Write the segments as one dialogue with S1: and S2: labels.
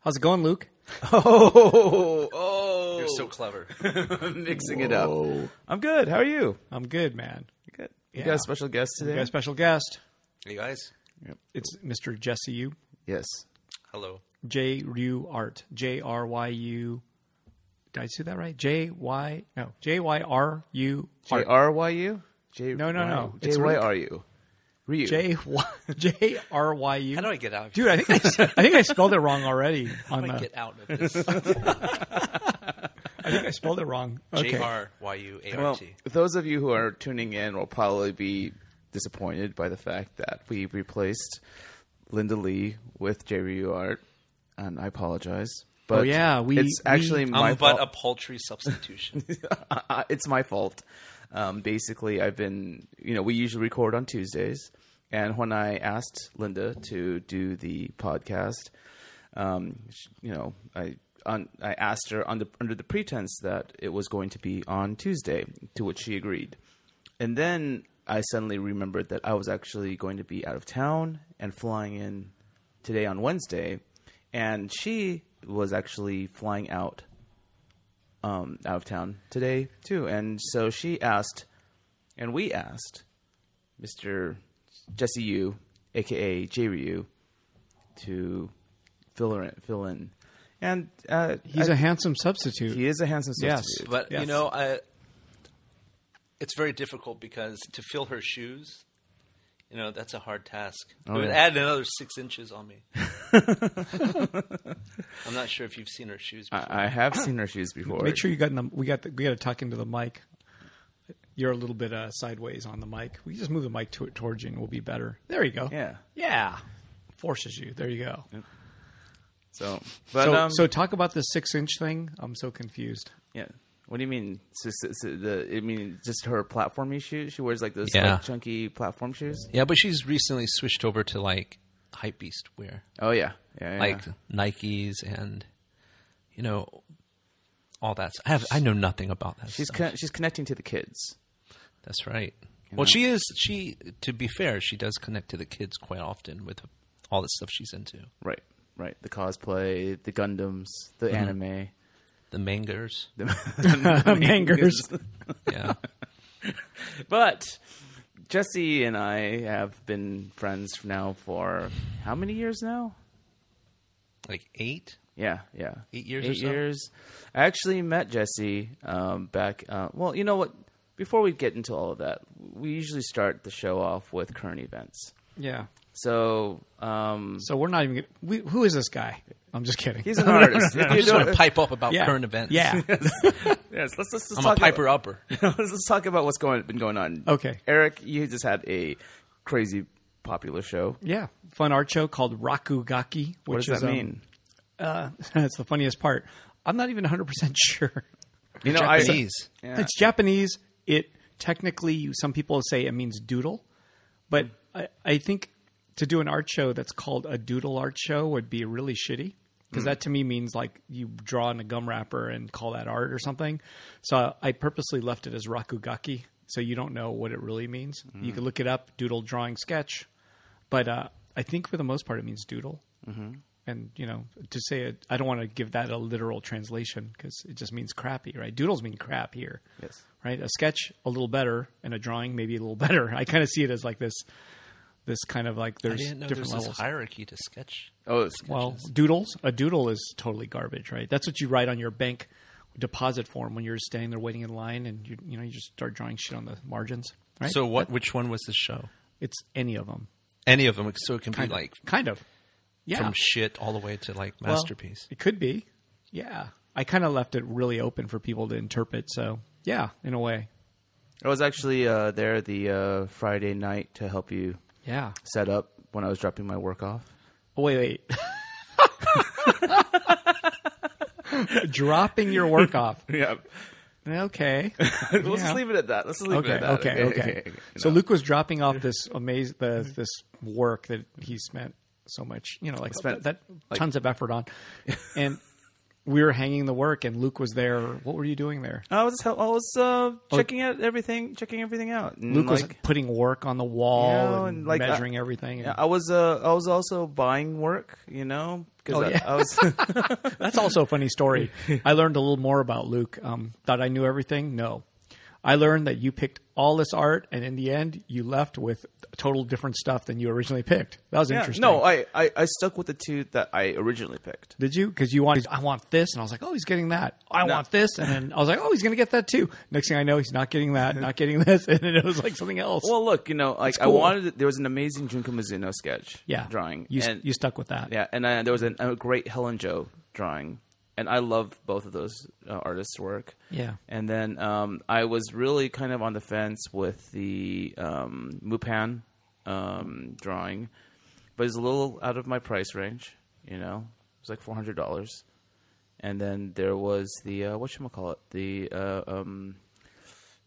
S1: How's it going, Luke?
S2: Oh, oh.
S3: You're so clever.
S2: mixing it up. I'm good. How are you?
S1: I'm good, man.
S2: Good. You got a special guest
S1: We
S2: today?
S1: got a special guest.
S3: Hey guys.
S1: It's Mr. Jesse U.
S2: Yes.
S3: Hello.
S1: J Ryu Art. J R Y U. Did I say that right? J Y no J Y R U
S2: J R Y U? J-
S1: No, no, no.
S2: J
S1: It's
S2: Y R U. Ryu.
S1: J Y J R Y U.
S3: How do I get out? of here?
S1: Dude, uh, I think I, s- I think I spelled it wrong already. On
S3: How do I
S1: the,
S3: get out of this?
S1: I think I spelled it wrong. Okay.
S3: J R Y U A R
S2: Well,
S3: T.
S2: those of you who are tuning in will probably be disappointed by the fact that we replaced Linda Lee with J Ryu Art, and I apologize. But
S1: Oh, yeah, we-
S2: it's actually
S1: we-
S2: my
S3: Um, but
S2: fault.
S3: a paltry substitution.
S2: I- it's my fault. Um, basically, I've been, you know, we usually record on Tuesdays. And when I asked Linda to do the podcast, um, sh- you know, I on, I asked her on the, under the pretense that it was going to be on Tuesday, to which she agreed. And then I suddenly remembered that I was actually going to be out of town and flying in today on Wednesday, and she was actually flying out um, out of town today too, and so she asked, and we asked, Mister Jesse Yu, aka J Ryu, to fill her in, fill in, and uh,
S1: He's
S2: I-
S1: a handsome substitute.
S2: he is a handsome
S1: Yes.
S2: substitute.
S3: But
S1: Yes.
S3: you know, I, it's very difficult because to fill her shoes, you know, that's a hard task. it would
S2: yeah.
S3: add another six inches on me. I'm not sure if you've seen her shoes. Before.
S2: I I have seen her shoes before.
S1: Make sure you got in the we got the, we got to tuck into the mic. You're a little bit uh, sideways on the mic. We just move the mic to, towards you, and we'll be better. There you go.
S2: Yeah.
S1: yeah. Forces you. There you go.
S2: So, but
S1: so,
S2: um,
S1: so talk about the six inch thing. I'm so confused.
S2: yeah. What do you mean? So, so- so the I mean, just her platform shoes. She wears like those
S3: Yeah.
S2: like, chunky platform shoes.
S3: yeah, but she's recently switched over to like hypebeast wear.
S2: Oh yeah, yeah. yeah.
S3: like Nikes and you know all that. I have I know nothing about that.
S2: she's
S3: stuff.
S2: con- she's connecting to the kids.
S3: That's right. Well, she is. She to be fair, she does connect to the kids quite often with all the stuff she's into.
S2: Right, right. The cosplay, the Gundams, the anime.
S3: The mangas.
S1: Mangers.
S3: Yeah.
S2: But Jesse and I have been friends now for how many years now?
S3: like eight.
S2: Yeah, yeah.
S3: Eight years or
S2: Eight
S3: so?
S2: years. I actually met Jesse um, back. Uh, well, you know what? Before we get into all of that, we usually start the show off with current events.
S1: yeah.
S2: So um,
S1: So we're not even. Gonna, we, who is this guy? I'm just kidding.
S2: he's an artist. If
S3: I
S2: you
S3: just want to
S2: don't-
S3: pipe up about
S1: yeah.
S3: current events.
S1: Yeah.
S2: yes, let's, let's, let's
S3: I'm a
S2: talk about-
S3: piper upper.
S2: let's just talk about what's going been going on.
S1: Okay.
S2: Eric, you just had a crazy popular show.
S1: yeah. Fun art show called Rakugaki. Which
S2: What does
S1: is,
S2: that
S1: um,
S2: mean?
S1: that's the funniest part. I'm not even 100 percent sure.
S2: you know,
S3: Japanese.
S2: I, yeah.
S1: It's Japanese. It technically, some people say it means doodle, but I, I think to do an art show that's called a doodle art show would be really shitty because that to me means like you draw on a gum wrapper and call that art or something. So I purposely left it as rakugaki so you don't know what it really means. You can look it up, doodle drawing sketch, but uh, I think for the most part it means doodle. And you know, to say it, I don't want to give that a literal translation because it just means crappy, right? Doodles mean crap here,
S2: Yes.
S1: right? A sketch a little better, and a drawing maybe a little better. I kind of see it as like this, this kind of like
S3: I
S1: there's
S3: didn't know
S1: different
S3: there's
S1: levels.
S3: this hierarchy to sketch.
S2: oh, it's,
S1: well, doodles, a doodle is totally garbage, right? That's what you write on your bank deposit form when you're standing there waiting in line, and you you know you just start drawing shit on the margins, right?
S3: So what? Which one was the show?
S1: it's any of them,
S3: Any of them. So it can be like
S1: kind of, yeah.
S3: from shit all the way to like
S1: Well,
S3: masterpiece.
S1: it could be. Yeah. I kind of left it really open for people to interpret. So, yeah, in a way.
S2: I was actually uh, there the uh, Friday night to help you
S1: Yeah.
S2: set up when I was dropping my work off.
S1: Oh, wait, wait. Dropping your work off.
S2: Yeah,
S1: Okay.
S2: we'll
S1: Yeah.
S2: just leave it at that. Let's just leave
S1: Okay,
S2: it at that.
S1: okay, okay. So Luke was dropping off this amazing the, this work that he spent so much, you know, like
S2: Spent,
S1: that, tons of effort on, and we were hanging the work, and Luke was there. What were you doing there?
S2: I was I was uh, checking out everything, checking everything out. And
S1: Oh. Luke was
S2: like,
S1: putting work on the wall
S2: Yeah,
S1: and,
S2: and, like,
S1: measuring
S2: I-
S1: everything. and-
S2: I was uh, I was also buying work, you know, because
S1: Oh,
S2: I,
S1: yeah.
S2: I was
S1: That's also a funny story. I learned a little more about Luke. Um, thought I knew everything. No, I learned that you picked all this art, and in the end, you left with total different stuff than you originally picked. That was
S2: yeah,
S1: interesting.
S2: no, I, I I stuck with the two that I originally picked.
S1: Did you? Because you wanted, I want this, and I was like, oh, he's getting that. I
S2: No.
S1: want this, and then I was like, oh, he's going to get that too. Next thing I know, he's not getting that, not getting this, and then it was like something else.
S2: Well, look, you know, like
S1: cool.
S2: I wanted. There was an amazing Junko Mizuno sketch,
S1: yeah,
S2: drawing.
S1: You
S2: and,
S1: you stuck with that.
S2: Yeah, and I, there was an, a great Helen Joe drawing, and I love both of those uh, artists' work.
S1: Yeah.
S2: And then um, I was really kind of on the fence with the um, Mupan um, drawing, but it's a little out of my price range. You know, it was like four hundred dollars. And then there was the uh, what call it the uh, um,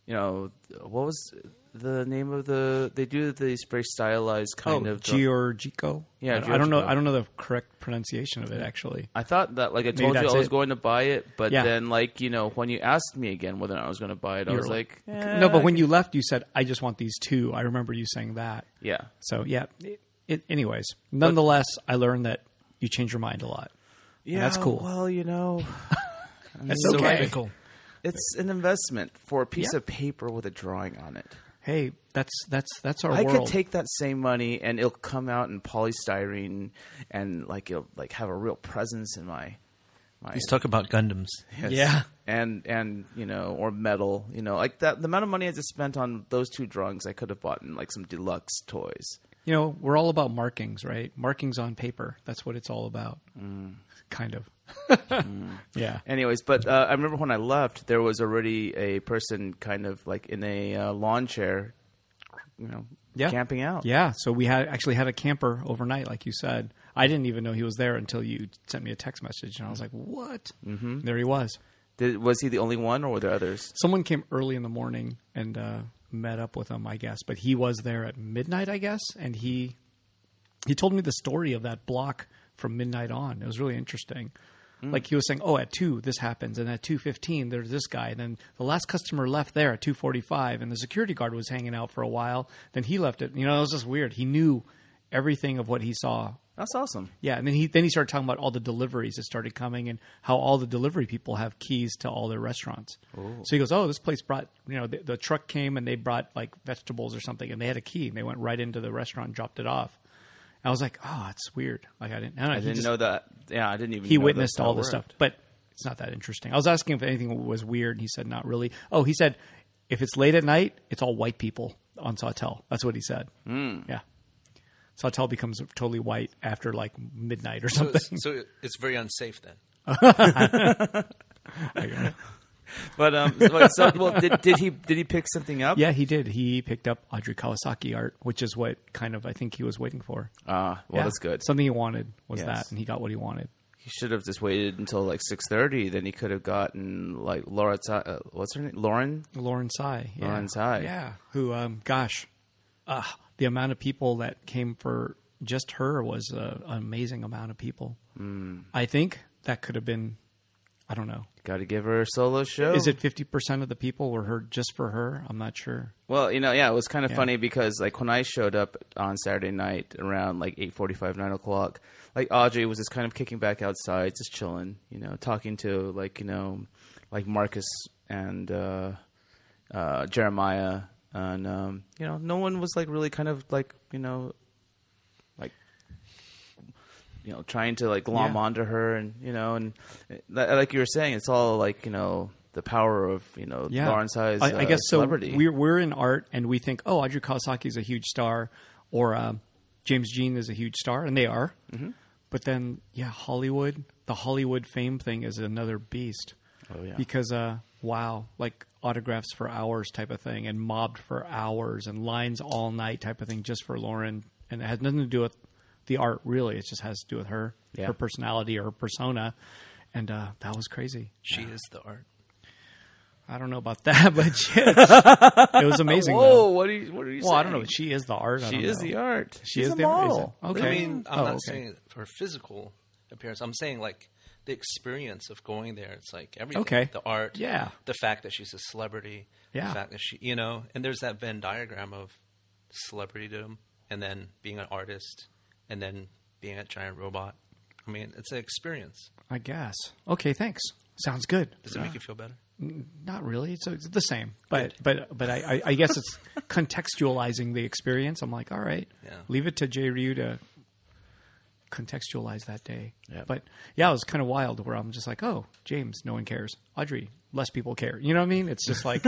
S2: you know what was the name of the they do these very stylized kind
S1: Oh,
S2: of dra-
S1: Giorgico.
S2: Yeah,
S1: I don't- I don't know.
S2: Giorgico.
S1: I don't know the correct pronunciation of it actually.
S2: I thought that, like I told you, I
S1: that's
S2: was
S1: it.
S2: going to buy it, but
S1: Yeah.
S2: then, like you know, when you asked me again whether or not I was going to buy it, I was like, eh,
S1: no, but when you left, you said, "I just want these two. I remember you saying that.
S2: yeah,
S1: So yeah. It, it, anyways, nonetheless, I learned that you change your mind a lot.
S2: yeah,
S1: that's cool.
S2: Well, you know,
S1: That's
S2: So
S1: okay.
S4: Typical.
S2: it's an investment for a piece
S1: Yeah.
S2: of paper with a drawing on it.
S1: Hey, that's that's that's our
S2: I
S1: world.
S2: could take that same money and it'll come out in polystyrene and like it'll like have a real presence in my my
S4: Let's talk about Gundams.
S2: Yes.
S1: Yeah.
S2: And and you know, or metal, you know, like that the amount of money I just spent on those two drawings I could have bought in like some deluxe toys.
S1: you know, we're all about markings, right? Markings on paper. That's what it's all about.
S2: Mm.
S1: Kind of. Yeah.
S2: Anyways, but uh, I remember when I left, there was already a person kind of like in a uh, lawn chair, you know,
S1: Yeah.
S2: camping out.
S1: Yeah. So we had actually had a camper overnight, like you said. I didn't even know he was there until you sent me a text message, and I was like, "What?" Mm-hmm. There he was.
S2: Did, was he the only one, or were there others?
S1: someone came early in the morning and uh, met up with him, I guess. But he was there at midnight, I guess, and he he told me the story of that block from midnight on. It was really interesting. Like he was saying, "Oh, at two this happens, and at two fifteen there's this guy, and then the last customer left there at two forty five, and the security guard was hanging out for a while. Then he left it. You know, it was just weird. He knew everything of what he saw
S2: That's awesome.
S1: yeah, and then he then he started talking about all the deliveries that started coming and how all the delivery people have keys to all their restaurants. So he goes, "Oh, this place brought you know the, the truck came and they brought like vegetables or something and they had a key and they went right into the restaurant and dropped it off." I was like, "Oh, that's weird." Like I didn't, I, don't know,
S2: I
S1: he
S2: didn't
S1: just-
S2: know that. Yeah, I didn't even.
S1: he
S2: know
S1: witnessed
S2: that's how
S1: all
S2: it
S1: this stuff,
S2: worked.
S1: but it's not that interesting. I was asking if anything was weird, and he said not really. Oh, he said if it's late at night, it's all white people on Sawtell. That's what he said.
S2: Hmm.
S1: Yeah, Sawtell becomes totally white after like midnight or
S3: So,
S1: something.
S3: so it- it's very unsafe then.
S2: But um, but so, well, did, did he did he pick something up?
S1: Yeah, he did. He picked up Audrey Kawasaki art, which is what kind of I think he was waiting for.
S2: Ah, well,
S1: Yeah.
S2: that's good.
S1: Something he wanted was
S2: Yes.
S1: that, and he got what he wanted.
S2: he should have just waited until like six thirty. Then he could have gotten like Laura. Ti- Uh, what's her name? Lauren.
S1: Lauren Tsai. Yeah.
S2: Lauren Tsai.
S1: Yeah. Who, um, gosh, uh, the amount of people that came for just her was uh, an amazing amount of people. Mm. I think that could have been, I don't know.
S2: Got to give her a solo show.
S1: Is it 50% of the people were her just for her? I'm not sure.
S2: Well, you know, yeah, it was kind of funny because like when I showed up on Saturday night around like 8:45, 9 o'clock, like Audrey was just kind of kicking back outside, just chilling, you know, talking to like you know, like Marcus and uh, uh, Jeremiah, and um, you know, no one was like really kind of like you know, like you know, trying to like glom
S1: Yeah.
S2: onto her, and you know, and uh, like you were saying, it's all like you know. The power of you know
S1: yeah.
S2: Lauren Size,
S1: I, I guess
S2: celebrity.
S1: so. We're we're in art, and we think, oh, Audrey Kawasaki is a huge star, or um, James Jean is a huge star, and they are.
S2: Mm-hmm.
S1: But then, yeah, Hollywood, the Hollywood fame thing is another beast.
S2: Oh, yeah.
S1: Because uh, wow, like autographs for hours type of thing, and mobbed for hours, and lines all night type of thing, just for Lauren, and it has nothing to do with the art really. It just has to do with her,
S2: Yeah.
S1: her personality, or her persona, and uh, that was crazy.
S3: She is the art.
S1: I don't know about that, but shit. it was amazing.
S2: Whoa,
S1: though.
S2: what are you? What are you
S1: Well,
S2: saying?
S1: I don't know. She is the art. I
S2: She
S1: don't
S2: is
S1: know.
S2: the art.
S1: She
S2: She's
S1: is
S2: a
S1: the- is it?
S2: model.
S1: Okay.
S3: I mean, I'm
S1: Oh,
S3: not
S1: okay.
S3: saying her physical appearance. I'm saying like the experience of going there. It's like everything.
S1: Okay.
S3: The art.
S1: Yeah.
S3: The fact that she's a celebrity.
S1: Yeah.
S3: The fact that she, you know, and there's that Venn diagram of celebritydom and then being an artist and then being a giant robot. I mean, it's an experience.
S1: I guess. Okay, thanks. Sounds good.
S3: Does it make you feel better?
S1: Not really. It's, it's the same, but but but I, I, I guess it's contextualizing the experience. I'm like, all right,
S3: Yeah.
S1: leave it to Jay Ryu to contextualize that day.
S2: Yeah.
S1: But yeah, it was kind of wild. Where I'm just like, oh, James, no one cares. Audrey, less people care. You know what I mean? It's just like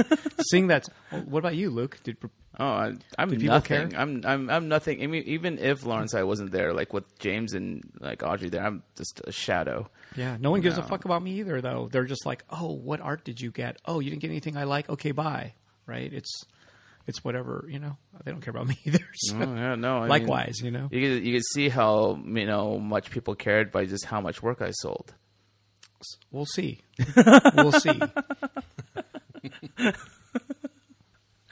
S1: seeing that. Well, what about you, Luke? Did
S2: Oh, I, I'm
S1: people
S2: nothing.
S1: care?
S2: I'm I'm I'm nothing. I mean, even if Lawrence I wasn't there, like with James and like Audrey there, I'm just a shadow.
S1: yeah, no one gives a fuck about me either. Though they're just like, oh, what art did you get? Oh, you didn't get anything I like. Okay, bye. Right? It's it's whatever. You know, they don't care about me either. So.
S2: Oh, yeah, no. I mean,
S1: Likewise, you know.
S2: you could, you could see how you know much people cared by just how much work I sold.
S1: We'll see. we'll see.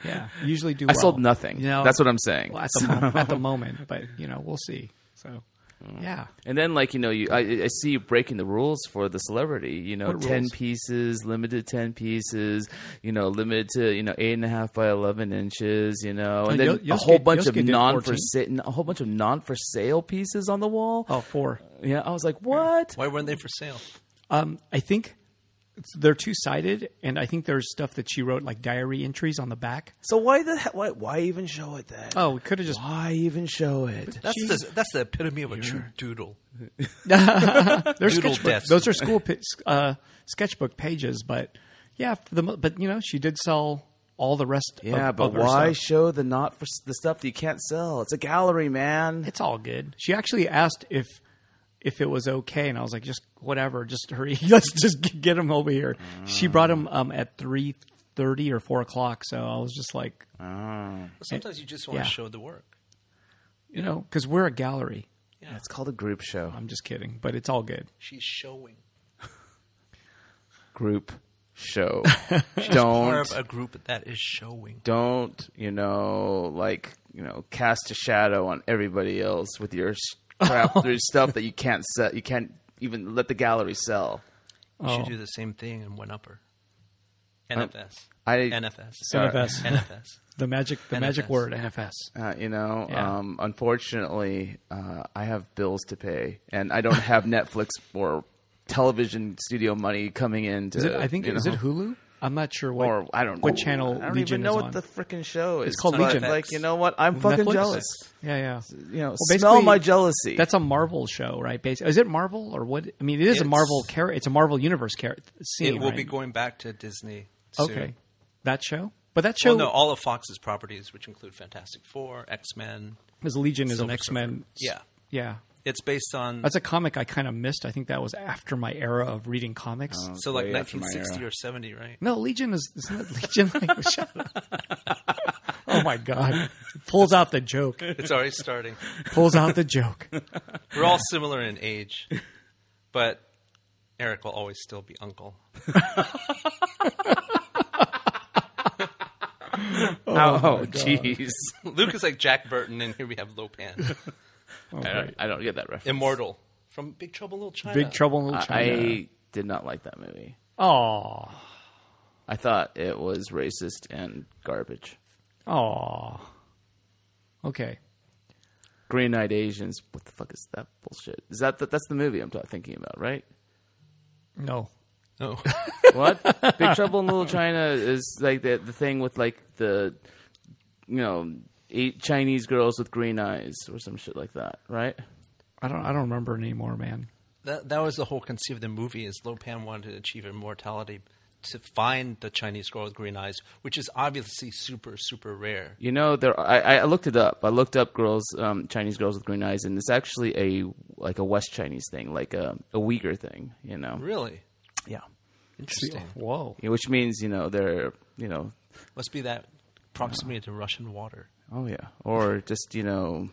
S1: yeah, usually do.
S2: I
S1: well.
S2: sold nothing.
S1: You know,
S2: That's what I'm saying.
S1: well, at the moment, at the moment, but you know, we'll see. So,
S2: Mm.
S1: yeah,
S2: And then, like you know, you I, I see you breaking the rules for the celebrity. You know,
S1: What
S2: ten
S1: rules?
S2: pieces, limited ten pieces. You know, limited to you know eight and a half by eleven inches. You know, and
S1: Oh,
S2: then
S1: Yo-
S2: a whole
S1: Yosuke-
S2: bunch of
S1: Yosuke did
S2: non for
S1: 14.
S2: sale, a whole bunch of non for sale pieces on the wall.
S1: oh four.
S2: Yeah, I was like, what?
S3: Why weren't they for sale?
S1: Um, I think it's- they're two sided, and I think there's stuff that she wrote like diary entries on the back.
S2: So why the he- why why even show it then?
S1: Oh, we could have just
S2: Why even show it?
S3: That's the that's the epitome of a true doodle.
S1: There's
S3: Doodle
S1: sketchbook.
S3: desk.
S1: Those are school pi- uh, sketchbook pages, but yeah, for the mo- but you know, she did sell all the rest.
S2: Yeah,
S1: of,
S2: but
S1: of her
S2: why
S1: stuff.
S2: show the not for s- the stuff that you can't sell? It's a gallery, man.
S1: it's all good. She actually asked if if it was okay, and I was like, just whatever, just hurry, let's just g- get him over here. She brought him um, at three thirty or four o'clock, so I was just like,
S3: But sometimes you just want
S1: yeah.
S3: to show the work.
S1: you know, because we're a gallery.
S3: Yeah.
S2: It's called a group show.
S1: I'm just kidding, but it's all good.
S3: She's showing.
S2: Group show.
S3: Part
S2: don't
S3: of a group that is showing.
S2: don't you know like you know cast a shadow on everybody else with your s- crap your stuff that you can't sell. You can't even let the gallery sell.
S3: You should
S1: Oh.
S3: do the same thing and one upper. NFS.
S2: I-
S3: NFS.
S2: Sorry.
S1: NFS.
S3: NFS.
S1: The magic, the magic
S3: NFS.
S1: word, NFS.
S2: Uh, you know,
S1: Yeah.
S2: um, unfortunately, uh, I have bills to pay, and I don't have Netflix or television studio money coming in. To,
S1: Is it? I think
S2: you
S1: is
S2: know,
S1: it Hulu? I'm not sure what.
S2: Or I don't know
S1: what channel
S2: I don't
S1: Legion
S2: even know
S1: is
S2: what
S1: on.
S2: the freaking show is.
S1: It's called
S2: but,
S1: Legion.
S2: Like you know what? I'm fucking
S1: Netflix?
S2: jealous.
S1: Yeah, yeah.
S2: You know,
S1: Well,
S2: smell
S1: basically,
S2: my jealousy.
S1: That's a Marvel show, right? Basically, is it Marvel or what? I mean, it is a
S3: It's-
S1: Marvel character. It's a Marvel universe character.
S3: It will be going back to Disney soon.
S1: Okay, that show. But that show
S3: Well, no, all of Fox's properties, which include Fantastic Four, X Men.
S1: is Legion is an
S3: Silver
S1: X Men.
S3: Surfer. Yeah.
S1: yeah.
S3: It's based on
S1: That's a comic I kind of missed. I think that was after my era of reading comics.
S3: so like
S2: way after my
S3: 1960
S2: era.
S3: or 70, right?
S1: No, Legion is isn't it Legion. Like, shut up. oh my god! Pulls out the joke.
S3: It's already starting.
S1: Pulls out the joke.
S3: We're all similar in age, but Eric will always still be uncle.
S2: oh, jeez.
S3: Luke is like Jack Burton, and here we have Lopan,
S2: I, don't- I don't get that reference.
S3: immortal from Big Trouble in Little China.
S1: Big Trouble in Little China.
S2: I did not like that movie.
S1: Oh,
S2: I thought it was racist and garbage.
S1: oh. Okay.
S2: Green Eyed Asians. What the fuck is that bullshit? Is that the, that's the movie I'm t- thinking about, right?
S1: No.
S3: No.
S2: What? Big Trouble in Little China is like the the thing with like the you know eight Chinese girls with green eyes or some shit like that, right?
S1: I don't. I don't remember anymore, man.
S3: That that was the whole conceit of the movie is Lopan wanted to achieve immortality to find the Chinese girl with green eyes, which is obviously super, super rare.
S2: You know, there. I, I looked it up. I looked up girls, um, Chinese girls with green eyes, and it's actually a like a West Chinese thing, like a, a Uyghur thing. You know,
S3: Really?
S2: yeah,
S3: Interesting.
S1: Whoa.
S2: Yeah, which means you know they're you know,
S3: Must be that proximity to Russian water.
S2: oh yeah, or just you know,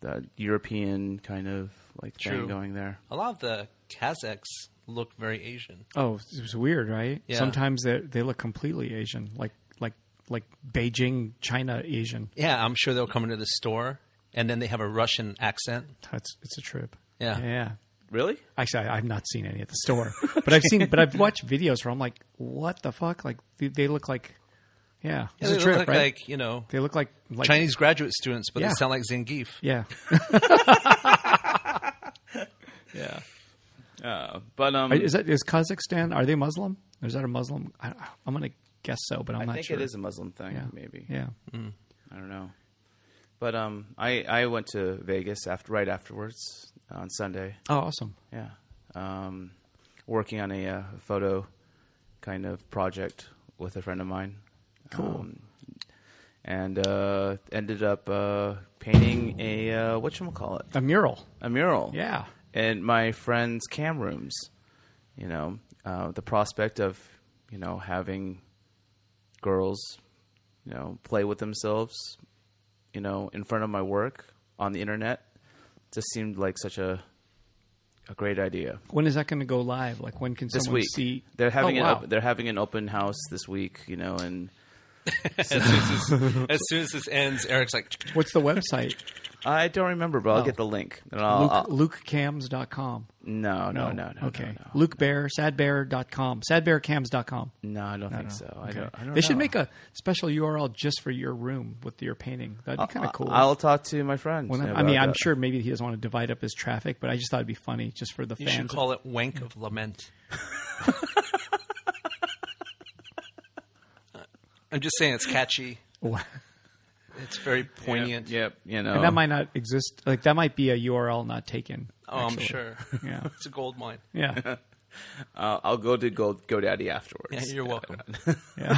S2: the European kind of like
S3: True.
S2: thing going there.
S3: A lot of the Kazakhs look very Asian.
S1: Oh, it was weird, right?
S3: Yeah.
S1: Sometimes they they look completely Asian, like like like Beijing, China Asian.
S3: Yeah, I'm sure they'll come into the store and then they have a Russian accent.
S1: That's it's a trip.
S3: Yeah.
S1: yeah.
S2: Really?
S1: Actually, I, I've not seen any at the store, but I've seen, but I've watched videos where I'm like, what the fuck? Like they, they look like, yeah,
S3: They
S1: it's a
S3: look
S1: trip,
S3: like,
S1: right?
S3: like, you know
S1: they look like, like
S3: Chinese graduate students, but
S1: Yeah.
S3: they sound like Zangief.
S1: Yeah, yeah.
S2: Uh, but um,
S1: Are- Is that is Kazakhstan? Are they Muslim? Or is that a Muslim? I, I'm gonna guess so, but I'm
S2: I
S1: not
S2: think
S1: sure.
S2: it is a Muslim thing.
S1: Yeah.
S2: Maybe.
S1: Yeah.
S2: I don't know. But um, I I went to Vegas after right afterwards on Sunday.
S1: Oh, awesome.
S2: Yeah. Um, working on a uh, photo kind of project with a friend of mine.
S1: Cool.
S2: Um, and uh, ended up uh, painting a uh, what call it
S1: A mural.
S2: a mural.
S1: Yeah.
S2: In my friend's cam rooms, you know, uh, the prospect of you know having girls, you know, play with themselves, you know, in front of my work on the internet, just seemed like such a a great idea
S1: When is that going to go live? Like when can
S2: this
S1: someone
S2: week.
S1: see?
S2: They're having
S1: oh,
S2: an
S1: wow.
S2: op- they're having an open house this week, you know, and
S3: As soon as this ends, Eric's like,
S1: What's the website?
S2: I don't remember, but I'll get the link. And I'll,
S1: Oh. Luke,
S2: I'll-
S1: LukeCams.com.
S2: Uh, no, no, no, no,
S1: Oh, Okay.
S2: no, no.
S1: Luke Bear, sadbear.com, sadbearcams.com.
S2: No, I don't think so. I don't. I don't
S1: they should
S2: know.
S1: make a special URL just for your room with your painting. That'd be kind of cool.
S2: I'll talk to my friend.
S1: When I- I
S2: about
S1: mean, I'm
S2: that.
S1: sure maybe he doesn't want to divide up his traffic, but I just thought it'd be funny just for the
S3: you
S1: fans.
S3: should call it Wank of Lament. I'm just saying it's catchy. It's very poignant.
S2: Yep, you know.
S1: and that might not exist. Like that might be a URL not taken.
S3: Oh, I'm
S1: actually.
S3: sure.
S1: Yeah.
S3: It's a gold mine.
S1: Yeah.
S2: I'll, I'll go to Gold GoDaddy
S3: Yeah,
S2: afterwards.
S3: you're welcome.
S1: Yeah.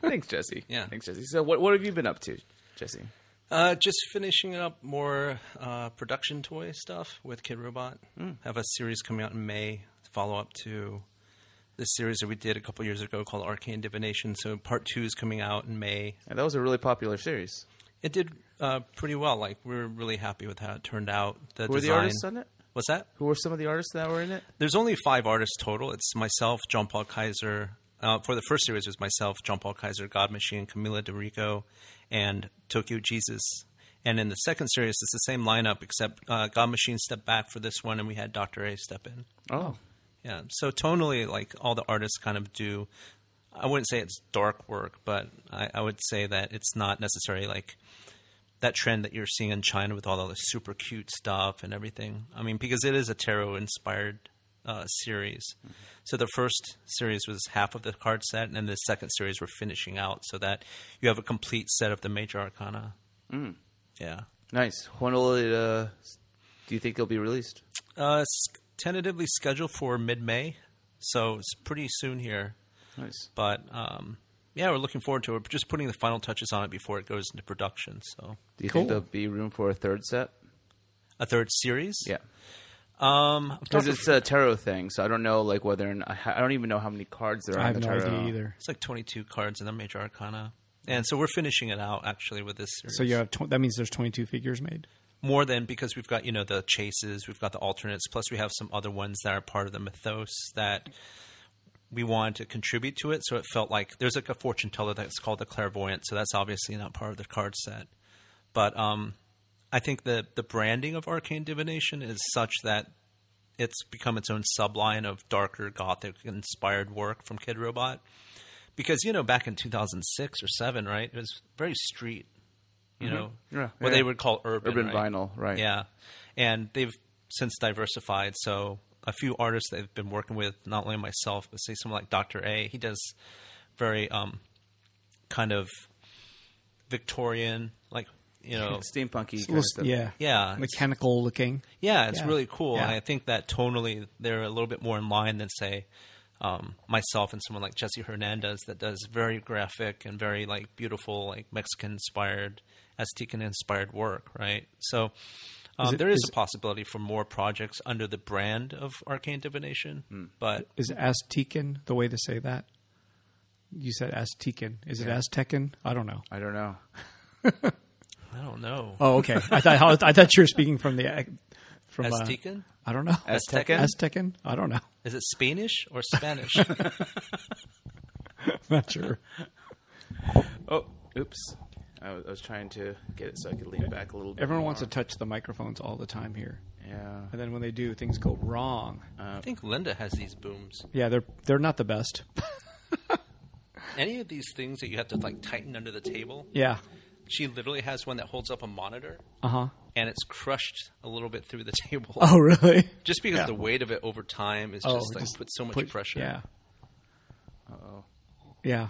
S2: Thanks, Jesse.
S3: Yeah.
S2: Thanks, Jesse. So, what what have you been up to, Jesse?
S3: Uh, just finishing up more uh, production toy stuff with Kid Robot.
S2: Hmm.
S3: Have a series coming out in May, follow up to the series that we did a couple years ago called Arcane Divination. So part two is coming out in May.
S2: And that was a really popular series.
S3: It did uh, pretty well. Like we're really happy with how it turned out. The
S2: Who were the
S3: design-
S2: artists on it?
S3: What's that?
S2: Who were some of the artists that were in it?
S3: There's only five artists total. It's myself, John Paul Kaiser. Uh, for the first series, it was myself, John Paul Kaiser, God Machine, Camila DeRico, and Tokyo Jesus. And in the second series, it's the same lineup, except uh, God Machine stepped back for this one, and we had Dr. A step in.
S2: Oh,
S3: Yeah. So tonally, like all the artists kind of do, I wouldn't say it's dark work, but I, I would say that it's not necessarily like that trend that you're seeing in China with all the super cute stuff and everything. I mean, because it is a tarot inspired uh, series. So the first series was half of the card set, and then the second series we're finishing out so that you have a complete set of the major arcana. Mm. Yeah.
S2: nice. When will it? Uh, do you think it'll be released?
S3: Uh, s- tentatively scheduled for mid May. So it's pretty soon here.
S2: Nice.
S3: but um, yeah, we're looking forward to it. We're just putting the final touches on it before it goes into production. So
S2: Do you
S1: Cool.
S2: think there'll be room for a third set?
S3: a third series.
S2: Yeah,
S3: Um, I've talked
S2: because
S3: to-
S2: it's a tarot thing, so I don't know like whether or not, I don't even know how many cards there are.
S1: I have
S2: in the
S1: no
S2: tarot.
S1: idea either.
S3: it's like 22 cards in the major arcana. And so we're finishing it out actually with this series.
S1: So you have tw- that means there's 22 figures made.
S3: more than because we've got you know the chases, we've got the alternates, plus we have some other ones that are part of the mythos that we wanted to contribute to it. So it felt like there's like a fortune teller that's called the clairvoyant, so that's obviously not part of the card set. But um, I think the the branding of arcane divination is such that it's become its own subline of darker gothic inspired work from Kid Robot. Because you know, back in 2006 or seven, right? It was very street, you know,
S2: Mm-hmm. Yeah,
S3: what
S2: yeah.
S3: they would call urban
S2: Urban
S3: right?
S2: vinyl, right?
S3: Yeah, and they've since diversified. So a few artists that I've been working with, not only myself, but say someone like Doctor A. He does very um, kind of Victorian, like you know,
S2: steampunky.
S1: Little s- yeah.
S3: Yeah.
S1: Mechanical looking.
S3: yeah, it's
S1: Yeah.
S3: really cool.
S1: Yeah.
S3: And I think that tonally they're a little bit more in line than say. Um, myself and someone like Jesse Hernandez that does very graphic and very like beautiful like Mexican inspired, Aztecan inspired work, right? So um,
S1: it-
S3: there is,
S1: is-
S3: a possibility for more projects under the brand of Arcane Divination, but
S1: Is Aztecan the way to say that? You said Aztecan. Is it Aztecan? I don't know.
S2: I don't know.
S3: I don't know.
S1: Oh, okay. I thought I thought you were speaking from the from uh,
S3: Aztecan?
S1: I don't know.
S2: Aztecan?
S1: Aztecan? I don't know.
S3: Is it Spanish or Spanish?
S1: Not sure.
S2: Oh, oops. I was, I was trying to get it so I could lean back a little bit.
S1: Everyone
S2: more.
S1: wants to touch the microphones all the time here.
S2: Yeah.
S1: and then when they do, things go wrong.
S3: I think Linda has these booms.
S1: Yeah, they're they're not the best.
S3: Any of these things that you have to like tighten under the table,
S1: yeah.
S3: she literally has one that holds up a monitor
S1: Uh huh.
S3: and it's crushed a little bit through the table.
S1: Oh, really?
S3: Just because
S2: Yeah.
S3: the weight of it over time is
S1: Oh,
S3: just like
S1: just
S3: put so much
S1: Put-
S3: pressure.
S1: Yeah.
S2: Oh.
S1: Yeah.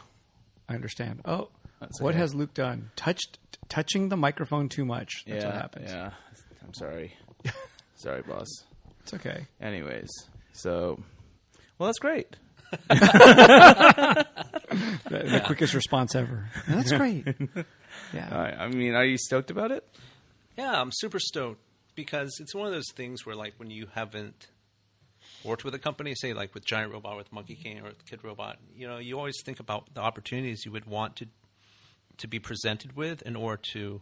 S1: I understand. Oh,
S2: That's
S1: what
S2: okay.
S1: has Luke done? Touched t- touching the microphone too much. That's
S2: yeah.
S1: what happens.
S2: Yeah. I'm sorry. sorry, boss.
S1: It's okay.
S2: Anyways, so well, that's great.
S1: The, the quickest response ever. That's great.
S2: I,
S1: Yeah.
S3: Uh,
S2: I mean, are you stoked about it?
S3: Yeah, I'm super stoked because it's one of those things where like when you haven't worked with a company, say like with Giant Robot, with Monkey King, or with Kid Robot, you know, you always think about the opportunities you would want to to be presented with in order to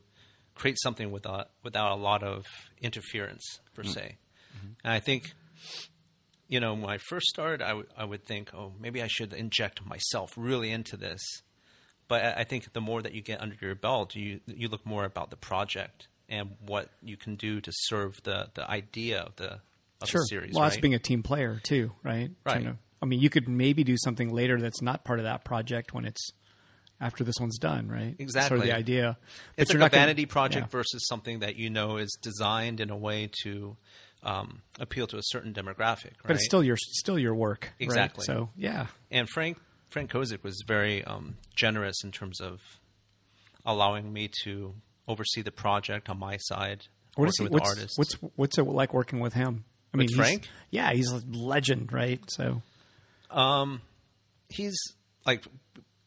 S3: create something without without a lot of interference per
S1: Mm.
S3: se.
S1: Mm-hmm.
S3: And I think. You know, when I first started, I would- I would think, oh, maybe I should inject myself really into this. But I- I think the more that you get under your belt, you you look more about the project and what you can do to serve the, the idea of the of
S1: Sure.
S3: the series.
S1: well,
S3: right?
S1: that's being a team player too, right?
S3: Right.
S1: Kinda. I mean, you could maybe do something later that's not part of that project when it's after this one's done, right? Sort of
S3: Exactly.
S1: the idea. But
S3: it's
S1: you're
S3: like
S1: not
S3: a
S1: gonna-
S3: vanity project
S1: yeah.
S3: versus something that you know is designed in a way to um, appeal to a certain demographic. Right?
S1: But it's still your still your work. right?
S3: Exactly.
S1: So yeah.
S3: and Frank Frank Kozik was very um, generous in terms of allowing me to oversee the project on my side.
S1: What
S3: working
S1: is he,
S3: with
S1: what's,
S3: artists.
S1: what's what's it like working with him? I mean,
S3: With
S1: he's-
S3: Frank?
S1: Yeah, he's a legend, right? So
S3: he's like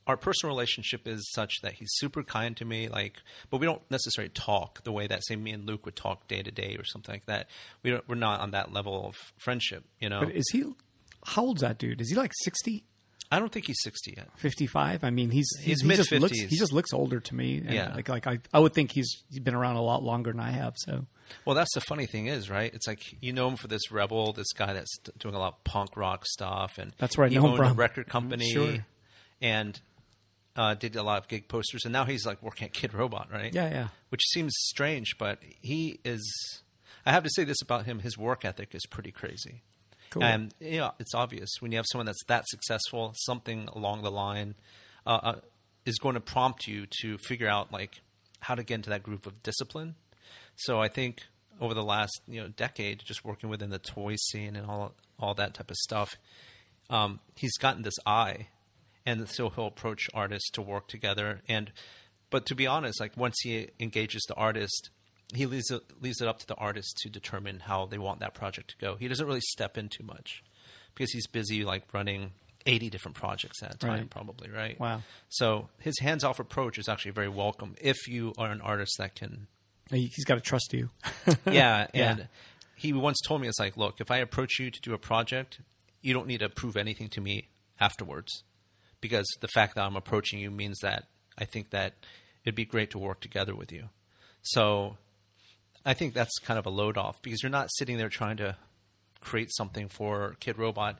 S3: our personal relationship is such that he's super kind to me like but we don't necessarily talk the way that say me and luke would talk day to day or something like that we don't we're not on that level of friendship you know
S1: But is he? How old's that dude? Is he like 60,
S3: i don't think he's 60 yet
S1: 55? I mean, he's
S3: He's
S1: he just looks
S3: mid-fifties.
S1: he just looks older to me. And
S3: Yeah.
S1: like like I, I would think he's he's been around a lot longer than I have. So
S3: well that's the funny thing is right it's like you know him for this rebel this guy that's t- doing a lot of punk rock stuff and
S1: That's where I
S3: he
S1: know him
S3: owned a
S1: from.
S3: record company
S1: Sure.
S3: and uh, did a lot of gig posters and now he's like working at kid robot right
S1: yeah, yeah,
S3: which seems strange, but he is. I have to say this about him: his work ethic is pretty crazy.
S1: Cool.
S3: And you know, it's obvious when you have someone that's that successful, something along the line uh, uh, is going to prompt you to figure out like how to get into that group of discipline. So I think over the last you know decade, just working within the toy scene and all all that type of stuff, um, he's gotten this eye, and so he'll approach artists to work together. And but to be honest, like once he engages the artist, he leaves it, leaves it up to the artist to determine how they want that project to go. He doesn't really step in too much because he's busy like running eighty different projects at a time,
S1: Right.
S3: probably right.
S1: Wow.
S3: So his hands off approach is actually very welcome if you are an artist that can
S1: He- he's got to trust you.
S3: yeah,
S1: Yeah.
S3: and he once told me, it's like, look, if I approach you to do a project, you don't need to prove anything to me afterwards, because the fact that I'm approaching you means that I think that it'd be great to work together with you. So, I think that's kind of a load off because you're not sitting there trying to create something for Kid Robot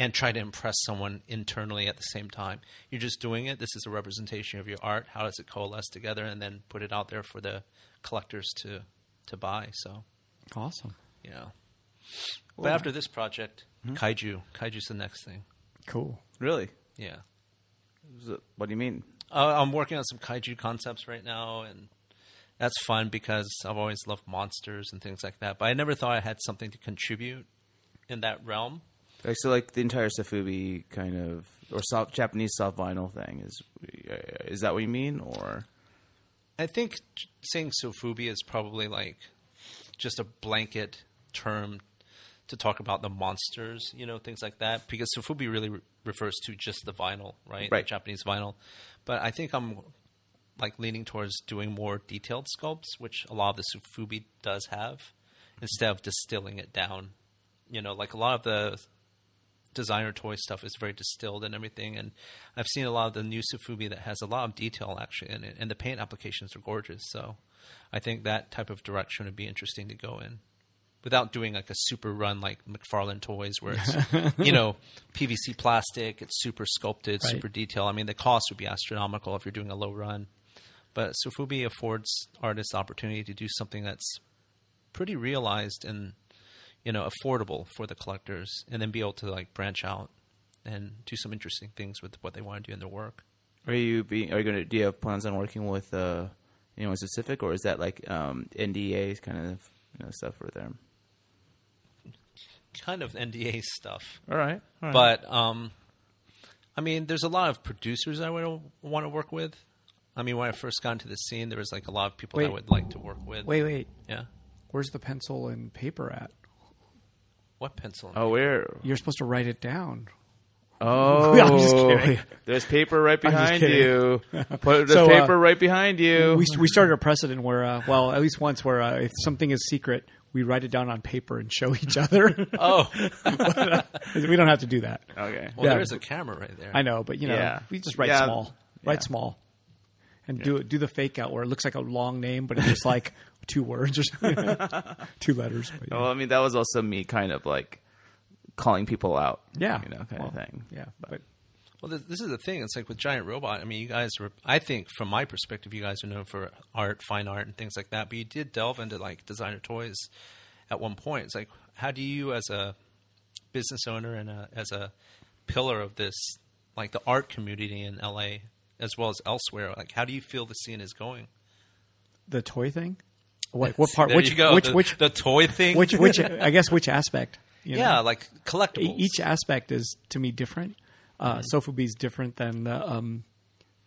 S3: and try to impress someone internally at the same time. You're just doing it. This is a representation of your art. How does it coalesce together and then put it out there for the collectors to to buy? So
S1: awesome.
S3: you know. But after this project, Kaiju, Kaiju's the next thing.
S1: Cool.
S2: Really?
S3: Yeah,
S2: Z- What do you mean?
S3: uh, I'm working on some Kaiju concepts right now, and that's fun because I've always loved monsters and things like that. But I never thought I had something to contribute in that realm.
S2: Like, so, like the entire Safubi kind of or soft, Japanese soft vinyl thing is is that what you mean? Or
S3: I think t- saying sofubi is probably like just a blanket term to talk about the monsters, you know, things like that. Because sofubi really re- refers to just the vinyl, right?
S2: Right.
S3: The Japanese vinyl. But I think I'm like leaning towards doing more detailed sculpts, which a lot of the sofubi does have, instead of distilling it down. You know, like a lot of the designer toy stuff is very distilled and everything. And I've seen a lot of the new Sufubi that has a lot of detail actually in it, and the paint applications are gorgeous. So I think that type of direction would be interesting to go in without doing like a super run like McFarlane toys where it's you know PVC plastic, it's super sculpted,
S1: Right.
S3: super detailed. I mean the cost would be astronomical if you're doing a low run. But Sufubi affords artists the opportunity to do something that's pretty realized and you know affordable for the collectors, and then be able to like branch out and do some interesting things with what they want to do in their work.
S2: Are you being? Are you gonna? Do you have plans on working with uh, anyone specific, or is that like um, NDA kind of you know, stuff for them?
S3: Kind of NDA stuff,
S2: All right, all right.
S3: but um, I mean, there's a lot of producers I would want to work with. I mean, when I first got into the scene, there was like a lot of people that I
S1: Wait.
S3: would like to work with.
S1: Wait, wait.
S3: yeah.
S1: Where's the pencil and paper at?
S3: What pencil?
S2: oh, we're
S1: You're supposed to write it down.
S2: oh,
S1: I'm just kidding.
S2: there's paper right
S1: just
S2: behind
S1: kidding.
S2: you. Put the
S1: So, uh,
S2: paper right behind
S3: Oh,
S2: you.
S1: We, we started a precedent where, uh, well, at least once, where uh, if something is secret, we write it down on paper and show each other.
S3: Oh,
S1: we don't have to do that.
S2: okay,
S3: well,
S1: Yeah.
S3: there is a camera right there.
S1: I know, but you know,
S2: Oh. Yeah.
S1: we just write
S2: Yeah.
S1: small, write
S2: Yeah.
S1: small, and do do the fake out where it looks like a long name, but it's just like two words or something, two letters. But, yeah.
S2: Well, I mean, that was also me kind of like calling people out.
S1: Yeah.
S2: You know, kind
S1: Well,
S2: of thing.
S1: yeah, but
S3: Well, this, this is the thing. It's like with Giant Robot. I mean, you guys were. I think, from my perspective, you guys are known for art, fine art, and things like that. But you did delve into like designer toys at one point. It's like, how do you, as a business owner and a, as a pillar of this, like the art community in LA as well as elsewhere, like how do you feel the scene is going?
S1: the toy thing. What what part?
S3: There
S1: which
S3: you go.
S1: which
S3: the,
S1: which
S3: the toy thing?
S1: which which I guess which aspect? you know?
S3: yeah, like collectibles.
S1: E- each aspect is to me different. Uh, Sofubi is different than the um,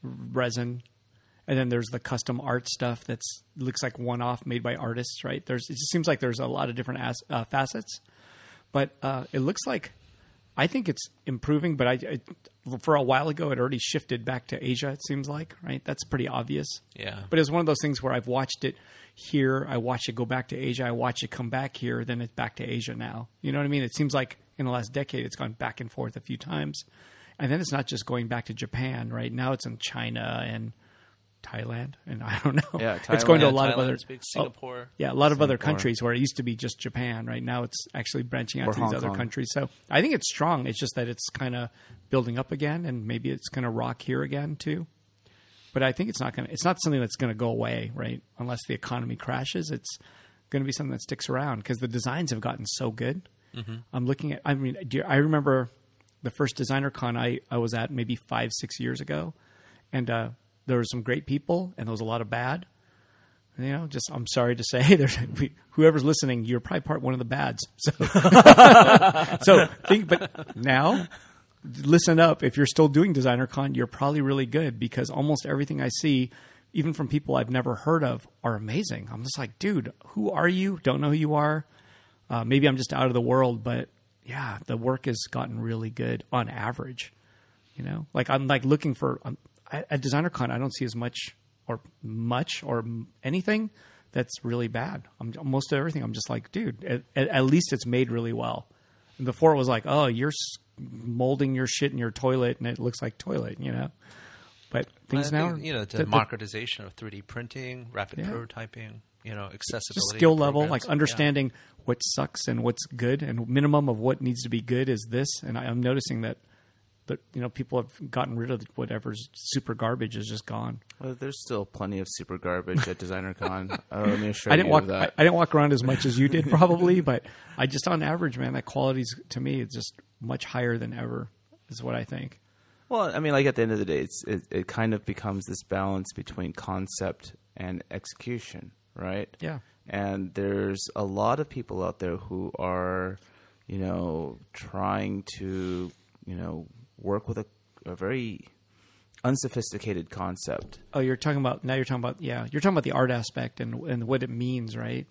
S1: resin, and then there's the custom art stuff that's looks like one off made by artists. Right? There's it just seems like there's a lot of different as, uh, facets, but uh, it looks like I think it's improving. But I, I for a while ago it already shifted back to Asia. It seems like right. That's pretty obvious.
S3: Yeah.
S1: But it's one of those things where I've watched it here, I watch it go back to Asia, I watch it come back here, then it's back to Asia now. You know what I mean? It seems like in the last decade it's gone back and forth a few times. And then it's not just going back to Japan, right? Now it's in China and Thailand and I don't know.
S2: Yeah,
S1: it's going to
S2: Thailand.
S1: a lot of
S3: Thailand's
S1: other
S3: big,
S1: oh,
S3: Singapore.
S1: yeah, a lot of other countries where it used to be just Japan. Right now, it's actually branching out
S2: Or
S1: to these
S2: Hong
S1: other
S2: Kong.
S1: countries. So I think it's strong. It's just that it's kind of building up again, and maybe it's going to rock here again too. But I think it's not going. to It's not something that's going to go away, right? Unless the economy crashes, it's going to be something that sticks around because the designs have gotten so good.
S2: Mm-hmm.
S1: I'm looking at. I mean, do you- I remember the first designer con I, I was at maybe five six years ago, and uh, there were some great people and there was a lot of bad you know, just I'm sorry to say, there's, we, whoever's listening, you're probably part one of the bads. So, so think, but now, listen up. If you're still doing designer con, you're probably really good because almost everything I see, even from people I've never heard of, are amazing. I'm just like, dude, who are you? Don't know who you are. Uh, maybe I'm just out of the world, but yeah, the work has gotten really good on average. You know, like I'm like looking for um, at at DesignerCon. I don't see as much or much or m- anything that's really bad. I'm most of everything. I'm just like, dude. At, at, at least it's made really well. And before it was like, oh, you're s- molding your shit in your toilet, and it looks like toilet. You know, but things
S3: I
S1: now,
S3: think,
S1: are-
S3: you know,
S1: the-
S3: the
S1: the-
S3: democratization of 3D printing, rapid
S1: Yeah.
S3: prototyping, you know, accessibility,
S1: just skill
S3: to
S1: level,
S3: programs.
S1: like understanding what sucks and what's good, and minimum of what needs to be good is this. And I, I'm noticing that that you know people have gotten rid of whatever's super garbage is just gone.
S2: Well, there's still plenty of super garbage at DesignerCon. uh, let me assure
S1: I didn't
S2: you
S1: walk.
S2: of
S1: I,
S2: that.
S1: I didn't walk around as much as you did, probably, but I just on average, man, that quality's to me it's just much higher than ever. Is what I think.
S2: well, I mean, like at the end of the day, it's it, it kind of becomes this balance between concept and execution, right?
S1: Yeah.
S2: And there's a lot of people out there who are, you know, trying to, you know, work with a, a very unsophisticated concept.
S1: Oh, you're talking about now. You're talking about yeah. You're talking about the art aspect and and what it means, right?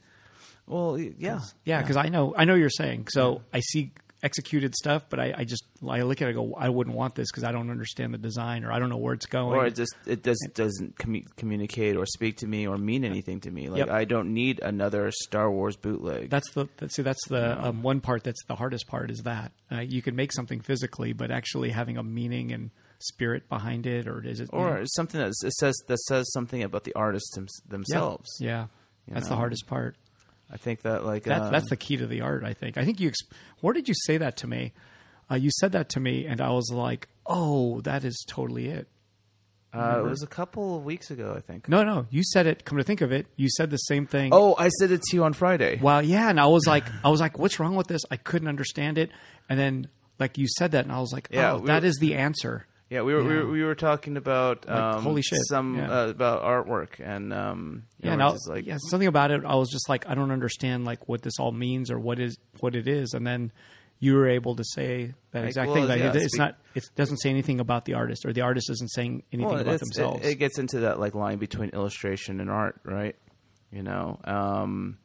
S2: Well, y- yeah,
S1: Yeah, because I know I know you're saying. So I see executed stuff, but I, I just I look at it and go, I wouldn't want this because I don't understand the design or I don't know where it's going.
S2: or it just it just doesn't commu- communicate or speak to me or mean anything to me. Like
S1: Yep.
S2: I don't need another Star Wars bootleg.
S1: that's the that's, see that's the um, one part that's the hardest part is that uh, you can make something physically, but actually having a meaning and spirit behind it, or is it you
S2: or
S1: know,
S2: something that s- says that says something about the artists them-
S1: yeah,
S2: themselves.
S1: Yeah,
S2: you
S1: that's
S2: know?
S1: the hardest part.
S2: I think that like
S1: That's
S2: um,
S1: that's the key to the art. I think. I think you. Ex- where did you say that to me? Uh, you said that to me, and I was like, "Oh, that is totally it."
S2: Uh, it was a couple of weeks ago, I think.
S1: No, no, you said it. Come to think of it, you said the same thing.
S2: Oh, I said it to you on Friday.
S1: Well, yeah, and I was like, I was like, what's wrong with this? I couldn't understand it, and then like you said that, and I was like,
S2: Yeah,
S1: oh,
S2: we
S1: that
S2: were-
S1: is the answer.
S2: Yeah, we were, we were we were talking about um,
S1: holy shit,
S2: some
S1: yeah.
S2: uh, about artwork and um, you
S1: Yeah,
S2: know,
S1: and I,
S2: it's just like
S1: yeah, something about it. I was just like, I don't understand like what this all means or what is what it is, and then you were able to say that exact
S2: well,
S1: thing. That
S2: yeah,
S1: it- it's
S2: speak-
S1: not. It doesn't say anything about the artist, or the artist isn't saying anything
S2: well,
S1: about
S2: it's- it-
S1: themselves.
S2: It, gets into that like line between illustration and art, right? You know, um,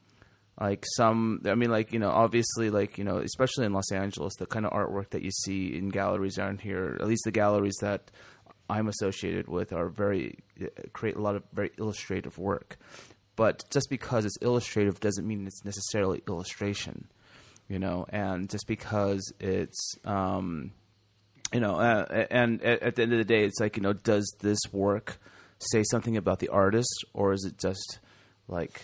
S2: like some. I mean, like you know, obviously, like you know, especially in Los Angeles, the kind of artwork that you see in galleries around here, at least the galleries that I'm associated with, are very uh, create a lot of very illustrative work. But just because it's illustrative doesn't mean it's necessarily illustration, you know. And just because it's um, you know, uh, and at, at the end of the day, it's like you know, does this work say something about the artist, or is it just like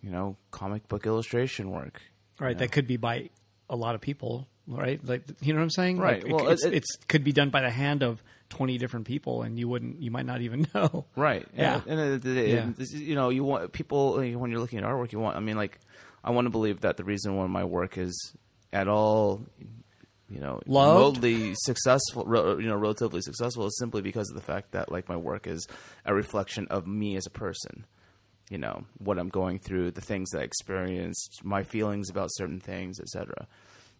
S2: you know, comic book illustration work?
S1: right, that could be by a lot of people. Right, like you know what I'm saying.
S2: Right,
S1: Like, it-
S2: well,
S1: it's,
S2: it-
S1: it's could be done by the hand of 20 different people, and you wouldn't, you might not even know.
S2: Right.
S1: Yeah.
S2: And, and, and, and
S1: Yeah.
S2: this is- you know, you want people like, when you're looking at artwork, you want. I mean, like, I want to believe that the reason why my work is at all, you know,
S1: Loved?
S2: remotely successful, re- you know, relatively successful, is simply because of the fact that like my work is a reflection of me as a person. You know what I'm going through, the things that I experienced, my feelings about certain things, etc.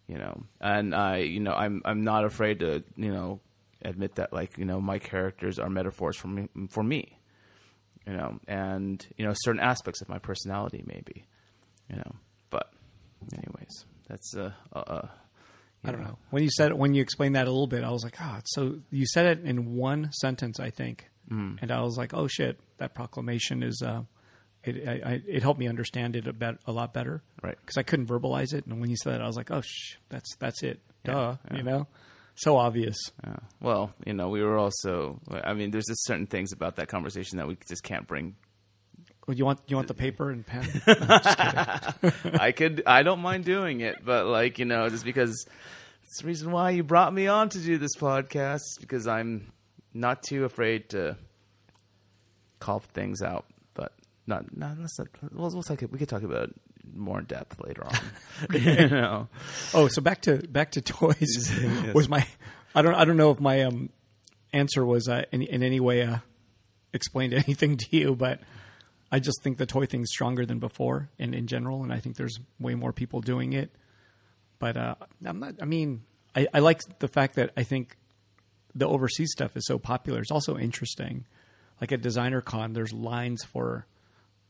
S2: You know, and I, you know, I'm I'm not afraid to, you know, admit that like you know my characters are metaphors for me for me you know, and you know certain aspects of my personality, maybe, you know. But, anyways, that's uh, uh, uh you
S1: I don't know. When you said it, when you explained that a little bit, I was like, ah, it's so you said it in one sentence, I think,
S2: Mm.
S1: and I was like, oh shit, that proclamation is. Uh, it I, I, it helped me understand it a, bet, a lot better,
S2: Right.
S1: Because I couldn't verbalize it, and when you said that, I was like, oh sh, that's that's it, duh, you know, so obvious.
S2: Yeah. Well, you know, we were also. I mean, there's just certain things about that conversation that we just can't bring.
S1: Oh, you want you want the paper and pen?
S2: I could. I don't mind doing it, but like you know, just because it's the reason why you brought me on to do this podcast is because I'm not too afraid to call things out, but. Not, not, let's not, we'll, we'll talk, we could talk about it more in depth later on. you know,
S1: Oh, so back to back to toys was my. I don't I don't know if my um answer was uh, in in any way uh, explained anything to you, but I just think the toy thing's stronger than before, and in general, and I think there's way more people doing it. But uh, I'm not. I mean, I, I like the fact that I think the overseas stuff is so popular. It's also interesting. Like at Designer Con, there's lines for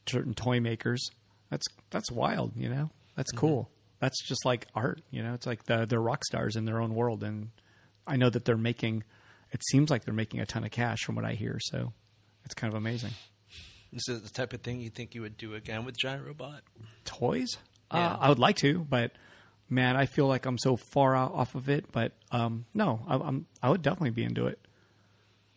S1: certain toy makers. That's that's wild, you know. That's cool. That's just like art, you know. It's like the, they're rock stars in their own world, and I know that they're making. It seems like they're making a ton of cash from what I hear, so it's kind of amazing.
S3: This is the type of thing you think you would do again with Gyrobot.
S1: toys?
S3: Yeah.
S1: Uh, I would like to, but man, I feel like I'm so far out off of it. But um, no, I, I'm I would definitely be into it.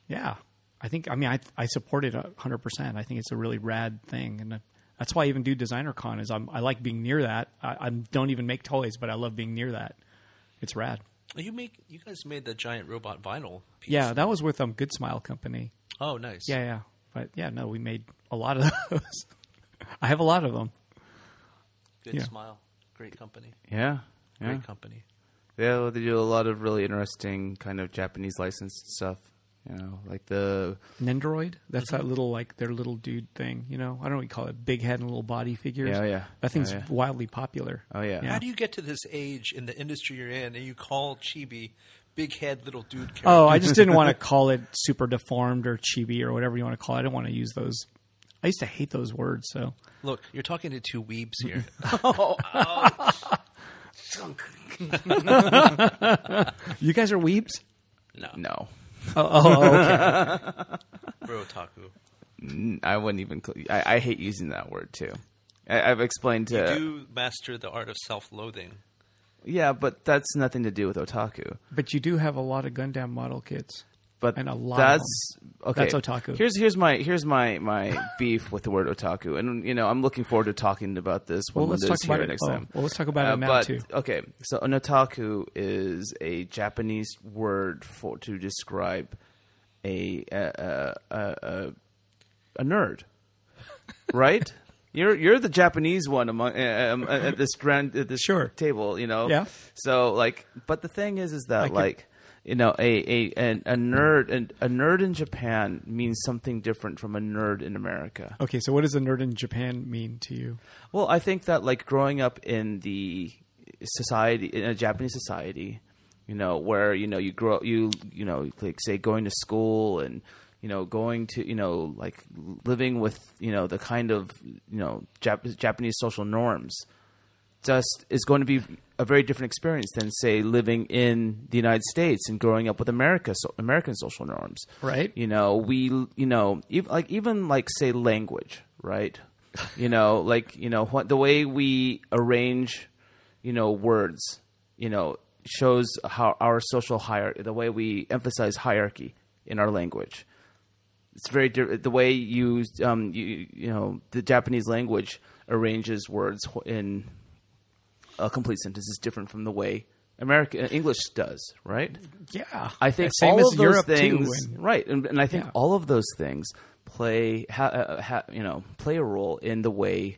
S1: Yeah, I think. I mean, I I support it hundred percent. I think it's a really rad thing, and that's why I even do Designer Con. Is I'm, I like being near that. I, I don't even make toys, but I love being near that. It's rad.
S3: You make you guys made the giant robot vinyl. Piece.
S1: Yeah, that was with um Good Smile Company.
S3: Oh, nice.
S1: Yeah, yeah. But yeah, no, we made a lot of those. I have a lot of them.
S3: Good
S1: Yeah.
S3: smile. Great company.
S2: yeah, yeah.
S3: Great company.
S2: Yeah, well, they do a lot of really interesting kind of Japanese licensed stuff. You know, like the
S1: Nendoroid. That's that little like their little dude thing. You know, I don't know what you call it. Big head and little body figures.
S2: Yeah, yeah.
S1: That thing's
S2: Yeah, yeah.
S1: wildly popular.
S2: oh yeah,
S1: Yeah.
S3: How do you get to this age in the industry you're in and you call Chibi big head little dude character?
S1: Oh, I just didn't want to call it super deformed or chibi or whatever you want to call it. I didn't want to use those. I used to hate those words. So
S3: Look, you're talking to two weebs here.
S1: you guys are weebs.
S3: no,
S2: no,
S3: bro, taku.
S2: I wouldn't even. Cl- I, I hate using that word too. I, I've explained to
S3: Do master the art of self-loathing.
S2: yeah, but that's nothing to do with otaku.
S1: But you do have a lot of Gundam model kits.
S2: But
S1: And a lot of
S2: that's
S1: them.
S2: okay.
S1: That's otaku.
S2: Here's here's my here's my my beef with the word otaku, and you know I'm looking forward to talking about this when
S1: Well, let's
S2: Linda's
S1: talk about
S2: here
S1: it-
S2: next
S1: oh,
S2: time. Uh,
S1: well, let's talk about it now,
S2: but,
S1: too.
S2: Okay, so an otaku is a Japanese word for to describe a a a, a, a, a nerd, right? You're you're the Japanese one among uh, um, at this grand at this
S1: Sure.
S2: table, you know.
S1: Yeah.
S2: So like, but the thing is, is that
S1: could-
S2: like you know a a a, a nerd and a nerd in Japan means something different from a nerd in America.
S1: Okay, so what does a nerd in Japan mean to you?
S2: Well, I think that like growing up in the society in a Japanese society, you know, where you know you grow you you know like say going to school and you know going to you know like living with you know the kind of you know Jap- Japanese social norms just is going to be a very different experience than say living in the United States and growing up with America so, American social norms.
S1: Right.
S2: You know, we you know, even like even like say language, right? You know, like you know what the way we arrange, you know, words, you know, shows how our social hierarchy, the way we emphasize hierarchy in our language it's very di- the way you um you you know the Japanese language arranges words wh- in a complete sentence is different from the way American uh, English does, right?
S1: Yeah,
S2: I think
S1: same
S2: all
S1: as
S2: of those
S1: Europe
S2: things,
S1: too. and-
S2: right? And, and I think
S1: Yeah.
S2: all of those things play ha, uh, ha, you know play a role in the way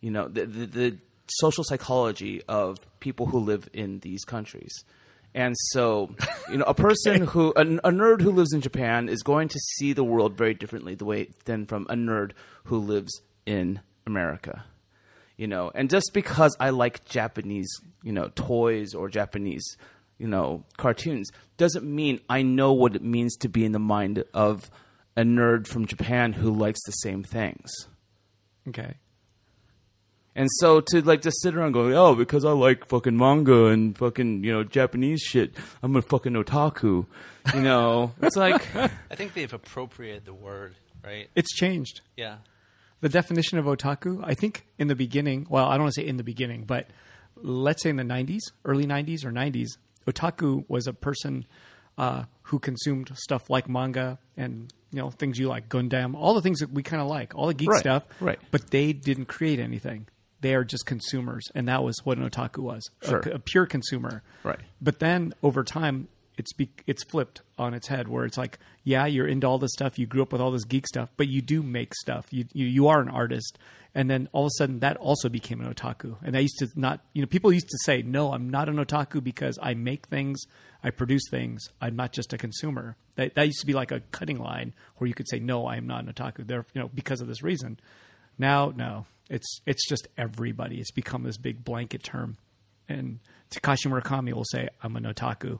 S2: you know the, the the social psychology of people who live in these countries. And so, you know, a person who a, a nerd who lives in Japan is going to see the world very differently the way than from a nerd who lives in America you know and just because i like japanese you know toys or japanese you know cartoons doesn't mean i know what it means to be in the mind of a nerd from japan who likes the same things
S1: okay,
S2: and so to like just sit around going oh because i like fucking manga and fucking you know japanese shit i'm a fucking otaku you know it's like
S3: I think they've appropriated the word, right?
S1: it's changed.
S3: Yeah.
S1: the definition of otaku, I think in the beginning, well, I don't want to say in the beginning, but let's say in the 90s, early 90s or 90s, otaku was a person uh, who consumed stuff like manga and you know things you like Gundam, all the things that we kind of like, all the geek
S2: Right,
S1: stuff.
S2: right.
S1: But they didn't create anything. They are just consumers, and that was what an otaku was, a-
S2: Sure.
S1: a, pure consumer.
S2: Right.
S1: But then over time, it's be, it's flipped on its head where it's like, yeah, you're into all this stuff, you grew up with all this geek stuff, but you do make stuff. You you, you are an artist, and then all of a sudden that also became an otaku. And I used to not, you know, people used to say, no, I'm not an otaku because I make things, I produce things, I'm not just a consumer. That that used to be like a cutting line where you could say, no, I am not an otaku. There, you know, because of this reason. Now, no, it's it's just everybody. It's become this big blanket term and Takashi Murakami will say, "I'm an otaku."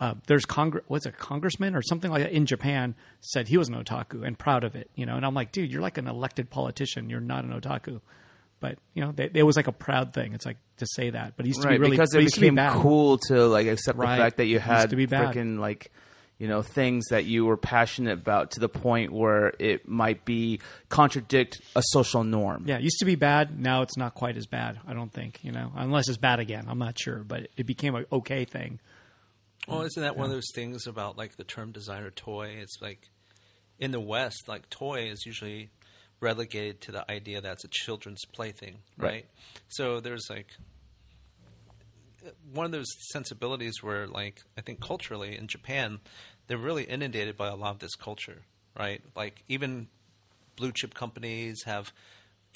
S1: Uh, there's Congre- what's a congressman or something like that in Japan said he was an otaku and proud of it, you know. And I'm like, dude, you're like an elected politician. You're not an otaku, but you know, they, it was like a proud thing. It's like to say that, but he used to be really
S2: because
S1: it
S2: it
S1: used to be
S2: became
S1: bad.
S2: cool to like accept
S1: Right.
S2: the fact that you
S1: Used
S2: had
S1: to be bad.
S2: freaking like you know things that you were passionate about to the point where it might be contradict a social norm.
S1: Yeah, it used to be bad. Now it's not quite as bad. I don't think you know, unless it's bad again. I'm not sure, but it became a okay thing.
S3: Well, isn't that one of those things about like the term designer toy? It's like in the West, like toy is usually relegated to the idea that it's a children's plaything, right?
S2: Right.
S3: So there's like one of those sensibilities where, like, I think culturally in Japan, they're really inundated by a lot of this culture, right? Like, even blue chip companies have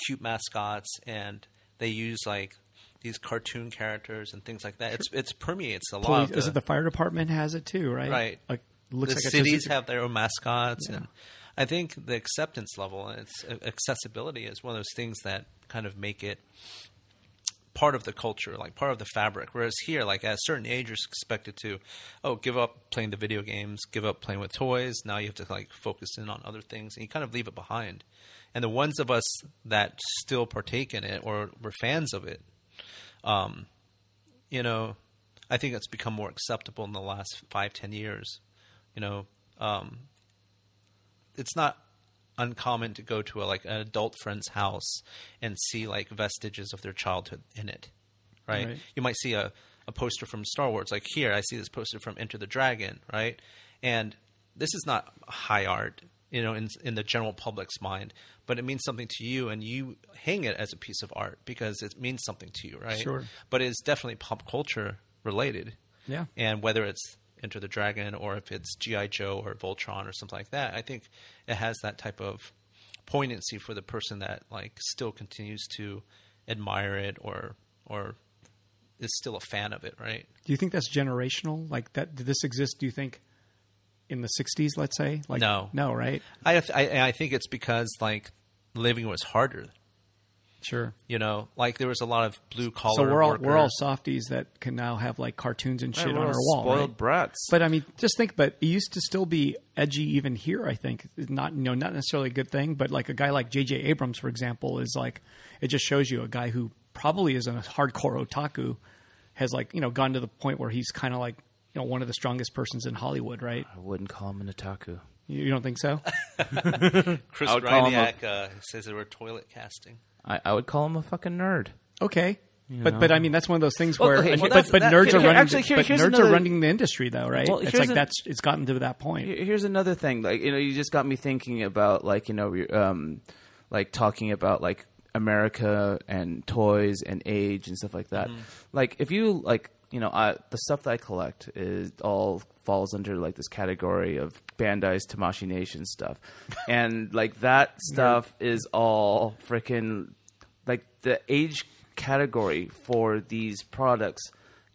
S3: cute mascots and they use like these cartoon characters and things like that. It's it's permeates a lot.
S1: Police,
S3: of
S1: is it the fire department has it too? Right.
S3: Right.
S1: Like looks
S3: the
S1: like
S3: cities
S1: a, just-
S3: have their own mascots, and I think the acceptance level and its uh, accessibility is one of those things that kind of make it part of the culture, like part of the fabric. Whereas here, like at a certain age, you're expected to, oh, give up playing the video games, give up playing with toys. Now you have to like focus in on other things, and you kind of leave it behind. And the ones of us that still partake in it or were fans of it, um, you know, I think it's become more acceptable in the last five, ten years. You know, um, it's not uncommon to go to a, like an adult friend's house and see like vestiges of their childhood in it, right?
S1: Right.
S3: You might see a, a poster from Star Wars, like here I see this poster from Enter the Dragon, right? And this is not high art, you know, in in the general public's mind, but it means something to you, and you hang it as a piece of art because it means something to you, right?
S1: Sure.
S3: but it's definitely pop culture related.
S1: Yeah.
S3: And whether it's Enter the Dragon or if it's GI Joe or Voltron or something like that. I think it has that type of poignancy for the person that like still continues to admire it or or is still a fan of it, right?
S1: Do you think that's generational? Like that? Did this exist? Do you think in the '60s, let's say? Like
S3: No.
S1: no, right?
S3: I I, I think it's because like living was harder.
S1: Sure.
S3: You know, like there was a lot of blue collar.
S1: So we're all
S3: workers.
S1: we're all softies that can now have like cartoons and shit
S2: Right,
S1: on
S2: we're
S1: our
S2: all
S1: wall.
S2: spoiled
S1: right?
S2: brats.
S1: But I mean, just think. But it used to still be edgy even here. I think It's not you know not necessarily a good thing. But like a guy like J.J. Abrams, for example, is like it just shows you a guy who probably is a hardcore otaku has like you know gone to the point where he's kind of like you know one of the strongest persons in Hollywood, right?
S2: I wouldn't call him an otaku.
S1: You, you don't think so?
S3: Chris
S2: I would call him a-
S3: Reiniac uh, says they were toilet casting.
S2: I, I would call him a fucking nerd.
S1: Okay. But but I mean that's one of those things where
S2: okay, well,
S1: but,
S2: that's-
S1: but
S2: that-
S1: nerds
S2: here-
S1: are running
S2: actually,
S1: the,
S2: here-
S1: but
S2: here's
S1: nerds
S2: another-
S1: are running the industry though right
S2: Well,
S1: it's
S2: here's
S1: like
S2: an-
S1: that's it's gotten to that point
S2: Here- Here's another thing. Like you know, you just got me thinking about like you know, re- um, like talking about like America and toys and age and stuff like that. Like if you like you know, I, the stuff that I collect is all falls under like this category of Bandai's Tamashi Nation stuff, and like that stuff is all freaking like the age category for these products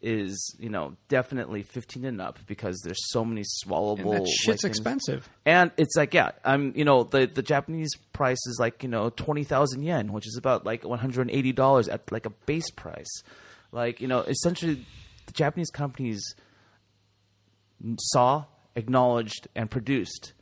S2: is you know definitely 15 and up because there's so many swallowable
S1: and that
S2: like,
S1: shit's
S2: things.
S1: expensive
S2: and it's like yeah i'm you know the the japanese price is like you know 20000 yen which is about like $180 at like a base price like you know essentially the japanese companies saw acknowledged and produced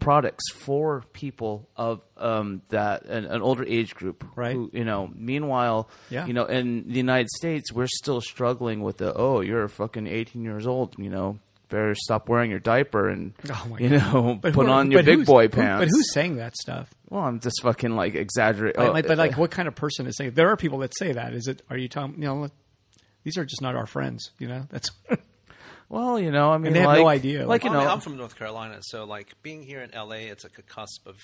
S2: products for people of um, that an, an older age group
S1: Right.
S2: who, you know meanwhile
S1: Yeah.
S2: you know in the united states we're still struggling with the oh you're fucking 18 years old you know better stop wearing your diaper and
S1: Oh my
S2: you
S1: God.
S2: know
S1: But
S2: put
S1: who-
S2: on your
S1: but
S2: big
S1: who's-
S2: boy
S1: who-
S2: pants
S1: but who's saying that stuff?
S2: well i'm just fucking like exaggerating Oh,
S1: Like- like- but like, what kind of person is saying? There are people that say that. Is it? Are you telling? You know, look, these are just not our friends. You know, that's
S2: well you know i mean
S1: they have
S2: like,
S1: no idea.
S2: like you
S3: Well, I mean,
S2: know
S3: Oh, I'm from North Carolina, so like being here in LA, it's like a cusp of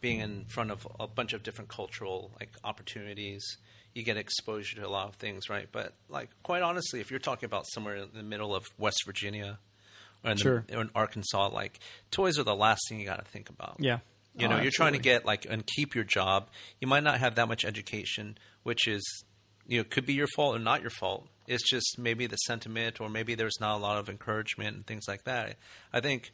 S3: being in front of a bunch of different cultural like opportunities. You get exposure to a lot of things, right? But like, quite honestly, if you're talking about somewhere in the middle of West Virginia or in, the-
S1: Sure.
S3: or in Arkansas, like toys are the last thing you got to think about.
S1: Yeah.
S3: you
S1: Oh,
S3: know, you're trying to
S1: absolutely.
S3: get like and keep your job. You might not have that much education, which is you know could be your fault or not your fault. It's just maybe the sentiment, or maybe there's not a lot of encouragement and things like that. I think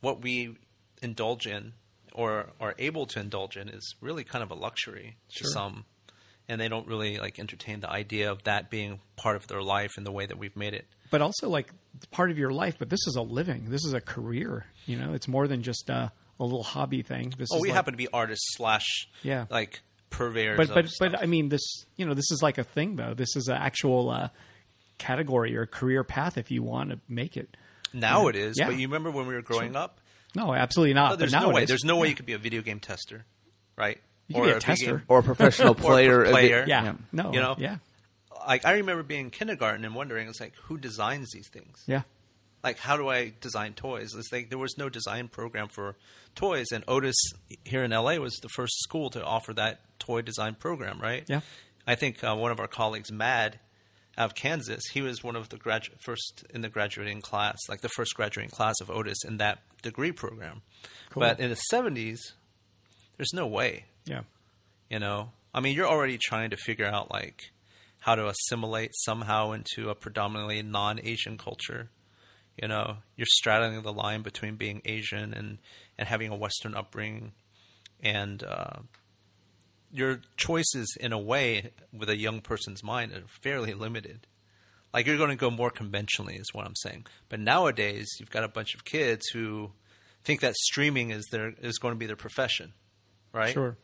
S3: what we indulge in or are able to indulge in is really kind of a luxury to some and they don't really like entertain the idea of that being part of their life and the way that we've made it
S1: but also like it's part of your life. But this is a living. This is a career. You know, it's more than just uh, a little hobby thing. This
S3: oh
S1: is
S3: we
S1: like-
S3: happen to be artists slash
S1: Yeah.
S3: like purveyors
S1: But
S3: of
S1: but
S3: stuff.
S1: but I mean, this you know, this is like a thing though. This is an actual uh, category or career path if you want to make it.
S3: now it is
S1: Yeah.
S3: but you remember when we were growing up
S1: No, absolutely not.
S3: Oh, there's
S1: but
S3: no way
S1: nowadays,
S3: there's no way you could be a video game tester right
S1: You could be a
S3: video
S1: tester.
S3: game-
S2: or a professional player of the-
S3: player.
S1: Yeah,
S2: Yeah.
S1: no.
S3: You know?
S1: yeah,
S3: like i remember being in kindergarten and wondering it's like who designs these things
S1: yeah.
S3: like how do I design toys? It's like there was no design program for toys, and Otis here in LA was the first school to offer that toy design program, right?
S1: Yeah.
S3: I think uh, one of our colleagues, Mad, out of Kansas, he was one of the gradu- first in the graduating class, like the first graduating class of Otis in that degree program.
S1: Cool.
S3: But in the seventies, there's no way
S1: Yeah.
S3: you know i mean you're already trying to figure out like how to assimilate somehow into a predominantly non-asian culture you know you're straddling the line between being asian and and having a western upbringing and uh, your choices in a way with a young person's mind are fairly limited like you're going to go more conventionally is what i'm saying but nowadays you've got a bunch of kids who think that streaming is their is going to be their profession right
S1: Sure.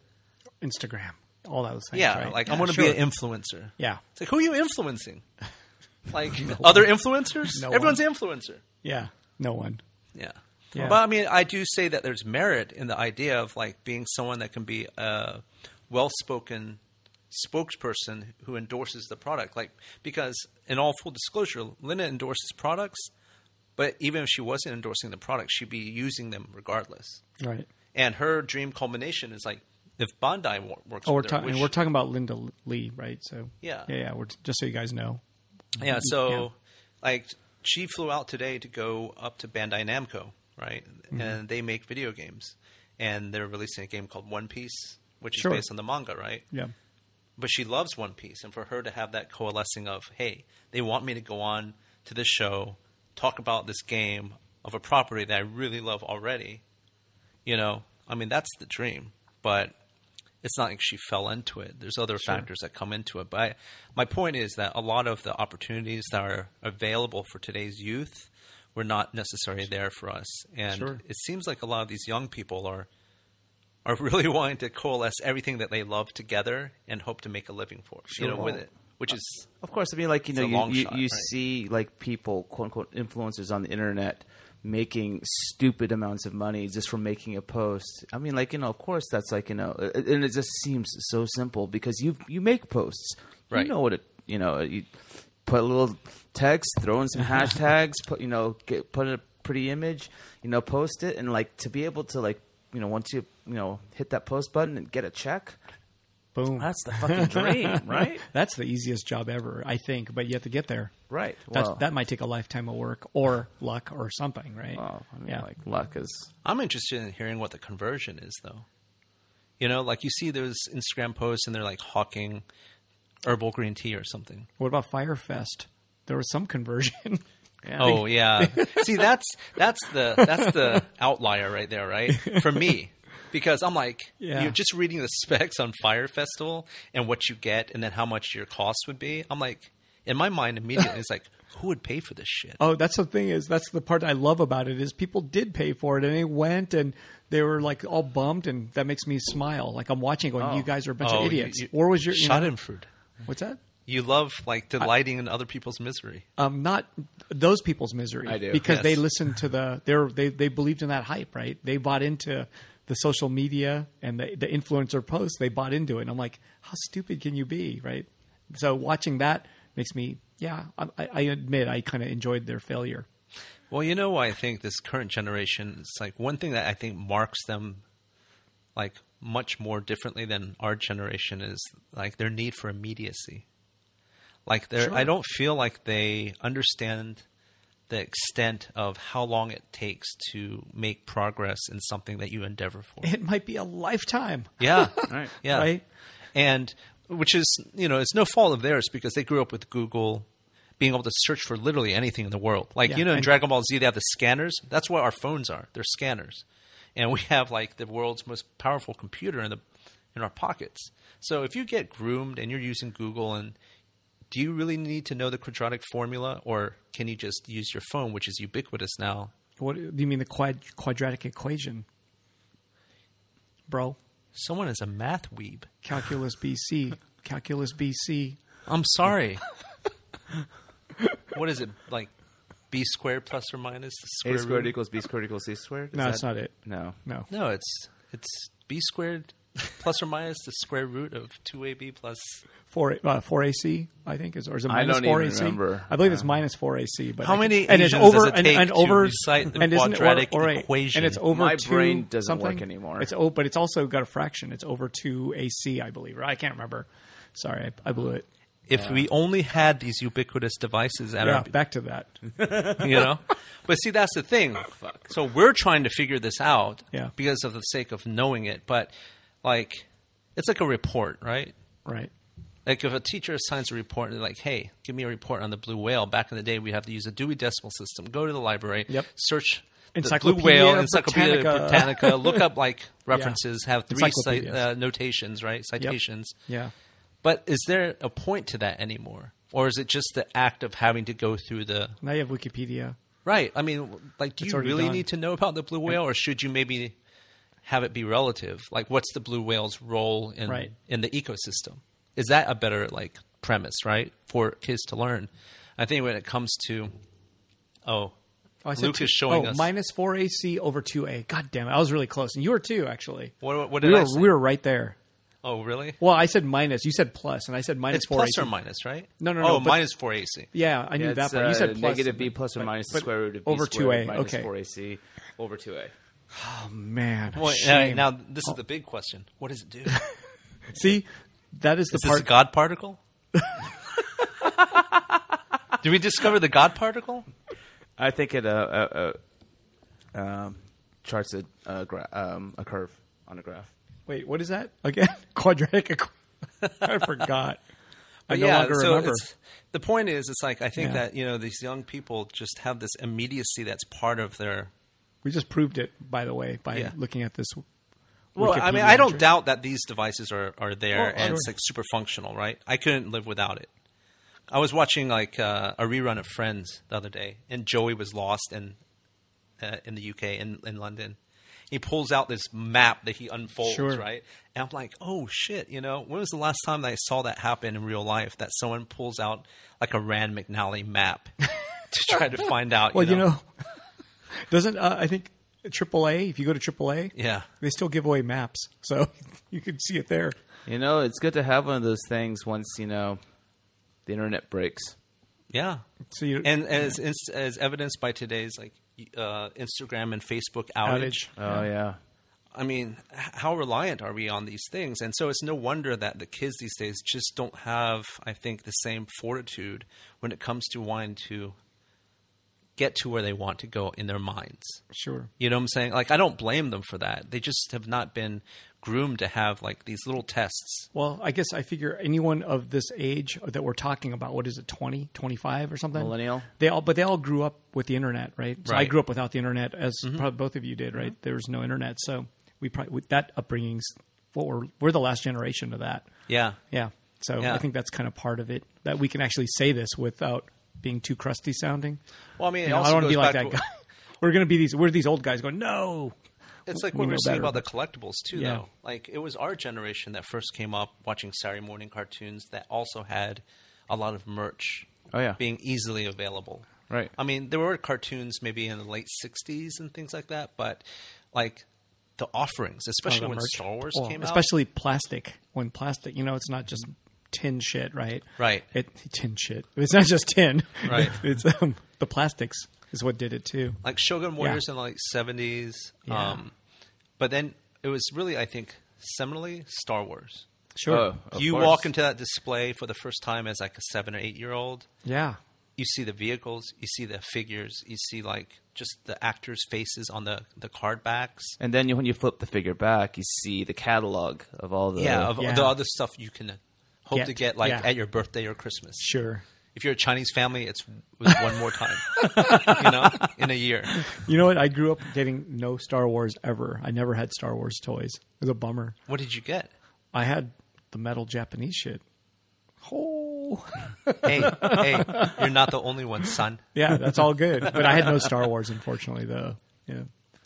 S1: Instagram, all those things.
S3: yeah,
S1: right?
S3: like
S1: Yeah,
S3: I'm going to
S1: sure.
S3: be an influencer.
S1: Yeah.
S3: It's like who are you influencing? Like other influencers?
S1: No
S3: Everyone's an influencer.
S1: Yeah, no one.
S3: Yeah.
S1: Yeah.
S3: But I mean, I do say that there's merit in the idea of like being someone that can be a well-spoken spokesperson who endorses the product. Like because in all full disclosure, Lena endorses products, but even if she wasn't endorsing the product, she'd be using them regardless.
S1: Right.
S3: And her dream culmination is like if Bondi wo- works.
S1: Oh, we're
S3: with her,
S1: talking.
S3: which-
S1: We're talking about Linda Lee, right? So
S3: Yeah.
S1: yeah, yeah. We're just so you guys know.
S3: Yeah. So,
S1: Yeah.
S3: like, she flew out today to go up to Bandai Namco, right?
S1: Mm-hmm.
S3: And they make video games, and they're releasing a game called One Piece, which
S1: Sure.
S3: is based on the manga, right?
S1: Yeah.
S3: But she loves One Piece, and for her to have that coalescing of, hey, they want me to go on to this show, talk about this game of a property that I really love already, you know, I mean that's the dream, but. It's not like she fell into it. There's other factors that come into it. But I, my point is that a lot of the opportunities that are available for today's youth were not necessarily there for us. And
S1: Sure.
S3: it seems like a lot of these young people are are really wanting to coalesce everything that they love together and hope to make a living for, you know, with it, which is
S2: Of course, I mean, like you know,
S3: a
S2: you,
S3: long
S2: you,
S3: shot,
S2: you
S3: right.
S2: see like people, quote unquote, influencers on the internet making stupid amounts of money just from making a post. I mean, like you know, of course, that's like you know, and it just seems so simple because you you make posts,
S3: Right.
S2: You know what it, you know, you put a little text, throw in some hashtags, put you know, get, put a pretty image, you know, post it, and like to be able to like you know, once you you know hit that post button and get a check,
S1: Boom.
S2: that's the fucking dream, right?
S1: That's the easiest job ever, I think. But you have to get there.
S2: Right.
S1: That's,
S2: Well-
S1: that might take a lifetime of work or luck or something, right?
S2: Oh, I mean,
S1: yeah.
S2: like luck is
S3: I'm interested in hearing what the conversion is, though. You know, like you see those Instagram posts and they're like hawking herbal green tea or something.
S1: what about Firefest? There was some conversion.
S3: Oh yeah, see that's that's the that's the outlier right there, right? For me, because I'm like,
S1: Yeah.
S3: you're just reading the specs on Fire Festival and what you get, and then how much your cost would be. I'm like, in my mind, immediately it's like, who would pay for this shit?
S1: Oh, that's the thing is that's the part I love about it is people did pay for it and they went and they were like all bummed and that makes me smile. Like I'm watching going, you guys are a bunch
S3: Oh,
S1: of
S3: you-
S1: idiots.
S3: you-
S1: or was your you know-
S3: Schadenfreude?
S1: what's that?
S3: You love like delighting in other people's misery.
S1: Um, not those people's misery. I
S2: do.
S1: because they
S3: Yes.
S1: listened to the they're, they they believed in that hype, right? They bought into the social media and the, the influencer posts. They bought into it, and I'm like, how stupid can you be, right? So watching that makes me, yeah, I, I I admit I kind of enjoyed their failure.
S3: Well, you know why I think this current generation it's like one thing that I think marks them like much more differently than our generation is like their need for immediacy. Like they are I don't feel like they understand the extent of how long it takes to make progress in something that you endeavor for.
S1: It might be a lifetime.
S3: Yeah.
S2: Right.
S3: Yeah.
S1: Right?
S3: And which is, you know, it's no fault of theirs because they grew up with Google being able to search for literally anything in the world. Like,
S1: Yeah,
S3: you know, in
S1: and-
S3: Dragon Ball Z, they have the scanners. That's what our phones are. They're scanners. And we have like the world's most powerful computer in the in our pockets. So if you get groomed and you're using Google and do you really need to know the quadratic formula or can you just use your phone which is ubiquitous now?
S1: What do you mean the quad, quadratic equation, bro?
S3: Someone is a math weeb.
S1: Calculus BC, calculus BC.
S3: I'm sorry. what is it like? B squared plus or minus the square
S2: A squared
S3: root?
S2: equals B squared equals C squared? Is
S1: No,
S2: that-
S1: it's not it.
S2: No.
S1: No,
S3: No, it's it's b squared plus or minus the square root of two ab plus.
S1: four uh, four AC, I think is or is it
S2: I
S1: minus
S2: don't
S1: four
S2: even
S1: AC?
S2: remember. Uh,
S1: I believe it's minus four AC. But
S3: How
S1: I can-
S3: many
S1: And it's
S3: Asians
S1: over
S3: does it
S1: and,
S3: take
S1: and
S3: to
S1: over
S3: recite the
S1: and isn't it- or-
S3: quadratic
S1: or eight,
S3: equation?
S1: And it's over.
S2: My
S1: two
S2: brain doesn't
S1: something.
S2: work anymore.
S1: It's oh, but it's also got a fraction. It's over two AC, I believe. or I can't remember. Sorry, I, I blew it.
S3: If we only had these ubiquitous devices at
S1: Yeah,
S3: our
S1: back to that.
S3: you know but see that's the
S2: Oh,
S3: thing so we're trying to figure this out
S1: Yeah.
S3: because of the sake of knowing it but like it's like a report right
S1: Right.
S3: like if a teacher assigns a report and they're like hey give me a report on the blue whale back in the day we have to use a dewey decimal system go to the library
S1: Yep.
S3: search the blue
S1: Encyclopedia
S3: whale encyclopedia
S1: Britannica.
S3: britannica, look up like references have three cite,
S1: Encyclopedias.
S3: uh, notations right citations
S1: Yeah.
S3: but is there a point to that anymore or is it just the act of having to go through the
S1: Now you have Wikipedia.
S3: Right. I mean, like, do
S1: It's
S3: you
S1: already
S3: really
S1: done.
S3: need to know about the blue whale, or should you maybe have it be relative? Like, what's the blue whale's role in
S1: Right.
S3: in the ecosystem? Is that a better like premise, right, for kids to learn? I think when it comes to, oh,
S1: Oh, I said
S3: Luke
S1: two-
S3: is showing
S1: oh,
S3: us.
S1: minus four AC over two A. God damn it! I was really close, and you were too, actually.
S3: what, what did
S1: We
S3: I
S1: were,
S3: say?
S1: we were right there.
S3: oh, really?
S1: Well, I said minus. You said plus, and I said minus
S3: It's
S1: four
S3: plus
S1: AC.
S3: or minus, right?
S1: No, no,
S3: Oh,
S1: no, but-
S3: minus four AC.
S1: Yeah, I knew
S2: It's,
S1: that part. You said
S2: uh,
S1: plus,
S2: negative B plus or
S1: but-
S2: minus the
S1: but
S2: square root of B
S1: over
S2: squared
S1: two A.
S2: minus
S1: Okay,
S2: 4AC over 2A.
S1: man.
S3: Well,
S1: shame. Oh.
S3: now this is the big question: What does it do? is
S1: see, that is the
S3: this
S1: part.
S3: a God particle? Did we discover the God particle?
S2: I think it uh, uh, uh, um, charts a a, gra- um, a curve on a graph.
S1: Wait, what is that again? Quadratic. equ- I forgot. I
S3: But
S1: no longer remember.
S3: it's- the point is, it's like I think
S1: Yeah.
S3: that you know these young people just have this immediacy that's part of their.
S1: We just proved it, by the way, by
S3: Yeah.
S1: looking at this.
S3: Well, I mean,
S1: Wikipedia
S3: I don't
S1: entry.
S3: doubt that these devices are are there
S1: Oh,
S3: and
S1: sure.
S3: it's like super functional, right? I couldn't live without it. I was watching like uh, a rerun of Friends the other day, and Joey was lost and uh, in the UK in in London. He pulls out this map that he unfolds,
S1: Sure.
S3: right? And I'm like, oh shit, you know, when was the last time that I saw that happen in real life? That someone pulls out like a Rand McNally map to try to find out.
S1: Well, you know, doesn't uh, I think AAA? If you go to AAA,
S3: yeah,
S1: they still give away maps, so you can see it there.
S2: You know, it's good to have one of those things once you know the internet breaks.
S3: yeah.
S1: So you
S3: and as ins- as evidenced by today's like uh, Instagram and Facebook
S1: outage.
S3: outage,
S2: Oh yeah.
S3: I mean, h- how reliant are we on these things? And so it's no wonder that the kids these days just don't have, I think, the same fortitude when it comes to wanting to get to where they want to go in their minds.
S1: Sure.
S3: You know what I'm saying? Like, I don't blame them for that. They just have not been groomed to have like these little tests.
S1: Well, I guess I figure anyone of this age that we're talking about, what is it, 20, 25 or something?
S2: Millennial.
S1: They all, but they all grew up with the internet, right? So I
S3: Right. Mm-hmm.
S1: grew up without the internet, as probably both of you did, right? There was no internet, so we probably with that upbringing's what we're we're the last generation of that.
S3: Yeah.
S1: Yeah. So
S3: Yeah.
S1: I think that's kind of part of it that we can actually say this without being too crusty sounding.
S3: Well, I mean, it
S1: You know, I
S3: also
S1: don't want to
S3: goes
S1: be like
S3: back
S1: that
S3: to-
S1: guy. we're going to be these. We're these old guys going. No.
S3: It's like
S1: we
S3: what we
S1: know
S3: were saying
S1: better,
S3: about the collectibles too,
S1: Yeah.
S3: though. Like it was our generation that first came up watching Saturday morning cartoons that also had a lot of merch.
S2: Oh, yeah.
S3: being easily available.
S2: Right.
S3: I mean, there were cartoons maybe in the late '60s and things like that, but like the offerings, especially
S1: Oh, the
S3: when
S1: merch.
S3: Star Wars
S1: Well,
S3: came out,
S1: especially plastic. When plastic, you know, it's not just tin shit, right?
S3: Right.
S1: It tin shit. It's not just tin.
S3: Right.
S1: it's um, the plastics is what did it too.
S3: like Shogun Warriors in the like '70s.
S1: Yeah.
S3: Um, but then it was really, I think, seminally Star Wars.
S1: Sure.
S2: Oh, of
S3: you
S2: course.
S3: walk into that display for the first time as like a seven or eight year old.
S1: yeah.
S3: you see the vehicles, you see the figures, you see like just the actors' faces on the the card backs.
S2: and then you, when you flip the figure back, you see the catalog of all the
S3: yeah, of
S1: yeah.
S3: the other stuff you can uh, hope
S1: Get,
S3: to get like
S1: yeah.
S3: at your birthday or Christmas.
S1: Sure.
S3: If you're a Chinese family, it's it's one more time, you know, in a year.
S1: You know what? I grew up getting no Star Wars ever. I never had Star Wars toys. It was a bummer.
S3: What did you get?
S1: I had the metal Japanese shit. Oh.
S3: Hey, hey, you're not the only one, son.
S1: Yeah, that's all good. But I had no Star Wars, unfortunately, though. Yeah.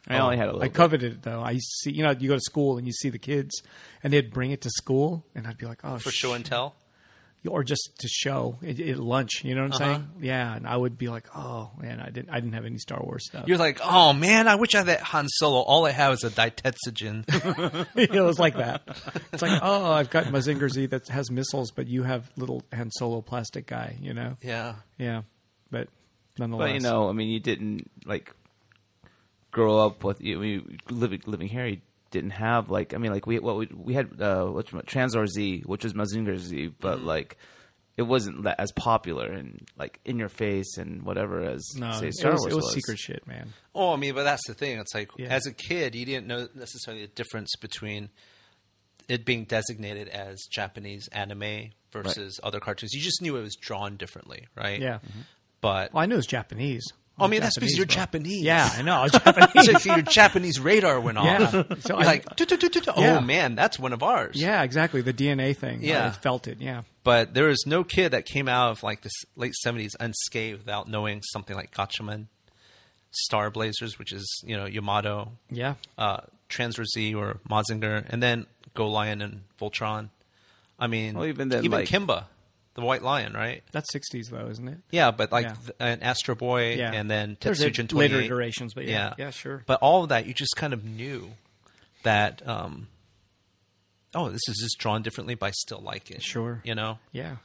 S2: I only had a little.
S1: I
S2: bit.
S1: coveted it though. I used to see, you know, you go to school and you see the kids, and they'd bring it to school, and I'd be like, oh,
S3: For show and tell,
S1: or just to show at, at lunch. You know what I'm
S3: Uh-huh.
S1: saying? Yeah, and I would be like, oh man, I didn't, I didn't have any Star Wars stuff.
S3: you're like, oh man, I wish I had that Han Solo. All I have is a Ditetsugen.
S1: it was like that. It's like, oh, I've got Mazinger Z that has missiles, but you have little Han Solo plastic guy. You know?
S3: yeah,
S1: Yeah, but nonetheless,
S2: But you know, I mean, you didn't like grow up with you. you living living here, you didn't have like. I mean, like we what we, we had uh, what Transor Z, which was Mazinger Z,
S1: Mm-hmm.
S2: but like it wasn't that as popular and like in your face and whatever as
S1: no,
S2: say
S1: it
S2: Star
S1: was,
S2: Wars
S1: it was secret shit, man.
S3: Oh, I mean, but that's the thing. It's like
S1: Yeah.
S3: as a kid, you didn't know necessarily the difference between it being designated as Japanese anime versus other cartoons. You just knew it was drawn differently, right?
S1: Yeah.
S2: Mm-hmm.
S3: But
S1: Well, I know it's Japanese.
S3: Oh, I mean, that's because you're
S1: bro.
S3: Japanese.
S1: Yeah, I know. I was Japanese.
S3: so if your Japanese radar went off,
S1: Yeah. So
S3: you're
S1: I-
S3: like, "Du-du-du-du-du."
S1: Yeah.
S3: oh man, that's one of ours.
S1: Yeah, exactly. The DNA thing.
S3: Yeah.
S1: I felt it. Yeah.
S3: But there is no kid that came out of like the s- late '70s unscathed without knowing something like Gatchaman, Star Blazers, which is you know Yamato,
S1: Yeah.
S3: uh, Transfer Z or Mazinger, and then Go Lion and Voltron. I mean,
S2: Well, even then, like-
S3: Kimba, the White Lion, right?
S1: That's 60s, though, isn't it?
S3: Yeah, but like
S1: Yeah.
S3: th- an Astro Boy
S1: Yeah.
S3: and then
S1: There's
S3: Tetsujin
S1: a- later
S3: 28.
S1: iterations, but yeah. Yeah, sure.
S3: But all of that, you just kind of knew that. Um, oh, this is just drawn differently, but I still like it.
S1: Sure.
S3: you know.
S1: Yeah.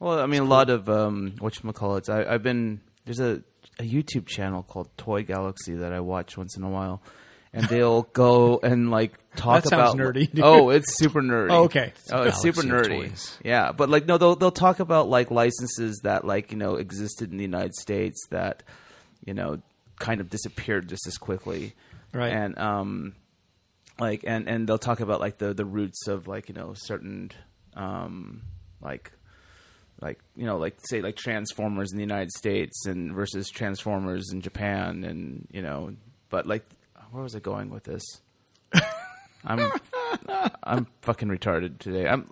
S2: Well, I mean, a lot of um, whatchamacallits. I, I've been there's a, a YouTube channel called Toy Galaxy that I watch once in a while, and they'll go and like talk
S1: That sounds
S2: about
S1: nerdy, dude.
S2: Oh, it's super nerdy.
S1: Oh, okay.
S2: Oh, it's
S3: Galaxy
S2: super
S3: of
S2: nerdy.
S3: toys.
S2: Yeah, but like no, they'll they'll talk about like licenses that like you know existed in the United States that you know, kind of disappeared just as quickly.
S1: Right.
S2: And um, like and and they'll talk about like the the roots of like you know certain um like like you know like say like transformers in the united states and versus transformers in japan and you know but like where was i going with this i'm i'm fucking retarded today i'm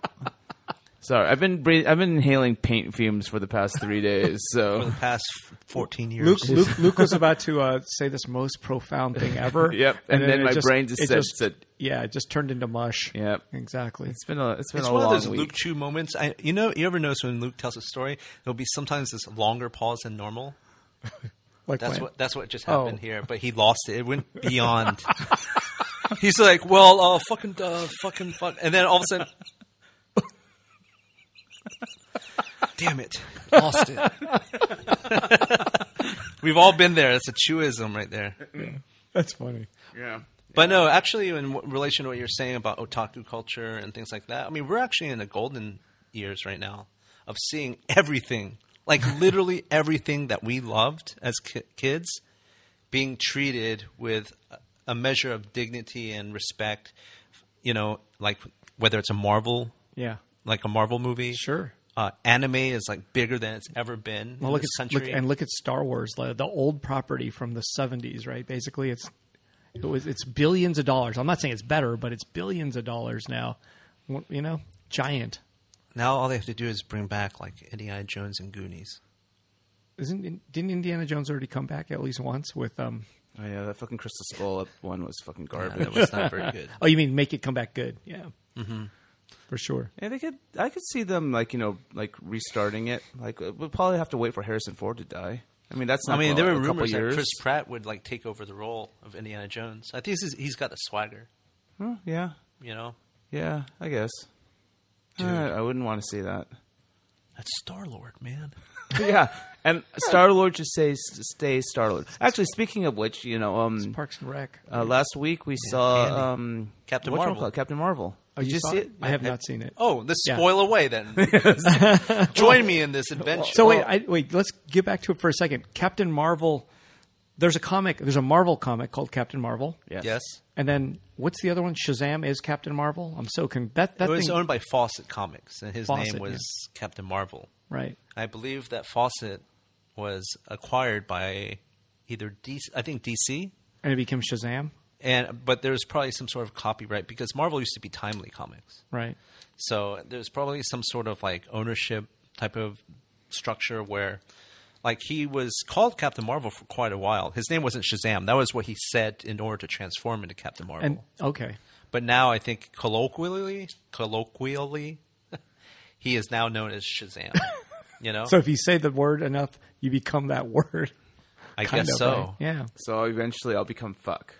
S2: sorry i've been breathing, i've been inhaling paint fumes for the past three days
S3: for the
S2: so
S3: past 14 years.
S1: Luke, Luke, Luke was about to uh, say this most profound thing ever.
S2: Yep, and then
S1: it
S2: my brain just
S1: it
S2: said- said-
S1: yeah, it just turned into mush.
S2: Yep.
S1: exactly.
S2: it's been a it's been
S3: It's
S2: a
S3: one of
S2: long
S3: those
S2: week
S3: Luke Chew moments. I, you know, you ever notice when Luke tells a story, there'll be sometimes this longer pause than normal.
S1: Like
S3: That's
S1: when-
S3: what that's what just
S1: Oh.
S3: happened here. But he lost it. It went beyond. He's like, well, uh, fucking, uh, fucking, fuck, and then all of a sudden, damn it, lost it. We've all been there. That's a Chewism right there.
S1: That's funny.
S2: yeah
S3: But no, actually, in w- relation to what you're saying about otaku culture and things like that, I mean, we're actually in the golden years right now of seeing everything, like literally everything that we loved as ki- kids, being treated with a- a measure of dignity and respect. You know, like whether it's a Marvel,
S1: Yeah.
S3: like a Marvel movie,
S1: Sure.
S3: Uh, anime is like bigger than it's ever been
S1: Well,
S3: in
S1: look
S3: this
S1: at
S3: country.
S1: look, and look at Star Wars, the the old property from the '70s, right? Basically, it's it was it's billions of dollars. I'm not saying it's better, but it's billions of dollars now. Wha- You know, giant.
S3: now all they have to do is bring back like Indiana Jones and Goonies.
S1: Isn't didn't Indiana Jones already come back at least once with um?
S2: oh yeah that fucking crystal skull up one was fucking
S3: Yeah,
S2: garbage
S3: that was not very good.
S1: Oh, you mean make it come back good? Yeah, mm-hmm. for sure.
S2: Yeah, they could. I could see them like you know like restarting it. Like uh, we'll probably have to wait for Harrison Ford to die. I mean that's. Not
S3: I mean, there
S2: a,
S3: were
S2: a couple
S3: rumors that
S2: years.
S3: Chris Pratt would like take over the role of Indiana Jones. I think he's, he's got the swagger,
S2: Huh, yeah,
S3: you know.
S2: yeah. I guess. Uh, I wouldn't want to see that.
S3: That's Star Lord, man.
S2: yeah, and Star Lord just says stay Star Lord. Actually, speaking of which, you know, um,
S1: Parks and Rec.
S2: uh, last week we saw
S3: Andy.
S2: um,
S3: Captain
S2: whatchamacallit,
S3: Marvel.
S2: Captain Marvel.
S1: Oh,
S2: Did you,
S1: saw
S2: see it?
S1: I have not seen it.
S3: Oh, let's
S1: Yeah.
S3: spoil away then. Join me in this adventure.
S1: So wait, I, wait. Let's get back to it for a second. Captain Marvel. There's a comic. There's a Marvel comic called Captain Marvel.
S2: Yes.
S3: yes,
S1: And then what's the other one? Shazam is Captain Marvel. I'm so con- that that
S3: it was
S1: thing
S3: owned by Fawcett Comics, and his
S1: Fawcett,
S3: name was Captain Marvel.
S1: right.
S3: I believe that Fawcett was acquired by either DC, I think DC,
S1: And it became Shazam,
S3: and but there was probably some sort of copyright because Marvel used to be Timely Comics.
S1: right?
S3: So there's probably some sort of like ownership type of structure where, like, he was called Captain Marvel for quite a while. His name wasn't Shazam. That was what he said in order to transform into Captain Marvel.
S1: And okay,
S3: but now I think colloquially, colloquially, he is now known as Shazam. You know,
S1: so if you say the word enough, you become that word.
S3: I
S1: Kind
S3: guess
S1: of,
S3: so.
S1: right? Yeah,
S2: So eventually I'll become fuck.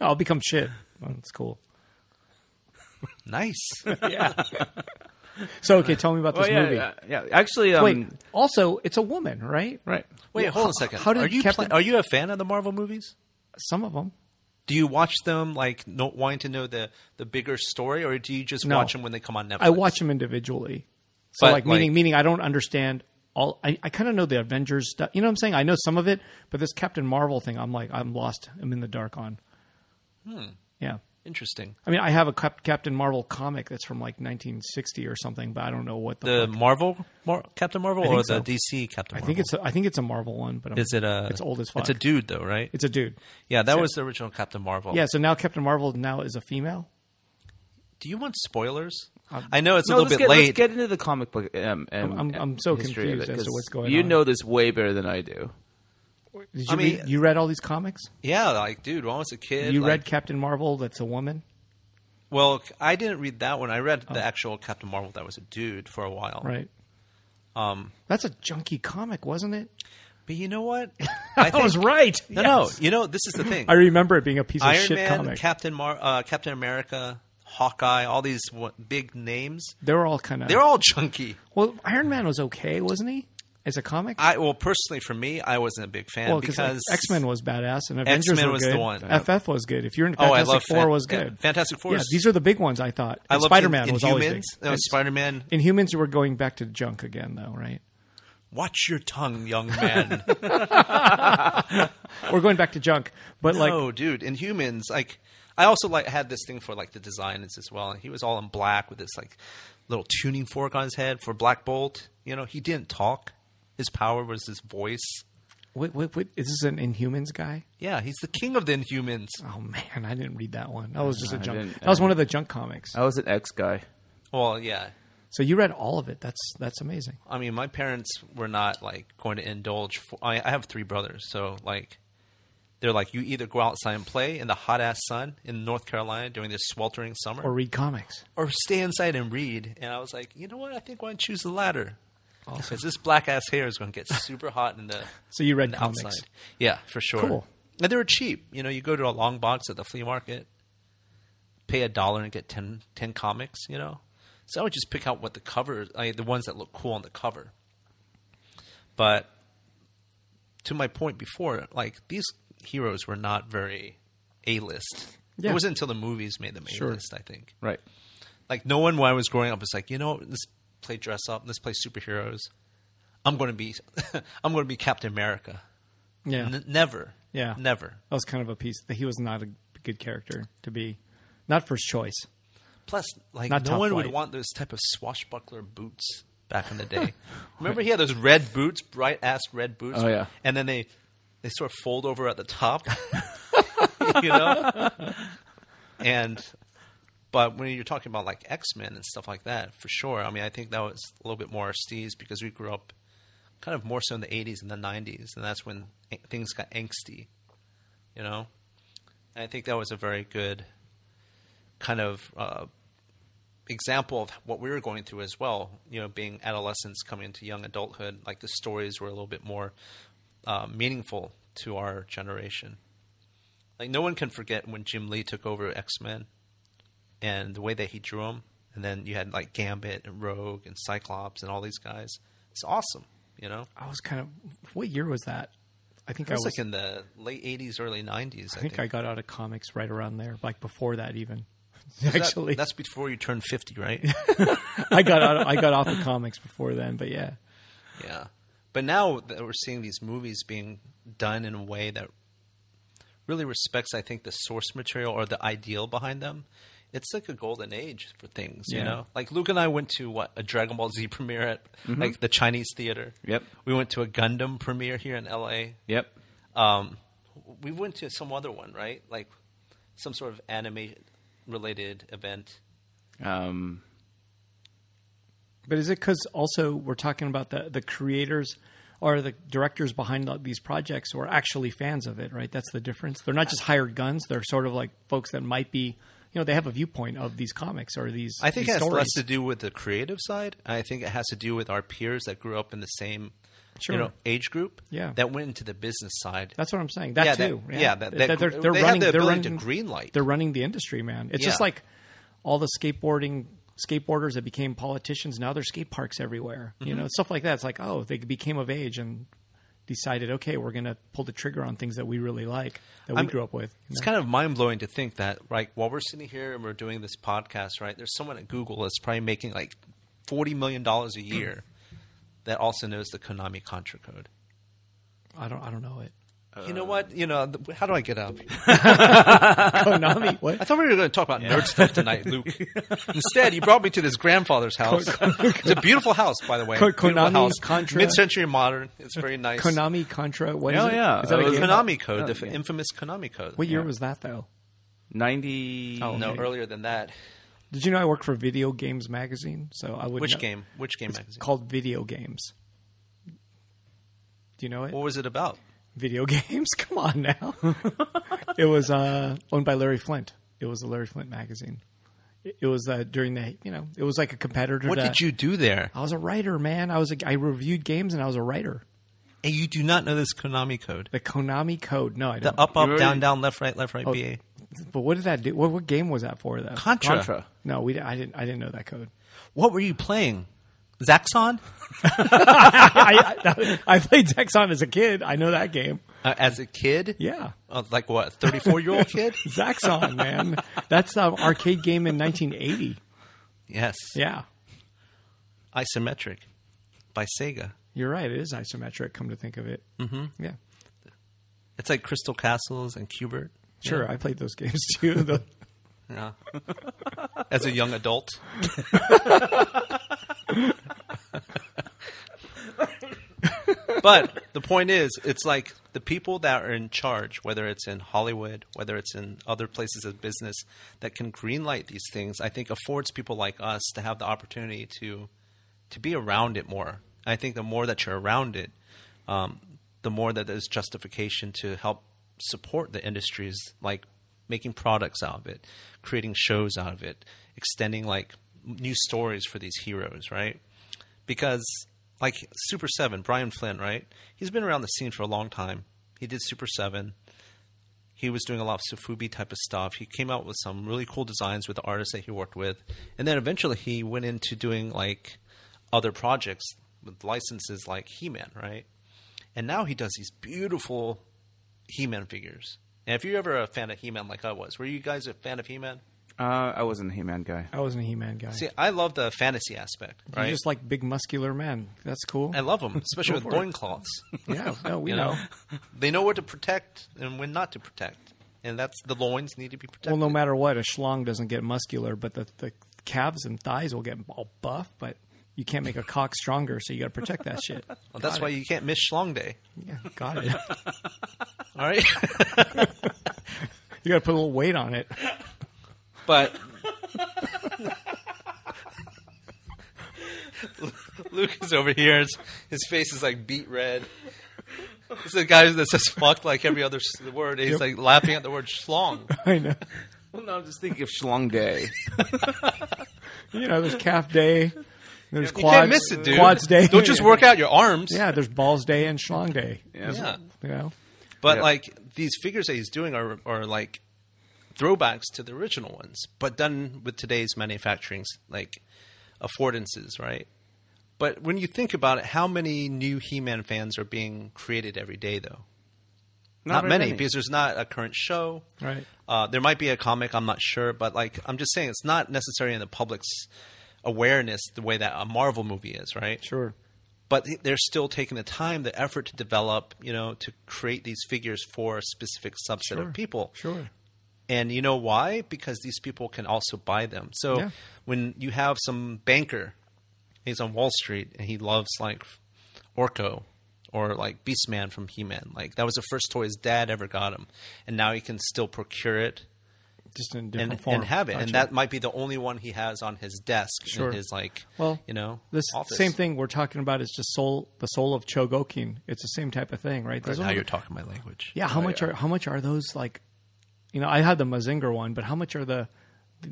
S1: I'll become shit. Well, that's cool.
S3: Nice.
S1: So okay, tell me about this
S2: Well, yeah,
S1: movie.
S2: yeah, yeah. Actually, um,
S1: Wait, also it's a woman, right?
S2: right.
S3: Wait, hold on a second.
S1: how did
S3: are you
S1: Captain-
S3: pla- are you a fan of the Marvel movies?
S1: Some of them.
S3: Do you watch them like not wanting to know the the bigger story, or do you just
S1: No.
S3: watch them when they come on Netflix?
S1: I watch them individually. So
S3: But,
S1: like, meaning
S3: like-
S1: meaning I don't understand all. I, I kind of know the Avengers stuff. You know what I'm saying? I know some of it, but this Captain Marvel thing, I'm like I'm lost. I'm in the dark on.
S3: Hmm.
S1: Yeah.
S3: Interesting.
S1: I mean, I have a Cap- Captain Marvel comic that's from like 1960 or something, but I don't know what the.
S3: the
S1: fuck-
S3: Marvel Mar- Captain Marvel or
S1: think
S3: the
S1: so.
S3: DC Captain
S1: I
S3: Marvel?
S1: think it's a, I think it's a Marvel one, but I'm,
S3: is it a
S1: It's old as fuck.
S3: It's a dude Oh. though, right?
S1: It's a dude.
S3: yeah, that was the original Captain Marvel.
S1: Yeah. So now Captain Marvel now is a female.
S3: Do you want spoilers?
S1: Um,
S3: I know it's
S2: No,
S3: a little
S2: let's
S3: bit
S2: get,
S3: late.
S2: Let's get into the comic book. Um, um,
S1: I'm- I'm so
S2: history of
S1: confused
S2: it,
S1: as to
S2: 'cause
S1: what's going
S2: You
S1: on.
S2: know this way better than I do.
S1: Did you
S3: I mean-
S1: read, you read all these comics?
S3: yeah, like dude, when I was a kid,
S1: You
S3: like-
S1: read Captain Marvel? That's a woman,
S3: Well, I didn't read that one. I read the actual Captain Marvel that was a dude for a while.
S1: Oh. right? Um, that's a junky comic, wasn't it?
S3: But you know what? I, think,
S1: right.
S3: No, no. You know, this is the thing.
S1: I remember it being a piece of
S3: Iron
S1: shit
S3: Man,
S1: comic.
S3: Captain Mar- uh, Captain America, Hawkeye, all these what, big names.
S1: they were all kind of.
S3: They're all chunky.
S1: well, Iron Man was okay, wasn't he? As a comic,
S3: I well, personally, for me, I wasn't a big fan
S1: well,
S3: because
S1: X Men was badass and Avengers
S3: X-Men
S1: were
S3: was
S1: good.
S3: the one.
S1: FF was good. If you're in
S3: Oh, I
S1: Fantastic
S3: love
S1: Four,
S3: Fan-
S1: was
S3: yeah,
S1: good.
S3: Fantastic Four
S1: Yeah,
S3: is-
S1: these are the big ones. I thought.
S3: I
S1: And
S3: love
S1: Spider Man was
S3: Inhumans.
S1: always big.
S3: No,
S1: And
S3: Spider Man.
S1: Inhumans were going back to junk again, though, right?
S3: Watch your tongue, young man.
S1: We're going back to junk, but like
S3: no, dude, in humans, like I also like had this thing for like the designs as well. And he was all in black with this like little tuning fork on his head for Black Bolt. You know, he didn't talk. His power was his voice.
S1: wait, wait, wait, is this an Inhumans guy?
S3: Yeah, he's the king of the Inhumans.
S1: Oh man, I didn't read that one. That was just a
S2: I
S1: junk.
S2: didn't-
S1: That was one of the junk comics.
S2: I was an X guy.
S3: Well, yeah.
S1: So you read all of it. That's that's amazing.
S3: I mean, my parents were not like going to indulge. For, I, I have three brothers, so like they're like you either go outside and play in the hot ass sun in North Carolina during this sweltering summer,
S1: Or
S3: or,
S1: read comics.
S3: stay inside and read. And I was like, you know what? I think I'm going to choose the latter because this black ass hair is going to get super hot in the
S1: So you read
S3: in the
S1: comics.
S3: outside. Yeah, for sure.
S1: Cool.
S3: And they were cheap. You know, you go to a long box at the flea market, pay a dollar and get 10, 10 comics, you know? So I would just pick out what the cover, I, the ones that look cool on the cover. But to my point before, like these heroes were not very A list.
S1: Yeah.
S3: It wasn't until the movies made them A
S1: Sure.
S3: list, I think.
S2: Right.
S3: Like no one when I was growing up was like, you know, let's play dress up, let's play superheroes. I'm going to be, I'm going to be Captain America.
S1: Yeah,
S3: N- never.
S1: Yeah.
S3: Never.
S1: that was kind of a piece. that He was not a good character to be, not first choice.
S3: Plus, like
S1: Not
S3: no
S1: top
S3: one
S1: flight.
S3: would want those type of swashbuckler boots back in the day. Remember, he had those red boots, bright ass red boots.
S2: Oh, yeah.
S3: And then they they sort of fold over at the top, you know. And but when you're talking about like X Men and stuff like that, for sure. I mean, I think that was a little bit more our steez because we grew up kind of more so in the '80s and the '90s, and that's when a- things got angsty, you know. And I think that was a very good kind of uh, example of what we were going through as well. You know, being adolescents coming into young adulthood, like the stories were a little bit more uh, meaningful to our generation. Like no one can forget when Jim Lee took over X Men and the way that he drew them, and then you had like Gambit and Rogue and Cyclops and all these guys. It's awesome, you know.
S1: I was kind of. What year was that? I think
S3: It
S1: I
S3: was
S1: was.
S3: like in the late '80s, early '90s. I,
S1: I think I got out of comics right around there, like before that even. Actually,
S3: that's before you turned 50, right?
S1: I got out. I got off of comics before then, but yeah,
S3: Yeah. But now that we're seeing these movies being done in a way that really respects, I think, the source material or the ideal behind them, it's like a golden age for things,
S1: Yeah.
S3: you know? Like Luke and I went to what a Dragon Ball Z premiere at like the Chinese theater.
S2: Yep.
S3: We went to a Gundam premiere here in LA.
S2: Yep.
S3: Um, we went to some other one, right? Like some sort of anime related event.
S2: Um,
S1: But is it because also we're talking about the the creators or the directors behind the- these projects who are actually fans of it, right? That's the difference. They're not just hired guns. They're sort of like folks that might be, you know, they have a viewpoint of these comics or these.
S3: I think it
S1: these
S3: has
S1: stories.
S3: less to do with the creative side. I think it has to do with our peers that grew up in the same
S1: Sure.
S3: you know, age group
S1: Yeah.
S3: that went into the business side.
S1: That's what I'm saying. That
S3: Yeah, that-
S1: too.
S3: yeah, that- that
S1: they're,
S3: gr-
S1: they're
S3: they have
S1: running.
S3: the
S1: they're
S3: ability to
S1: running
S3: green light.
S1: They're running the industry, man. It's just
S3: Yeah.
S1: like all the skateboarding skateboarders that became politicians. Now there's skate parks everywhere. You
S3: Mm-hmm.
S1: know, stuff like that. It's like oh, they became of age and decided, okay, we're gonna pull the trigger on things that we really like that we
S3: I'm-
S1: grew up with. you
S3: It's
S1: know?
S3: kind of mind blowing to think that, like, while we're sitting here and we're doing this podcast, right? There's someone at Google that's probably making like forty million dollars a year that also knows the Konami Contra code.
S1: I don't. I don't know it.
S3: you
S1: Oh.
S3: know what? You know th- how do I get up?
S1: Konami.
S3: I
S1: What?
S3: thought we were going to talk about nerd stuff tonight, Luke. Instead, you brought me to this grandfather's house. it's a beautiful house, by the way.
S1: Ko-
S3: Beautiful
S1: Konami
S3: house.
S1: Contra.
S3: mid-century modern. It's very nice.
S1: Konami Contra. What is
S2: Oh,
S1: it?
S2: yeah.
S1: Is that
S2: It
S1: a
S2: was
S1: game?
S3: Konami code, the
S2: Oh, yeah.
S3: infamous Konami code.
S1: What year was that though?
S2: ninety.
S1: Oh,
S3: No,
S1: okay.
S3: earlier than that.
S1: Did you know I work for Video Games Magazine? So I would.
S3: Which
S1: know-
S3: game? Which game magazine?
S1: Called Video Games. Do you know it?
S3: what was it about?
S1: video games. Come on now. it was uh, owned by Larry Flint. It was a Larry Flint magazine. It, it was uh, during the you know it was like a competitor.
S3: What
S1: to-
S3: did you do there?
S1: I was a writer, man. I was a, I reviewed games and I was a writer.
S3: And you do not know this Konami code.
S1: The Konami code. No, I
S3: The
S1: don't.
S3: up, up,
S2: already-
S3: down, down, left, right, left,
S1: Oh,
S3: right, BA.
S1: but what did that do? What, what game was that for though?
S3: Contra.
S2: Contra.
S1: no, we di- I didn't I didn't know that code.
S3: What were you playing? Zaxxon?
S1: I, I, I played Texon as a kid. I know that game.
S3: Uh, as a kid?
S1: Yeah.
S3: Uh, like what, 34 year old kid?
S1: Zaxxon, man. That's an arcade game in 1980.
S3: Yes.
S1: Yeah.
S3: Isometric by Sega.
S1: You're right. It is isometric. Come to think of it, mm-hmm. yeah.
S3: It's like Crystal Castles and Cubert.
S1: Sure, I played those games too. The-
S3: Yeah. As a young adult. but the point is, it's like the people that are in charge, whether it's in Hollywood, whether it's in other places of business that can greenlight these things, I think affords people like us to have the opportunity to to be around it more. I think the more that you're around it, um, the more that there's justification to help support the industries, like making products out of it, creating shows out of it, extending like new stories for these heroes, right? Because like Super Seven, Brian Flynn, right? He's been around the scene for a long time. He did Super Seven. He was doing a lot of Sufubi type of stuff. He came out with some really cool designs with the artists that he worked with, and then eventually he went into doing like other projects with licenses like He Man, right? And now he does these beautiful He Man figures. And if you're ever a fan of He Man like I was, were you guys a fan of He Man?
S2: Uh, I wasn't a He-Man guy.
S1: I wasn't a He-Man guy.
S3: See, I love the fantasy aspect,
S1: you
S3: right?
S1: just like big muscular men. That's cool.
S3: I love them, especially with
S1: Go for it.
S3: loincloths.
S1: yeah, no, we
S3: You
S1: know.
S3: know, they know what to protect and when not to protect, and that's the loins need to be protected.
S1: Well, no matter what, a schlong doesn't get muscular, but the, the calves and thighs will get all buff. But you can't make a cock stronger, so you got to protect that shit.
S3: Well, that's why you can't miss Schlong Day.
S1: Yeah, got it.
S3: All right.
S1: You got to put a little weight on it.
S3: but Luke is over here. His, his face is like beet red. This is a guy that says "fuck" like every other s- word. and He's like laughing at the word "schlong."
S1: I know.
S2: Well, no, I'm just thinking of Schlong Day.
S1: You know, there's calf day. There's
S3: You
S1: quads.
S3: can't miss it, dude.
S1: Quads day.
S3: Don't just work out your arms.
S1: Yeah, there's balls day and schlong day.
S3: Yeah.
S1: You know.
S3: But
S2: Yeah.
S3: like these figures that he's doing are are like throwbacks to the original ones, but done with today's manufacturing's like affordances, right? But when you think about it, how many new He-Man fans are being created every day, though? Not,
S2: very
S3: many, because there's not a current show.
S1: Right.
S3: Uh, there might be a comic, I'm not sure, but like I'm just saying, it's not necessarily in the public's awareness the way that a Marvel movie is, right?
S1: Sure.
S3: but they're still taking the time, the effort to develop, you know, to create these figures for a specific subset
S1: Sure.
S3: of people.
S1: Sure.
S3: And you know why? Because these people can also buy them. So
S1: Yeah.
S3: when you have some banker, he's on Wall Street and he loves like Orko or like Beastman from He Man. Like that was the first toy his dad ever got him. And now he can still procure it
S1: Just in a different
S3: and,
S1: form.
S3: and have it. And
S1: Gotcha.
S3: that might be the only one he has on his desk
S1: Sure.
S3: in his like
S1: Well,
S3: you know
S1: This
S3: office.
S1: same thing we're talking about is just soul, the soul of Chogokin. It's the same type of thing, right? There's
S3: Now
S1: only-
S3: you're Oh, talking my language.
S1: Yeah, how much are how much are those like? You know, I had the Mazinger one, but how much are the?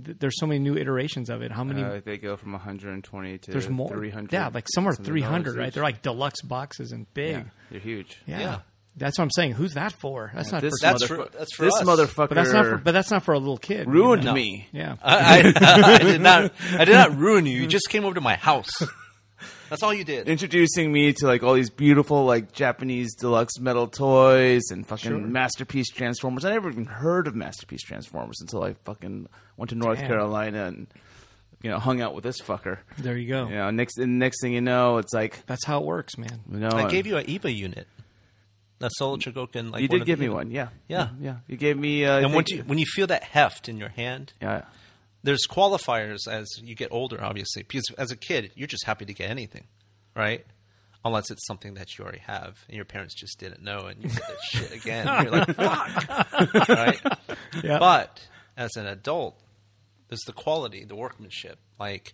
S1: Th- there's so many new iterations of it. How many?
S2: Uh, they go from 120 to
S1: there's more.
S2: 300.
S1: Yeah, like some are
S2: something
S1: 300,
S2: dollars
S1: right?
S2: each.
S1: They're like deluxe boxes and big.
S2: yeah,
S1: Yeah,
S2: they're huge.
S3: Yeah.
S1: that's what I'm saying. Who's that for? That's not.
S2: This
S1: for,
S3: That's
S2: motherfu-
S3: for- that's for
S2: this
S3: us.
S2: motherfucker
S1: but that's not. For, but that's not for a little kid. you
S2: ruined
S1: know?
S2: me.
S1: Yeah.
S3: I, I, I did not. I did not ruin you. You just came over to my house. That's all you did.
S2: Introducing me to like all these beautiful like Japanese deluxe metal toys and fucking masterpiece Transformers. I never even heard of masterpiece Transformers until I fucking went to North
S1: Damn.
S2: Carolina and you know hung out with this fucker.
S1: there you go.
S3: Oh.
S2: You know, next and next thing you know, it's like
S1: That's how it works, man.
S2: you know
S3: I gave you an Eva unit, a solo Chogokin. Like
S2: You
S3: one
S2: did
S3: of the
S2: give me
S3: Eva-
S2: one, yeah,
S3: Yeah.
S2: yeah. You gave me uh, I
S3: And
S2: think-
S3: once you, when you feel that heft in your hand,
S2: yeah.
S3: there's qualifiers as you get older, obviously, because as a kid, you're just happy to get anything, right? Unless it's something that you already have and your parents just didn't know, and you get that shit again. and You're like, fuck, right?
S1: Yeah.
S3: But as an adult, there's the quality, the workmanship. Like,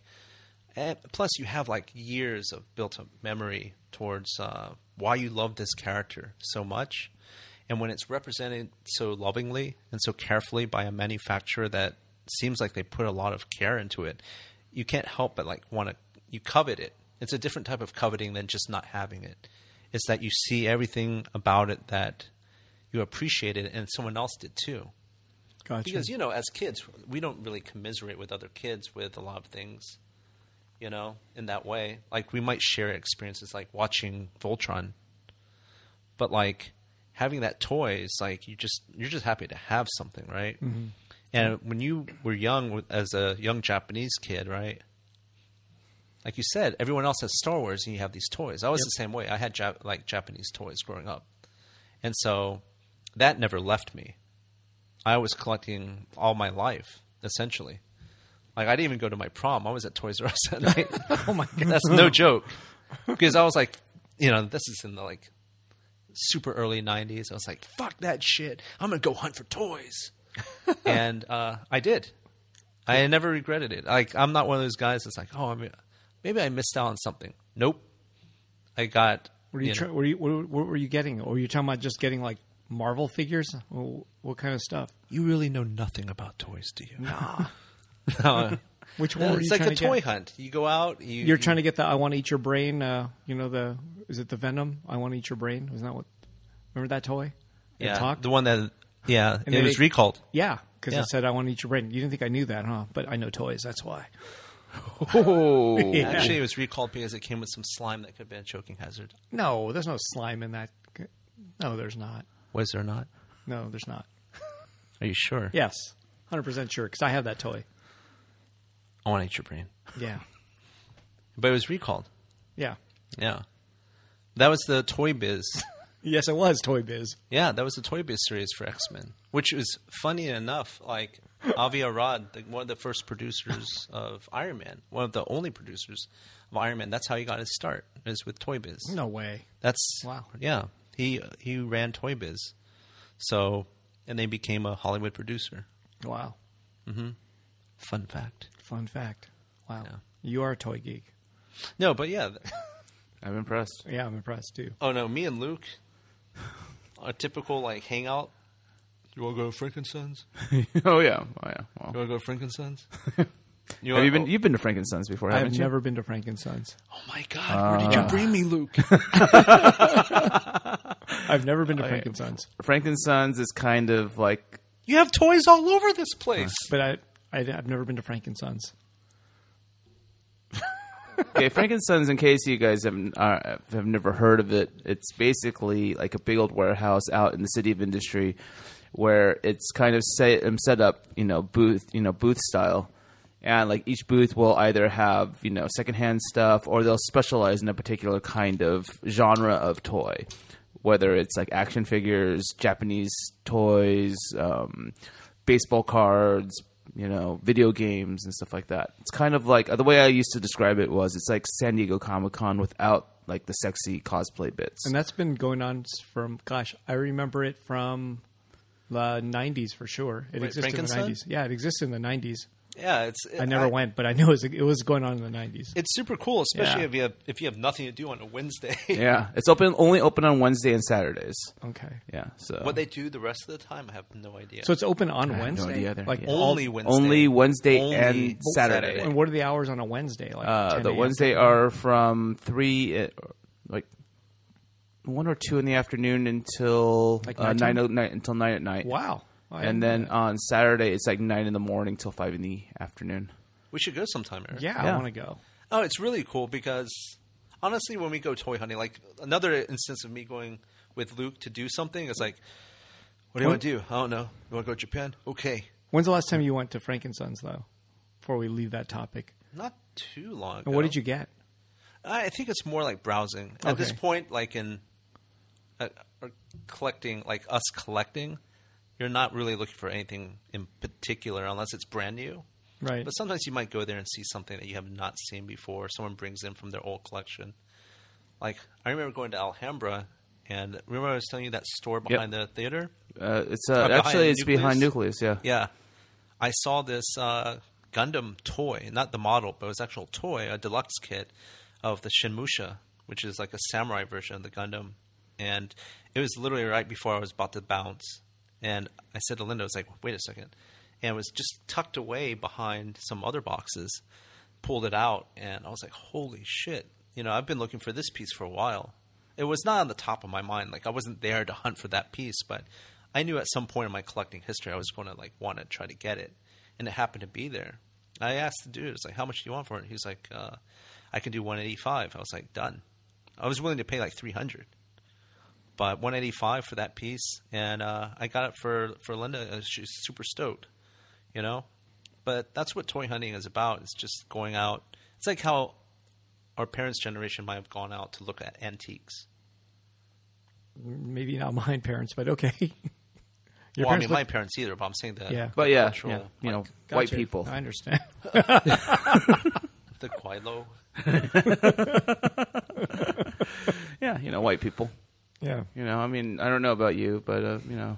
S3: and Eh, plus you have like years of built-up memory towards uh, why you love this character so much, and when it's represented so lovingly and so carefully by a manufacturer that seems like they put a lot of care into it, you can't help but like want to you covet it. It's a different type of coveting than just not having it. It's that you see everything about it that you appreciate it, and someone else did too
S1: gotcha.
S3: because you know as kids we don't really commiserate with other kids with a lot of things you know in that way like we might share experiences like watching voltron but like having that toy is like you just you're just happy to have something right and when you were young with- as a young japanese kid right like you said, everyone else has Star Wars, and you have these toys. I was the same way. I had Jap- like Japanese toys growing up, and so that never left me. I was collecting all my life, essentially. Like I didn't even go to my prom. I was at Toys R Us at night. oh my god, that's no joke. Because I was like, you know, this is in the like super early '90s. I was like, fuck that shit. I'm gonna go hunt for toys, and uh, I did. I never regretted it. Like I'm not one of those guys that's like, oh, I'm, maybe I missed out on something. Nope. I got.
S1: Were you,
S3: you know,
S1: try- were you what, what were you getting? Or were you talking about just getting like Marvel figures? Wh- What kind of stuff?
S3: you really know nothing about toys, do you? no. uh,
S1: Which one
S3: No,
S1: were you
S3: it's like
S1: trying
S3: a
S1: to get?
S3: toy hunt. You go out. You,
S1: You're trying to get the I want to eat your brain. Uh, you know the is it the Venom? I want to eat your brain. Isn't that what? Remember that toy? It
S3: yeah,
S1: talked?
S3: the one that yeah,
S1: And
S3: it
S1: they-
S3: was recalled.
S1: yeah, because I
S3: Yeah.
S1: said I want to eat your brain. You didn't think I knew that, huh? But I know toys. That's why.
S2: Oh,
S3: Actually, it was recalled because it came with some slime that could have been a choking hazard.
S1: No, there's no slime in that. No, there's not.
S3: Was there not?
S1: No, there's not.
S3: Are you sure?
S1: Yes, hundred percent sure because I have that toy.
S3: I want to eat your brain.
S1: Yeah,
S3: But it was recalled.
S1: yeah.
S3: Yeah, that was the toy biz.
S1: Yes, it was Toy Biz.
S3: Yeah, that was the Toy Biz series for X Men, which was funny enough. Like Avi Arad, the, one of the first producers of Iron Man, one of the only producers of Iron Man. That's how he got his start is with Toy Biz.
S1: No way.
S3: That's
S1: Wow.
S3: Yeah, he he ran Toy Biz, so and they became a Hollywood producer.
S1: Wow.
S3: Fun fact.
S1: Fun fact. Wow.
S3: Yeah.
S1: You are a toy geek.
S3: No, but yeah. th-
S2: I'm impressed.
S1: Yeah, I'm impressed too.
S3: Oh no, me and Luke, a typical like hangout. You want to go to Frankenstein's?
S2: oh yeah, oh yeah. Well,
S3: You want to go to Frankenstein's? You
S2: have
S3: wanna
S2: you
S3: go-
S2: been you've been to Frankenstein's before?
S1: I
S2: Haven't
S1: have
S2: you?
S1: never been to Frankenstein's.
S3: Oh my God! Where did you bring me, Luke?
S1: I've never been to
S2: Oh,
S1: Frankenstein's,
S2: Frankenstein's is kind of like
S3: You have toys all over this place.
S1: but I, I have never been to Frankenstein's.
S2: okay. Frankenstein's, in case you guys have uh, have never heard of it, it's basically like a big old warehouse out in the city of industry, where it's kind of set um, set up, you know, booth, you know, booth style, and like each booth will either have you know secondhand stuff or they'll specialize in a particular kind of genre of toy, whether it's like action figures, Japanese toys, um, baseball cards, you know, video games and stuff like that. It's kind of like the way I used to describe it was it's like San Diego Comic Con without like the sexy cosplay bits.
S1: And that's been going on s- from, gosh, I remember it from the 90s for sure. It
S3: Wait,
S1: existed in the
S3: Frankenstein?
S1: 90s. Yeah, it existed in the 90s.
S3: Yeah, it's.
S1: I never went, but I know it was, it was going on in the 90s.
S3: It's super cool, especially
S1: Yeah.
S3: if you have if you have nothing to do on a Wednesday.
S2: yeah, it's open only open on Wednesday and Saturdays.
S1: okay.
S2: Yeah, so
S3: what they do the rest of the time, I have no idea.
S1: So it's open on
S2: no
S1: Wednesday?
S2: idea there.
S1: Like
S2: Yeah.
S1: all-
S3: only Wednesday.
S2: only Wednesday
S3: Only
S2: and Saturday.
S1: And what are the hours on a Wednesday? Like
S2: Uh,
S1: 10
S2: the
S1: a.m.?
S2: Wednesday are from three, uh, like one or two in the afternoon until
S1: Like
S2: uh,
S1: nighttime?
S2: nine, o- nine until nine at night.
S1: Wow. I
S2: And
S1: didn't
S2: then on Saturday it's like nine in the morning till five in the afternoon.
S3: we should go sometime, Eric.
S1: Yeah, I
S2: Yeah.
S1: want to go.
S3: Oh, it's really cool because honestly, when we go toy hunting, like another instance of me going with Luke to do something, it's like, what do you want to do? I don't know. You want to go to Japan? Okay.
S1: When's the last time you went to Frankenstein's, though? Before we leave that topic.
S3: Not too long.
S1: And what did you get?
S3: I think it's more like browsing at this
S1: Okay.
S3: point, like in uh, or collecting, like us collecting. You're not really looking for anything in particular unless it's brand new.
S1: Right.
S3: But sometimes you might go there and see something that you have not seen before. Someone brings in from their old collection. Like I remember going to Alhambra, and remember I was telling you that store behind the theater.
S2: Uh, it's
S3: Uh,
S2: uh,
S3: behind
S2: actually it's behind
S3: Nucleus?
S2: Nucleus. Yeah.
S3: Yeah, I saw this uh, Gundam toy, not the model, but it was actual toy, a deluxe kit of the Shinmusha, which is like a samurai version of the Gundam, and it was literally right before I was about to bounce, and I said to Linda, "I was like, wait a second. and it was just tucked away behind some other boxes. Pulled it out, and I was like, holy shit! You know, I've been looking for this piece for a while. It was not on the top of my mind. Like I wasn't there to hunt for that piece, but I knew at some point in my collecting history I was going to like want to try to get it, and it happened to be there. I asked the dude, "It's like, how much do you want for it?" He was like, uh, "I can do 185." I was like, "Done." I was willing to pay like 300, but 185 for that piece, and uh, I got it for for Linda. and She's super stoked, you know. But that's what toy hunting is about. It's just going out. It's like how our parents' generation might have gone out to look at antiques.
S1: Maybe not mine parents, but okay. Your
S3: well, I mean,
S1: parents
S3: my
S1: look-
S3: parents either, but I'm saying that
S1: Yeah.
S2: But yeah,
S3: Cultural,
S2: yeah,
S3: like,
S2: you know, white
S1: Gotcha.
S2: people.
S1: I understand.
S3: the Quilo.
S2: Yeah, you know, white people.
S1: yeah.
S2: You know, I mean, I don't know about you, but uh, you know,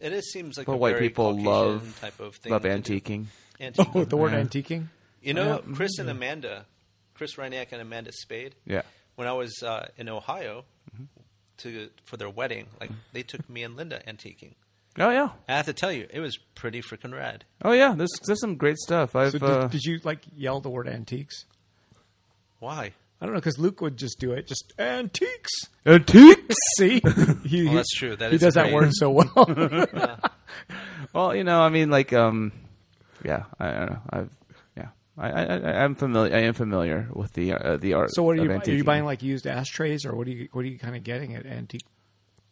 S3: It is, seems like
S2: but
S3: a
S2: white
S3: very
S2: people
S3: Caucasian
S2: love
S3: type of thing.
S2: love
S3: to do.
S2: antiquing.
S3: Antique.
S1: Oh, the word
S2: Yeah.
S1: antiquing.
S3: You know,
S2: Yeah.
S3: Chris and Amanda, Chris Reiniak and Amanda Spade.
S2: Yeah. Mm-hmm.
S3: When I was uh, in Ohio to for their wedding, like they took me and Linda antiquing.
S2: Oh yeah,
S3: And I have to tell you, it was pretty freaking rad.
S2: oh yeah. There's there's some great stuff. I've
S1: So did,
S2: uh,
S1: did you like yell the word antiques?
S3: Why?
S1: I don't know because Luke would just do it. Just antiques.
S2: antiques.
S1: See, he,
S3: Well, that's true. That
S1: he
S3: is
S1: does that
S3: great.
S1: word so well.
S2: Well, you know, I mean, like, um, yeah, I, I don't know. I've yeah, I, I I- I'm familiar. I am familiar with the uh, the art.
S1: so what are
S2: of
S1: you? Are you
S2: antiquing.
S1: buying like used ashtrays or what are you? What are you kind of getting at antique?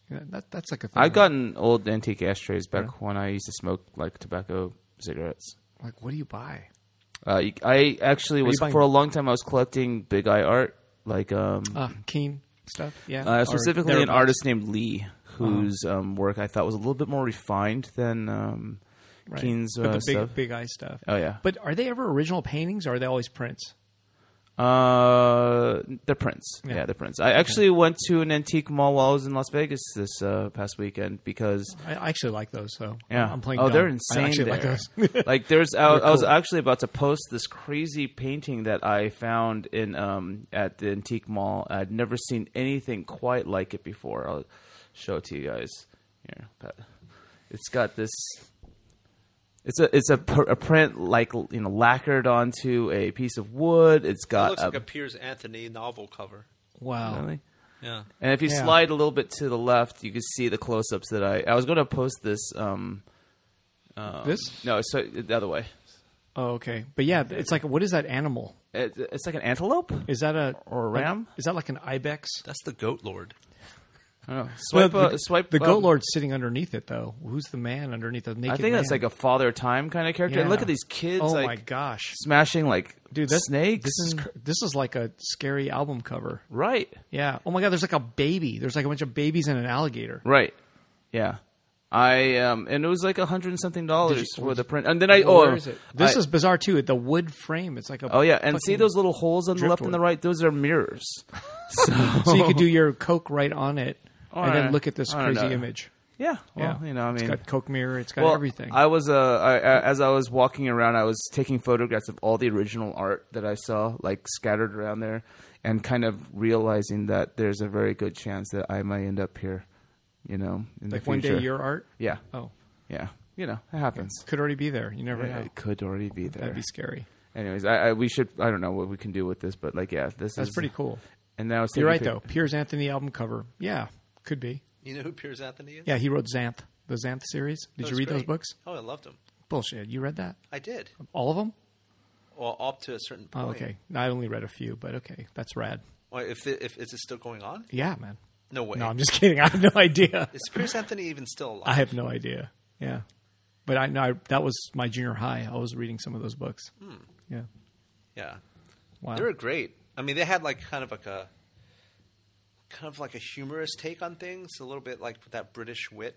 S1: Yeah, That, that's like a thing.
S2: I've gotten old antique ashtrays back when I used to smoke like tobacco cigarettes.
S1: like what do you buy?
S2: Uh, you- I actually was
S1: buying-
S2: for a long time. I was collecting big eye art, like um,
S1: Uh, Keen stuff. Yeah,
S2: uh,
S1: Or
S2: specifically an
S1: thereabouts.
S2: artist named Lee, whose
S1: Uh-huh.
S2: um, work I thought was a little bit more refined than um,
S1: Right.
S2: Keen's
S1: but
S2: uh,
S1: the big
S2: stuff.
S1: big eye stuff.
S2: Oh, yeah.
S1: But are they ever original paintings? or Are they always prints?
S2: Uh, the Prince. Yeah,
S1: Yeah.
S2: the Prince. I actually went to an antique mall while I was in Las Vegas this uh, past weekend because
S1: I I actually like those though.
S2: yeah,
S1: I'm playing.
S2: Oh,
S1: dumb.
S2: they're
S1: I
S2: insane.
S1: actually
S2: there.
S1: like those.
S2: Like, there's. I, I was
S1: cool.
S2: actually about to post this crazy painting that I found in um at the antique mall. I'd never seen anything quite like it before. I'll show it to you guys. Here, but it's got this. It's a it's a, pr- a print like you know lacquered onto a piece of wood.
S1: Uh,
S2: It's
S3: It
S2: got
S3: looks
S2: a,
S3: like a Piers Anthony novel cover.
S1: wow.
S2: Really?
S3: Yeah.
S2: And if you
S1: Yeah.
S2: slide a little bit to the left, you can see the close-ups that I. I was going to post this. Um,
S1: This?
S2: no, so the other way.
S1: Oh, okay. But yeah, it's like what is that animal?
S2: It, it's like an antelope.
S1: Is that a
S2: Or a
S1: like-
S2: ram?
S1: is that like an ibex?
S3: That's the Goat Lord.
S2: I don't know. Swipe,
S1: Well,
S2: uh, swipe.
S1: The
S2: um,
S1: goat lord's sitting underneath it though. Who's the man underneath the naked?
S2: I think that's like a father time kind of character. And look at these kids,
S1: Oh
S2: like
S1: my gosh,
S2: smashing like
S1: dude! This,
S2: snakes.
S1: This is
S2: and-
S1: cr- this is like a scary album cover.
S2: right,
S1: Yeah. Oh my god, there's like a baby. There's like a bunch of babies and an alligator.
S2: right, yeah. I um, and it was like a hundred and something dollars for the print. And then I
S1: Well,
S2: oh,
S1: where is it? This
S2: I-
S1: is bizarre too. The wood frame. It's like a
S2: oh yeah, and see
S1: fucking-
S2: those little holes on the left and
S1: driftwood.
S2: the right. Those are mirrors. So,
S1: So you could do your coke right on it, and
S2: All right.
S1: then look at this
S2: Oh, I don't
S1: crazy
S2: know.
S1: image.
S2: yeah, well,
S1: yeah.
S2: you know, I mean,
S1: it's got coke mirror. It's got
S2: well,
S1: everything.
S2: I was uh, I, I- as I was walking around, I was taking photographs of all the original art that I saw, like scattered around there, and kind of realizing that there's a very good chance that I might end up here, you know, in
S1: like
S2: the
S1: one
S2: future.
S1: day your art.
S2: yeah,
S1: Oh,
S2: yeah, you know, it happens.
S1: could already be there. You never know.
S2: It could already be there.
S1: That'd be scary.
S2: Anyways, I, I we should I don't know what we can do with this, but like yeah, this
S1: That's
S2: is
S1: pretty cool.
S2: And now
S1: You're right though. Piers Anthony album cover. Yeah, could be.
S3: You know who Piers Anthony is?
S1: Yeah, he wrote Xanth, the Xanth series. Did
S3: That
S1: you
S3: was
S1: read those books?
S3: great. Oh, I loved them.
S1: Bullshit. You read that?
S3: I did.
S1: All of them?
S3: Well, up to a certain point.
S1: Oh, okay. I only read a few, but okay, that's rad.
S3: Well, if, it, if is it still going on?
S1: Yeah, man.
S3: No way.
S1: No, I'm just kidding. I have no idea.
S3: Is Piers Anthony even still alive?
S1: I have no idea. Yeah, but I know I, that was my junior high. I was reading some of those books.
S3: Hmm.
S1: Yeah.
S3: yeah,
S1: Wow.
S3: they were great. I mean, they had like kind of like a kind of like a humorous take on things, a little bit like that British wit.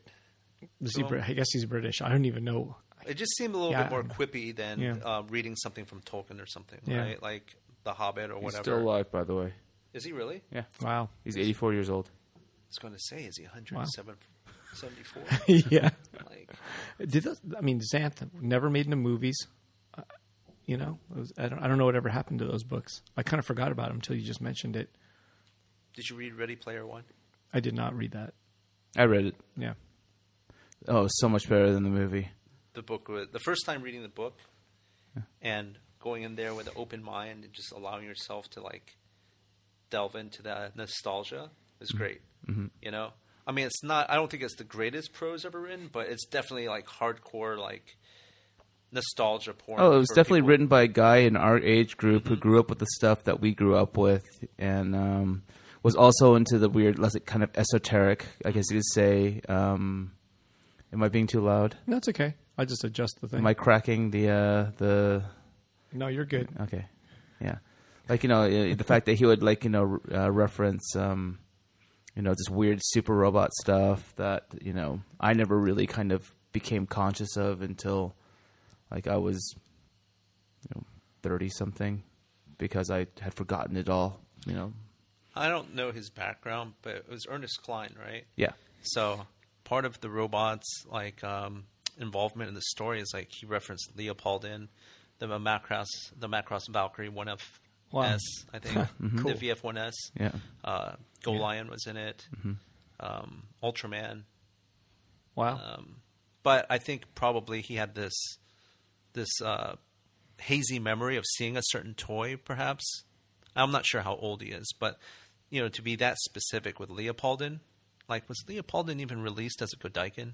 S1: Is he Brit- I guess he's British. I don't even know.
S3: It just seemed a little
S1: Yeah,
S3: bit more
S1: I-
S3: quippy than
S1: yeah.
S3: uh, reading something from Tolkien or something,
S1: Yeah.
S3: right? Like The Hobbit or whatever.
S2: still alive, by the way.
S3: Is he really?
S2: Yeah,
S1: Wow.
S2: he's 84 years old.
S3: I was going to say, is he 174?
S1: yeah.
S3: like,
S1: Did those, I mean Xanth never made into movies? Uh, You know, it was, I don't. I don't know whatever happened to those books. I kind of forgot about them until you just mentioned it.
S3: did you read Ready Player One?
S1: I did not read that.
S2: I read it.
S1: Yeah.
S2: Oh, so much better than the movie.
S3: the book was the first time reading the book and going in there with an open mind and just allowing yourself to like delve into that nostalgia is
S2: Mm-hmm.
S3: great. You know, I mean, it's not. I don't think it's the greatest prose ever written, but it's definitely like hardcore like nostalgia porn.
S2: Oh, it was
S3: for
S2: definitely
S3: people.
S2: written by a guy in our age group who grew up with the stuff that we grew up with, and um, was also into the weird, less kind of esoteric. I guess you could say. Um, am I being too loud?
S1: No, it's okay. I just adjust the thing.
S2: Am I cracking the uh, the?
S3: Um,
S1: no, you're good.
S2: Okay, yeah. like you know uh, the fact that he would like you know re- uh, reference um, you know this weird super robot stuff that you know I never really kind of became conscious of until like I was you know thirty something because I had forgotten it all. You know,
S3: I don't know his background, but it was Ernest Klein, right?
S2: yeah,
S3: So part of the robot's like um, involvement in the story is like he referenced Leopoldin, the Macross, the Macross Valkyrie one of
S1: Wow. Mm-hmm.
S3: S, I think
S1: Cool.
S3: the VF one S.
S2: Yeah.
S3: Uh, Go Lion was in it.
S1: Mm-hmm.
S3: Um, Ultraman,
S1: Wow.
S3: but I think probably he had this this uh, hazy memory of seeing a certain toy. Perhaps I'm not sure how old he is, but you know, to be that specific with Leopoldin, like was Leopoldin even released as a Godaiken?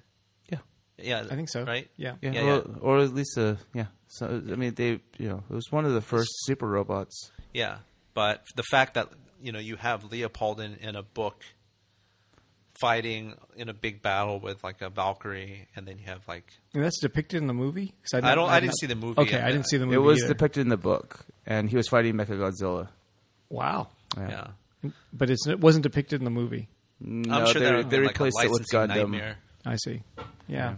S2: yeah.
S3: Yeah,
S1: I think so.
S3: Right?
S1: Yeah.
S2: Yeah,
S3: yeah,
S2: or,
S3: yeah.
S2: or at least uh, yeah. So I mean, they you know it was one of the first super robots.
S3: Yeah. But the fact that you know you have Leopoldin in a book fighting in a big battle with like a Valkyrie, and then you have like
S1: And that's depicted in the movie? 'Cause
S3: I don't- I
S1: I've
S3: didn't see the movie
S1: Okay,
S3: yet,
S1: I didn't
S3: but
S1: see the movie.
S2: It was
S1: either.
S2: depicted in the book, and he was fighting Mechagodzilla.
S1: wow.
S3: yeah.
S1: But it's, it wasn't depicted in the movie.
S2: No,
S3: I'm sure
S2: they,
S3: that would have
S2: they
S3: been,
S2: replaced
S3: like a
S2: it with Gundam.
S3: licensing Nightmare.
S1: I see. Yeah.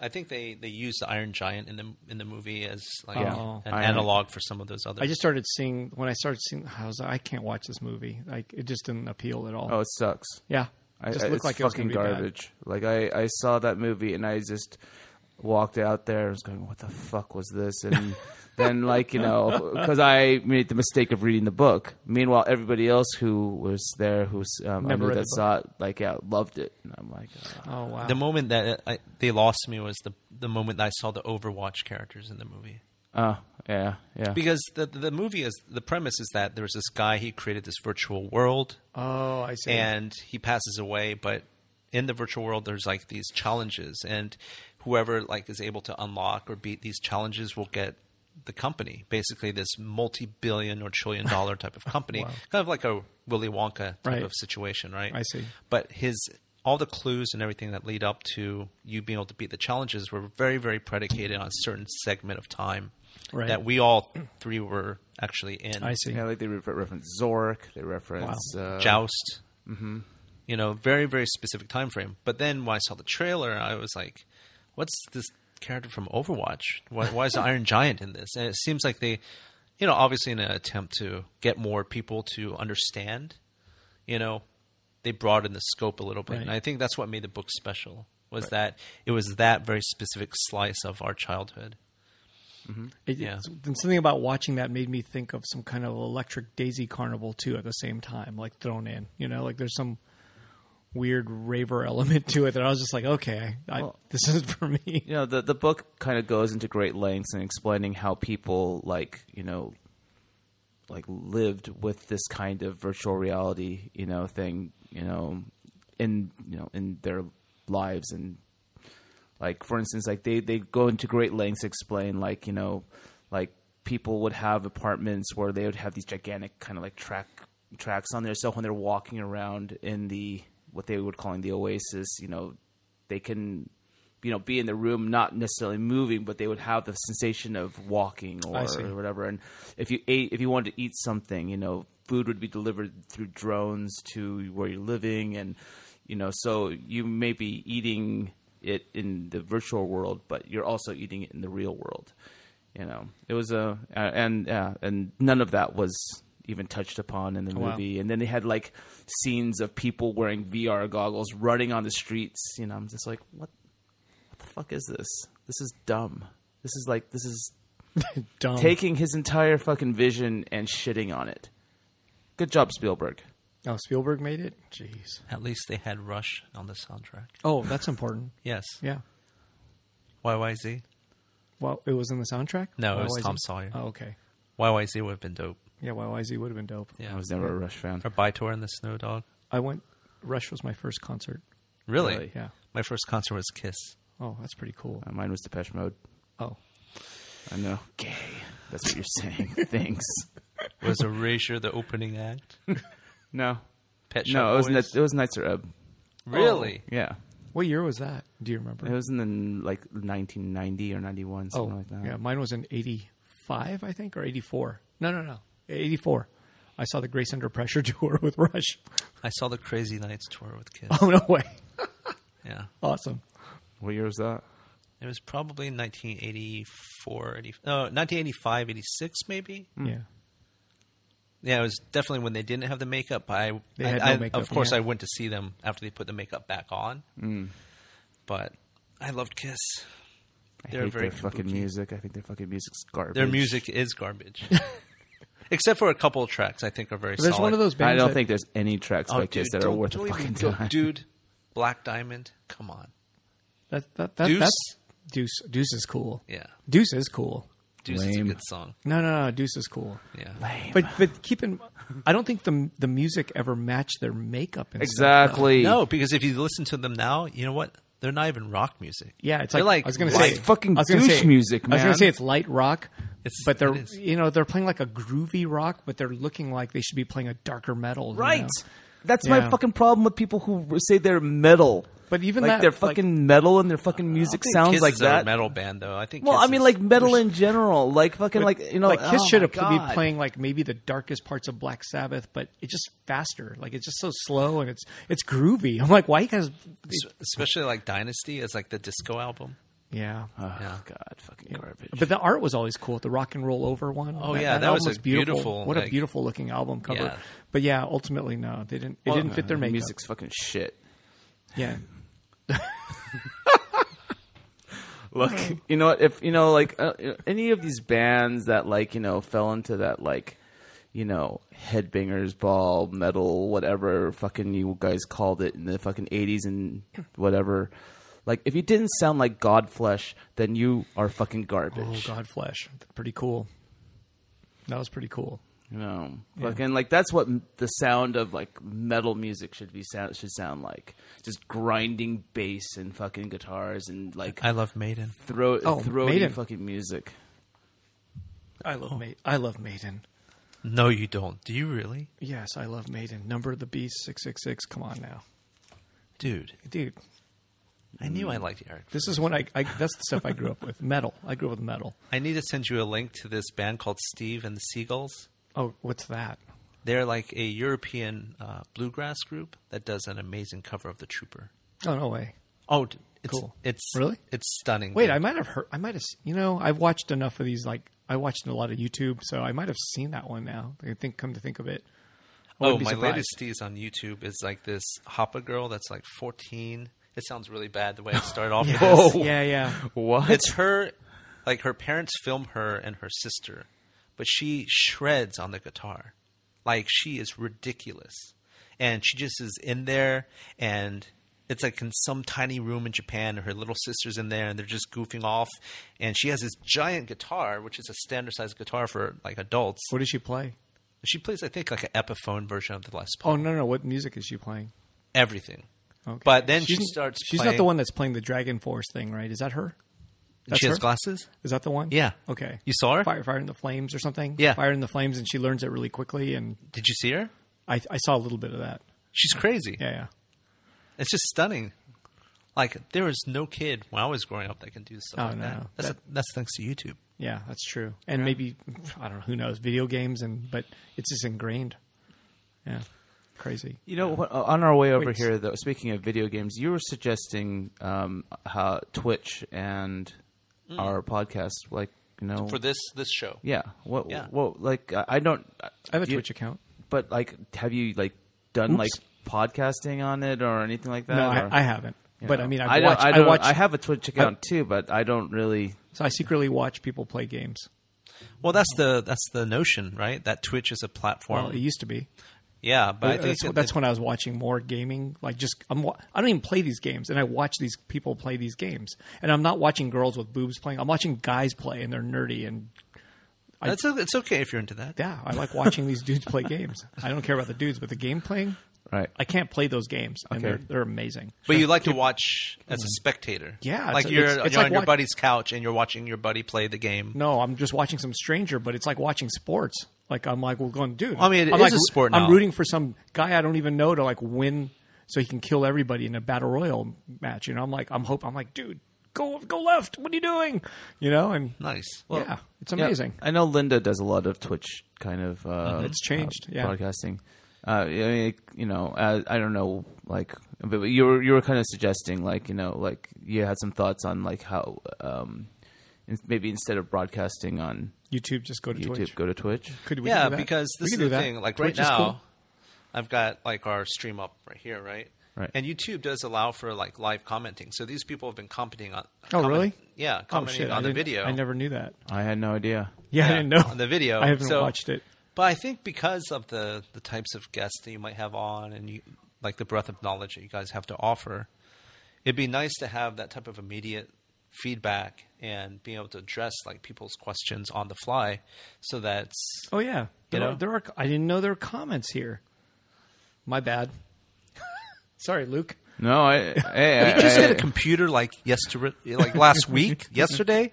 S3: I think they they use the Iron Giant in the in the movie as like
S1: Yeah.
S3: an
S2: Iron-
S3: analog for some of those others.
S1: Oh. I just started seeing, when I started seeing, I was like, I can't watch this movie. Like, it just didn't appeal at all.
S2: Oh, it sucks.
S1: yeah.
S2: I,
S1: It just
S2: I-
S1: looked
S2: it's
S1: like it was
S2: fucking
S1: going to be bad.
S2: garbage. Like I, I saw that movie and I just walked out there and was going, "What the fuck was this?" And then like you know, because I made the mistake of reading the book. Meanwhile, everybody else who was there, who um, I
S1: Never
S2: knew
S1: read
S2: that
S1: the
S2: saw it, like yeah, loved it. And I'm like, "Ah."
S1: Oh, wow.
S3: the moment that it, I, they lost me was the the moment that I saw the Overwatch characters in the movie
S2: oh, yeah, yeah.
S3: because the the movie is the premise is that there's this guy he created this virtual world
S1: oh, I see.
S3: and he passes away but in the virtual world there's like these challenges and whoever like is able to unlock or beat these challenges will get the company basically this multi-billion or trillion dollar type of company kind of like a willy wonka type
S1: Right.
S3: of situation right
S1: I see.
S3: but his all the clues and everything that lead up to you being able to beat the challenges were very very predicated on a certain segment of time
S1: Right.
S3: that we all three were actually in
S1: I see.
S2: Yeah, like they re- reference Zork. They reference uh,
S3: joust
S1: Mm-hmm.
S3: you know very very specific time frame but then when i saw the trailer i was like what's this character from overwatch why, why is the iron giant in this and it seems like they you know obviously in an attempt to get more people to understand you know they broadened the scope a little bit
S1: Right.
S3: and i think that's what made the book special was that it was that very specific slice of our childhood
S1: It,
S3: Yeah.
S1: it's- And something about watching that made me think of some kind of electric daisy carnival too at the same time, like thrown in. You know, like there's some weird raver element to it that I was just like, okay, I, this is for me.
S2: you know the the book kind of goes into great lengths in explaining how people like you know like lived with this kind of virtual reality you know thing you know in you know in their lives and like for instance like they they go into great lengths to explain like you know like people would have apartments where they would have these gigantic kind of like track tracks on there so when they're walking around in the what they would calling the oasis you know they can you know be in the room not necessarily moving but they would have the sensation of walking or
S1: I see.
S2: whatever and if you ate if you wanted to eat something you know food would be delivered through drones to where you're living and you know so you may be eating it in the virtual world but you're also eating it in the real world you know it was a uh, and yeah and none of that was even touched upon in the
S1: wow.
S2: movie and then they had like scenes of people wearing VR goggles running on the streets you know I'm just like what what the fuck is this this is dumb this is like this is
S1: Dumb.
S2: taking his entire fucking vision and shitting on it. Good job, Spielberg.
S1: oh, Spielberg made it. Jeez.
S3: at least they had rush on the soundtrack
S1: Oh, that's important.
S3: yes
S1: Yeah.
S3: yyz
S1: Well, it was in the soundtrack.
S3: No, it was
S1: YYZ?
S3: Tom Sawyer.
S1: Oh, okay.
S3: yyz would have been dope
S1: Yeah, YYZ would have been dope.
S3: yeah
S2: I was never a Rush fan.
S3: or Bytor and the Snow Dog.
S1: I went. Rush was my first concert.
S3: Really?
S2: Really?
S1: Yeah.
S3: My first concert was Kiss.
S1: Oh, that's pretty cool.
S2: Uh, Mine was Depeche Mode.
S1: Oh,
S2: I know. Gay. That's what you're saying. Thanks.
S3: Was Erasure the opening act?
S2: No.
S3: Pet Shop
S2: No, it was
S3: Boys?
S2: Nit- it was Knights Erb.
S3: really?
S1: Oh.
S2: Yeah,
S1: what year was that? Do you remember? Oh,
S2: it was in the like 1990 or 91, something like that.
S1: yeah, mine was in '85, I think, or '84. No, no, no, 84. I saw the Grace Under Pressure tour with Rush.
S3: I saw the Crazy Nights tour with Kiss.
S1: Oh no way!
S3: Yeah,
S1: Awesome.
S2: What year was that?
S3: it was probably 1984, 80, no, 1985, 86 maybe.
S2: Hmm.
S1: Yeah.
S3: Yeah, it was definitely when they didn't have the makeup. I,
S1: They
S3: I-
S1: had no
S3: I-
S1: makeup,
S3: of course,
S1: yeah. Mm.
S3: I went to see them after they put the makeup back on. But I loved Kiss.
S2: I
S3: They're
S2: hate
S3: very
S2: their fucking
S3: kabuki.
S2: music. I think their fucking music's garbage.
S3: Their music is garbage, except for a couple of tracks. I think are very.
S1: There's
S3: solid.
S1: one of those bands.
S2: I don't
S1: that-
S2: think there's any tracks like this that are
S3: Oh, don't-
S2: worth
S3: don't
S2: a
S3: even
S2: fucking
S3: go-
S2: time.
S3: dude. Black Diamond, come on,
S1: that, that, that,
S3: Deuce?
S1: That's, Deuce. Deuce is cool.
S3: yeah,
S1: Deuce is cool.
S3: Deuce is a
S2: Lame.
S3: good song,
S1: No, no, no. Deuce is cool.
S3: yeah.
S1: But but keep in, I don't think the the music ever matched their makeup. And stuff.
S2: Exactly.
S3: No, because if you listen to them now, you know what? They're not even rock music.
S1: Yeah, it's
S3: They're
S1: like,
S3: like
S1: I was gonna
S3: light
S1: say
S2: fucking
S1: I was gonna
S2: douche
S1: say-
S2: music,
S1: I was gonna
S2: man.
S1: say it's light rock,
S3: It's-
S1: but they're
S3: it is.
S1: you know they're playing like a groovy rock, but they're looking like they should be playing a darker metal, you
S2: Right.
S1: know?
S2: That's
S1: Yeah.
S2: my fucking problem with people who say they're metal.
S1: But even
S2: like
S1: that,
S2: their
S1: like-
S2: fucking metal and their fucking
S3: I
S2: music
S3: think
S2: sounds
S3: Kiss
S2: like
S3: is a
S2: that.
S3: metal band, though. I think.
S2: Well,
S3: Kiss
S2: I mean,
S3: is-
S2: like metal in general, like fucking, like you know,
S1: like Kiss
S2: oh
S1: should
S2: my
S1: have be
S2: God.
S1: playing like maybe the darkest parts of Black Sabbath, but it's just faster. Like it's just so slow and it's it's groovy. I'm like, why you guys?
S3: es- especially like Dynasty is like the disco album.
S1: Yeah,
S2: Oh
S3: Yeah.
S2: God, fucking garbage.
S1: but the art was always cool. The rock and roll over one.
S3: Oh, yeah, that
S1: album
S3: was a
S1: beautiful.
S3: beautiful,
S1: What a
S3: like-
S1: beautiful looking album cover.
S3: Yeah.
S1: But yeah, ultimately no, they didn't. It didn't fit their
S2: Uh,
S1: makeup.
S2: Music's fucking shit.
S1: Yeah,
S2: Look, you know what? If you know, like uh, any of these bands that like you know fell into that like you know headbangers ball metal whatever fucking you guys called it in the fucking eighties and whatever. Like if you didn't sound like Godflesh, then you are fucking
S1: Oh,
S2: garbage.
S1: Godflesh. Pretty cool. That was pretty cool.
S2: You know, fucking like that's what m- the sound of like metal music should be sound should sound like. Just grinding bass and fucking guitars and like
S3: I love Maiden.
S2: throw
S1: Oh,
S2: throaty
S1: Maiden.
S2: fucking music.
S1: I love Ma- I love Maiden.
S3: No, you don't. Do you really,
S1: Yes, I love Maiden. Number of the Beast 666. Come on now.
S3: dude?
S1: Dude,
S3: I knew
S2: Mm.
S3: I liked Eric.
S1: this is when I, I that's the stuff I grew up with. Metal. I grew up with metal.
S3: I need to send you a link to this band called Steve and the Seagulls.
S1: Oh, what's that?
S3: They're like a European uh, bluegrass group that does an amazing cover of The Trooper.
S1: Oh, no way.
S3: Oh, d- it's
S1: Cool.
S3: it's
S1: Really?
S3: it's stunning.
S1: Wait,
S3: dude.
S1: I might have heard I might have you know, I've watched enough of these like I watched a lot of YouTube, so I might have seen that one now. I think come to think of it. I
S3: oh
S1: wouldn't be
S3: my
S1: surprised.
S3: latest tease on YouTube is like this Hoppa girl that's like 14. It sounds really bad the way I started off. with this.
S1: Yes. Yeah, yeah.
S2: What?
S3: It's her, like her parents film her and her sister, but she shreds on the guitar. Like she is ridiculous. And she just is in there and it's like in some tiny room in Japan and her little sister's in there and they're just goofing off and she has this giant guitar which is a standard sized guitar for like adults.
S1: What does she play?
S3: She plays I think like an Epiphone version of the Les Paul.
S1: Oh, no, no. What music is she playing?
S3: Everything.
S1: Okay.
S3: But then
S1: She's-
S3: she starts
S1: She's not
S3: playing-
S1: the one that's playing the Dragon Force thing, right? Is that her? That's
S3: she has
S1: her?
S3: glasses?
S1: Is that the one?
S3: Yeah.
S1: Okay.
S3: You saw her?
S1: Fire, fire in the flames or something.
S3: Yeah.
S1: Fire in the flames, and she learns it really quickly. And
S3: Did you see her?
S1: I, I saw a little bit of that.
S3: She's crazy.
S1: Yeah, yeah.
S3: It's just stunning. Like there was no kid when I was growing up that can do stuff
S1: Oh,
S3: like
S1: no.
S3: that. That's that's thanks to YouTube.
S1: Yeah, that's true. And maybe I don't know who knows video games and but it's just ingrained. Yeah, crazy.
S2: You know, what, uh, on our way over
S1: Wait.
S2: here, though, speaking of video games, you were suggesting um, how Twitch and
S1: Mm.
S2: our podcast, like you know,
S3: For this this show.
S2: yeah, what,
S3: Yeah.
S2: what, like I I don't,
S1: I have a
S2: you-
S1: Twitch account.
S2: but like, have you like
S1: Oops.
S2: done like podcasting on it or anything like that?
S1: No,
S2: or,
S1: I, I haven't.
S2: you
S1: But
S2: know?
S1: I mean,
S2: Uh, I
S1: I've
S2: don't,
S1: watched,
S2: I,
S1: I,
S2: don't,
S1: watch.
S2: I have a Twitch account too, but I don't really.
S1: so I secretly watch people play games.
S3: Well, that's the that's the notion, right? That Twitch is a platform.
S1: Well, it used to be.
S3: yeah, but I think
S1: that's,
S3: it-
S1: that's
S3: it-
S1: when I was watching more gaming. Like, just I'm wa- I don't even play these games, and I watch these people play these games, and I'm not watching girls with boobs playing. I'm watching guys play, and they're nerdy, and
S3: that's o- it's okay if you're into that.
S1: yeah, I like watching these dudes play games. I don't care about the dudes, but the game playing,
S2: Right.
S1: I can't play those games, and
S2: Okay.
S1: they're they're amazing.
S3: But you like to watch as a spectator.
S1: Mm-hmm. Yeah, it's-
S3: like you're,
S1: it's- it's
S3: you're
S1: like
S3: on your
S1: watch-
S3: buddy's couch and you're watching your buddy play the game.
S1: No, I'm just watching some stranger, but it's like watching sports. Like I'm like, well, going, dude.
S3: I mean, it
S1: I'm
S3: is
S1: like,
S3: a sport
S1: I'm
S3: now.
S1: rooting for some guy I don't even know to like win, so he can kill everybody in a battle royal match. You know, I'm like, I'm hope, I'm like, dude, go go left. What are you doing? You know, and
S3: Nice. Well,
S1: yeah, it's amazing.
S2: I know Linda does a lot of Twitch kind of. Uh,
S1: Uh-huh. It's changed,
S2: uh,
S1: yeah.
S2: Broadcasting. Uh, I mean, you know, uh, I don't know, like, but you were you were kind of suggesting, like, you know, like you had some thoughts on like how um, in- maybe instead of broadcasting on
S1: YouTube, just go to
S2: YouTube,
S1: Twitch.
S2: go to Twitch.
S1: Could we?
S3: yeah,
S1: do that?
S3: because
S1: We
S3: this
S1: could
S3: is
S1: do
S3: the
S1: that.
S3: thing. Like
S1: Twitch
S3: right
S1: is
S3: now,
S1: cool. Oh,
S3: I've got like our stream up right here, right?
S2: Right.
S3: And YouTube does allow for like live commenting. So these people have been commenting on.
S1: Oh,
S3: comment-
S1: really?
S3: Yeah,
S1: Oh
S3: commenting
S1: shit!
S3: on
S1: I
S3: the
S1: didn't-
S3: video.
S1: I never knew that.
S2: I had no idea.
S1: Yeah, I
S3: Yeah,
S1: didn't know
S3: on the video.
S1: I haven't
S3: So-
S1: watched it.
S3: But I think because of the the types of guests that you might have on, and you like the breadth of knowledge that you guys have to offer, it'd be nice to have that type of immediate feedback and being able to address like people's questions on the fly. So that's
S1: Oh yeah, there,
S3: You
S1: are,
S3: know?
S1: there are. I didn't know there were comments here. My bad. Sorry, Luke.
S2: No, I. Hey, I,
S3: Did you just
S2: I-
S3: get a computer like yesterday, like last week, yesterday?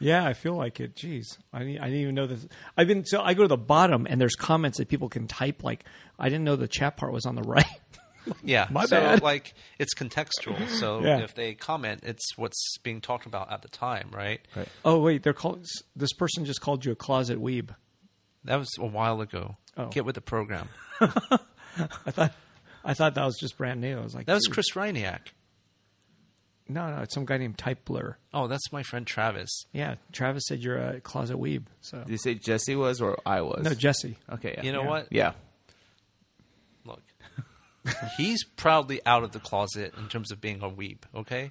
S1: Yeah, I feel like it. Jeez, I didn't, I didn't even know this. I've been so I go to the bottom and there's comments that people can type. Like I didn't know the chat part was on the right.
S3: Yeah.
S1: My
S3: so
S1: bad.
S3: like it's contextual. So
S1: Yeah.
S3: if they comment, it's what's being talked about at the time, right?
S2: Right.
S1: oh wait, they're called. This person just called you a closet weeb.
S3: That was a while ago.
S1: Oh.
S3: Get with the program.
S1: I thought that was just brand new. I was like,
S3: That was
S1: dude,
S3: Chris Reiniak.
S1: no, no, it's some guy named Type Blur.
S3: Oh, that's my friend Travis.
S1: Yeah, Travis said you're a closet weeb. So
S2: Did you say Jesse was or I was?
S1: no, Jesse.
S2: okay. Yeah.
S3: You know
S2: yeah.
S3: what?
S2: Yeah.
S3: Look. He's proudly out of the closet in terms of being a weeb, okay?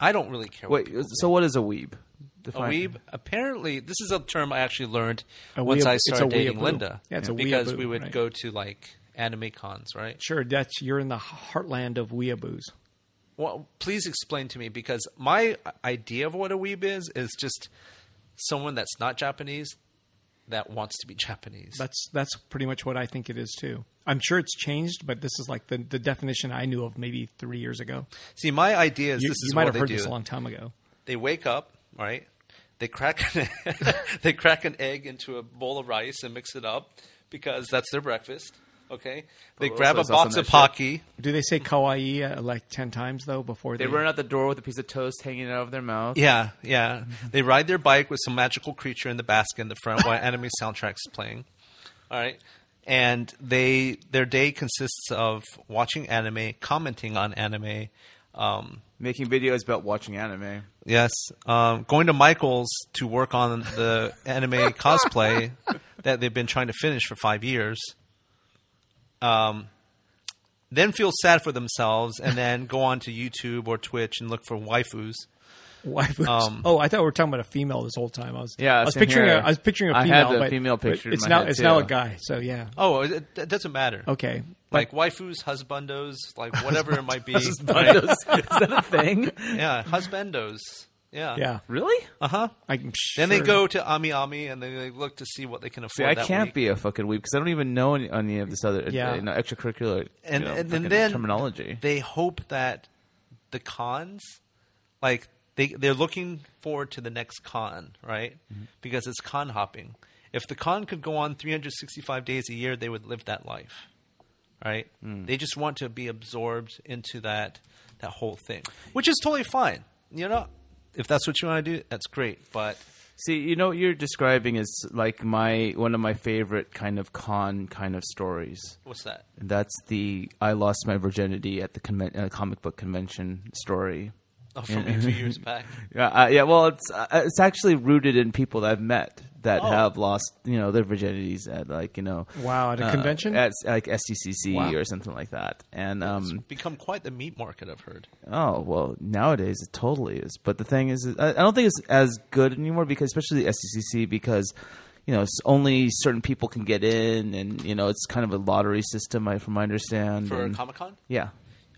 S3: I don't really care. what
S2: Wait. So what is a weeb?
S3: A weeb. Apparently, this is a term I actually learned
S1: A
S3: once
S1: weeab-
S3: I
S1: it's a
S3: started dating
S1: weeaboo.
S3: Linda.
S1: Yeah, it's a
S3: because
S1: weeaboo,
S3: we would
S1: right.
S3: go to like anime cons, right?
S1: Sure, that's you're in the heartland of weeaboos.
S3: Well, please explain to me because my idea of what a weeb is is just someone that's not Japanese that wants to be Japanese.
S1: That's that's pretty much what I think it is too. I'm sure it's changed, but this is like the the definition I knew of maybe three years ago.
S3: See, my idea is
S1: You,
S3: this is
S1: you might
S3: what
S1: have
S3: they
S1: heard
S3: do.
S1: this a long time ago.
S3: they wake up, right? They crack an they crack an egg into a bowl of rice and mix it up because that's their breakfast. Okay, they
S2: But
S3: grab
S2: also
S3: a
S2: it's also
S3: box of
S2: not
S3: pocky.
S1: Do they say kawaii uh, like ten times though before they?
S2: They run out the door with a piece of toast hanging out of their mouth.
S3: Yeah, yeah. They ride their bike with some magical creature in the basket in the front while anime soundtrack's playing. All right. And they their day consists of watching anime, commenting on anime, um,
S2: Making videos about watching anime.
S3: yes, um, going to Michael's to work on the anime cosplay that they've been trying to finish for five years. Um, then feel sad for themselves, and then go on to YouTube or Twitch and look for waifus.
S1: Waifus. oh, I thought we were talking about a female this whole time. I was
S2: um, Yeah,
S1: I was
S2: same
S1: picturing
S2: here.
S1: a, I was picturing a
S2: I
S1: female.
S2: had the
S1: but,
S2: female
S1: but
S2: picture in
S1: it's
S2: my
S1: now
S2: head,
S1: it's now a
S2: too.
S1: guy. So yeah,
S3: Oh, it, it doesn't matter.
S1: okay.
S3: like waifus, husbandos, like whatever it might be.
S2: Bundos. is that a thing?
S3: Yeah, husbandos. Yeah.
S1: Yeah,
S2: Really?
S3: Uh huh.
S1: I'm
S3: Then they
S1: sure.
S3: go to Ami Ami and then they look to see what they can
S2: See,
S3: afford.
S2: I
S3: that
S2: can't
S3: week.
S2: be a fucking weeb because I don't even know any, any of this other
S1: Yeah.
S2: uh, you know, extracurricular
S3: And-
S2: you know,
S3: and then-
S2: fucking
S3: then-
S2: terminology.
S3: They hope that the cons, like they they're looking forward to the next con, right?
S2: Mm-hmm.
S3: Because it's con hopping. If the con could go on 365 days a year, they would live that life, right?
S2: Mm.
S3: They just want to be absorbed into that that whole thing, which is totally fine. You know, if that's what you want to do, that's great. But
S2: See, you know what you're describing is like my one of my favorite kind of con kind of stories.
S3: what's that?
S2: And That's the I lost my virginity at the conven- uh, comic book convention story.
S3: Oh, from a few years back.
S2: Yeah, uh, yeah. Well, it's uh, it's actually rooted in people that I've met that
S3: Oh.
S2: have lost, you know, their virginities at like you know,
S1: Wow, at a
S2: uh,
S1: convention?
S2: at like SDCC
S1: Wow.
S2: or something like that. And um,
S3: Become quite the meat market, I've heard.
S2: Oh well, nowadays it totally is. But the thing is, I I don't think it's as good anymore because, especially the SDCC, because you know s- only certain people can get in, and you know it's kind of a lottery system, I from my understand.
S3: For
S2: and-
S3: Comic Con?
S2: yeah,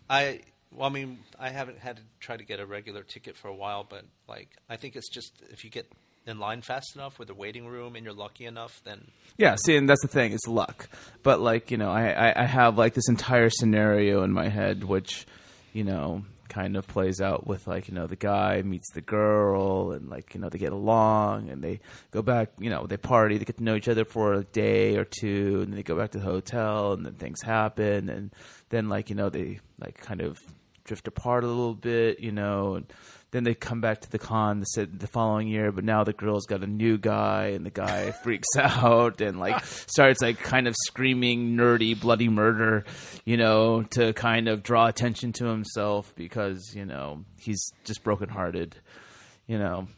S3: I well, I mean, I haven't had to try to get a regular ticket for a while, but like, I think it's just if you get in line fast enough with a waiting room and you're lucky enough, then
S2: yeah. See, and that's the thing; it's luck. But like you know, I I, I have like this entire scenario in my head, which you know kind of plays out with like you know the guy meets the girl and like you know they get along and they go back you know they party they get to know each other for a day or two and then they go back to the hotel and then things happen and then like you know they like kind of drift apart a little bit, you know. And then they come back to the con the, se- the following year, but now the girl's got a new guy, and the guy freaks out and like starts like kind of screaming nerdy bloody murder, you know, to kind of draw attention to himself because you know he's just brokenhearted, you know.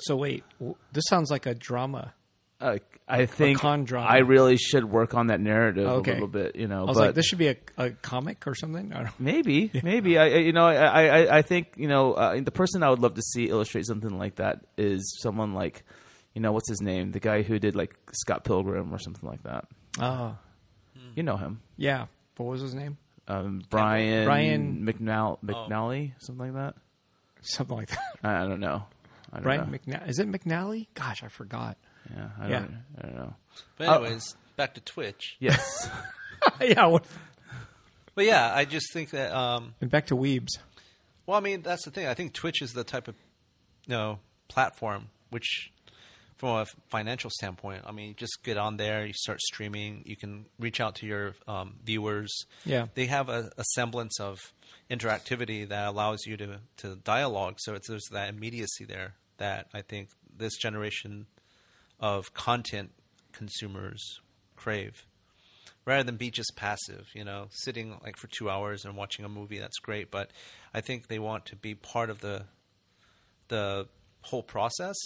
S1: So wait, w- this sounds like a drama.
S2: Uh, I think
S1: con drama.
S2: I really should work on that narrative
S1: Okay.
S2: a little bit, you know.
S1: I was
S2: but
S1: like, this should be a, a comic or something. I don't
S2: Maybe, maybe. I, I- you know, I, I- I, I think you know uh, the person I would love to see illustrate something like that is someone like, you know, what's his name? The guy who did like Scott Pilgrim or something like that.
S1: Oh,
S2: You know him,
S1: yeah. What was his name?
S2: um, Brian
S1: Brian-
S2: McNall McNally, something like that.
S1: Something like that.
S2: I, I don't know. I don't
S1: Brian
S2: know.
S1: McNally. Is it McNally? Gosh, I forgot.
S2: yeah, I
S1: yeah.
S2: don't, I don't know.
S3: But anyways, back to Twitch.
S2: Yes,
S1: yeah. what-
S3: But yeah, I just think that. Um,
S1: And back to Weebs.
S3: well, I mean, that's the thing. I think Twitch is the type of you know platform which, from a financial standpoint, I mean, you just get on there, you start streaming, you can reach out to your um, viewers.
S1: Yeah.
S3: they have a, a semblance of interactivity that allows you to to dialogue. So it's there's that immediacy there that I think this generation of content consumers crave rather than be just passive, you know, sitting like for two hours and watching a movie. That's great, but I think they want to be part of the the whole process,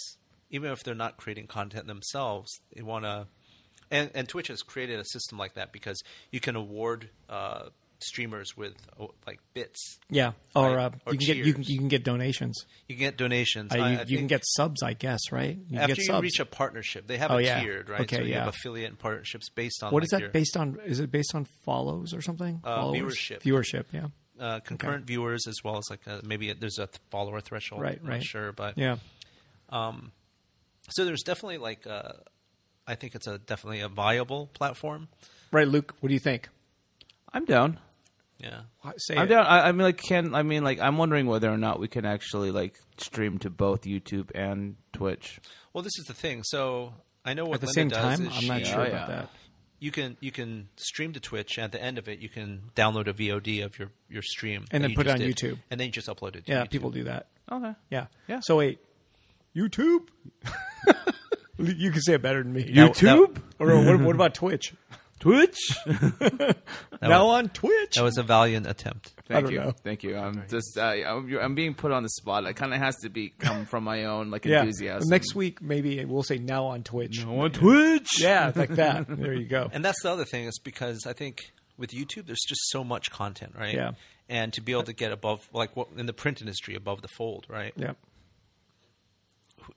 S3: even if they're not creating content themselves. They want to, and, and Twitch has created a system like that because you can award uh, streamers with oh, like bits.
S1: Yeah. Or,
S3: Right.
S1: uh,
S3: Or
S1: you can get you can,
S3: cheers.
S1: you can get donations.
S3: You can get donations.
S1: Uh, you,
S3: I- I
S1: you can
S3: think-
S1: get subs, I guess. Right. You can
S3: after
S1: get
S3: you
S1: subs.
S3: reach a partnership, they have
S1: Oh,
S3: a
S1: yeah.
S3: tiered, right?
S1: Okay,
S3: so you
S1: yeah.
S3: have affiliate and partnerships based on
S1: what
S3: like
S1: is that
S3: your,
S1: based on? Is it based on follows or something?
S3: Uh,
S1: Followers?
S3: viewership.
S1: Viewership. Yeah.
S3: uh, concurrent viewers as well as like uh maybe there's a th- follower threshold.
S1: Right,
S3: I'm not
S1: right.
S3: sure, but
S1: Yeah.
S3: so there's definitely like uh, I think it's a definitely a viable platform.
S1: Right, Luke. What do you think?
S2: I'm down.
S3: Yeah,
S1: Why- Say
S2: I'm
S1: it.
S2: down. I, I mean, like, can I mean, like, I'm wondering whether or not we can actually like stream to both YouTube and Twitch.
S3: Well, this is the thing. So I know what
S1: At the
S3: Linda
S1: same
S3: does
S1: time,
S3: is
S1: I'm not
S3: she-
S1: sure
S2: Oh,
S1: about
S2: yeah.
S1: that.
S3: You can you can stream to Twitch. At the end of it, you can download a VOD of your your stream
S1: And
S3: that
S1: then
S3: you
S1: put it
S3: just
S1: on
S3: did,
S1: YouTube.
S3: and then you just upload it. To
S1: Yeah,
S3: YouTube.
S1: people do that.
S2: Okay.
S1: Yeah.
S2: Yeah.
S1: So wait, YouTube. you can say it better than me.
S2: That- that- YouTube?
S1: or what, what about Twitch?
S2: Twitch.
S1: now on Twitch.
S3: That was a valiant attempt.
S2: Thank
S1: don't
S2: you.
S1: know.
S2: Thank you. I'm just uh, I'm, you're- I'm being put on the spot. It kind of has to be come from my own like
S1: yeah.
S2: enthusiasm.
S1: Next week, maybe we'll say now on Twitch.
S2: on Twitch.
S1: Yeah, like that. there you go.
S3: And that's the other thing is because I think with YouTube, there's just so much content, right?
S1: Yeah.
S3: And to be able to get above, like what in the print industry, above the fold, right?
S1: yeah.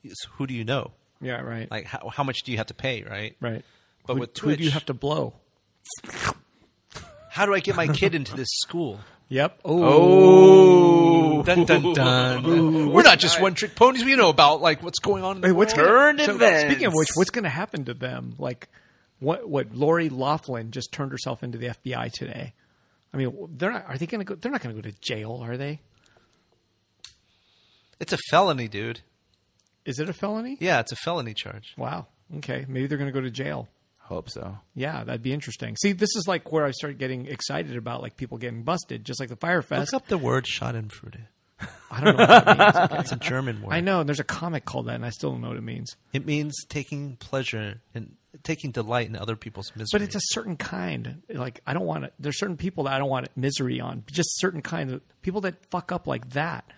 S3: Is who do you know?
S1: Yeah. Right.
S3: Like how, how much do you have to pay, right?
S1: right.
S3: But
S1: who,
S3: with
S1: who
S3: Twitch,
S1: do you have to blow?
S3: how do I get my kid into this school?
S1: Yep. Oh.
S3: Dun dun dun. We're not just one trick ponies. We know about like what's going on. In the
S1: Hey, what's
S3: world.
S2: Current
S1: so,
S2: events.
S1: Speaking of which, what's going to happen to them? Like, what? What? Lori Laughlin just turned herself into the FBI today. I mean, they're not. Are they going to go? They're not going to go to jail, are they?
S3: It's a felony, dude.
S1: Is it a felony?
S3: Yeah, it's a felony charge.
S1: Wow. Okay. Maybe they're going to go to jail.
S2: Hope so.
S1: Yeah, that'd be interesting. See, this is like where I started getting excited about like people getting busted, just like the Fire Fest.
S3: Look up the word Schadenfreude.
S1: I don't know what that means.
S3: It's a German word.
S1: I know, and there's a comic called that, and I still don't know what it means.
S3: It means taking pleasure and taking delight in other people's misery.
S1: But it's a certain kind. Like I don't want it. There's certain people that I don't want misery on. but Just certain kind of people that fuck up like that.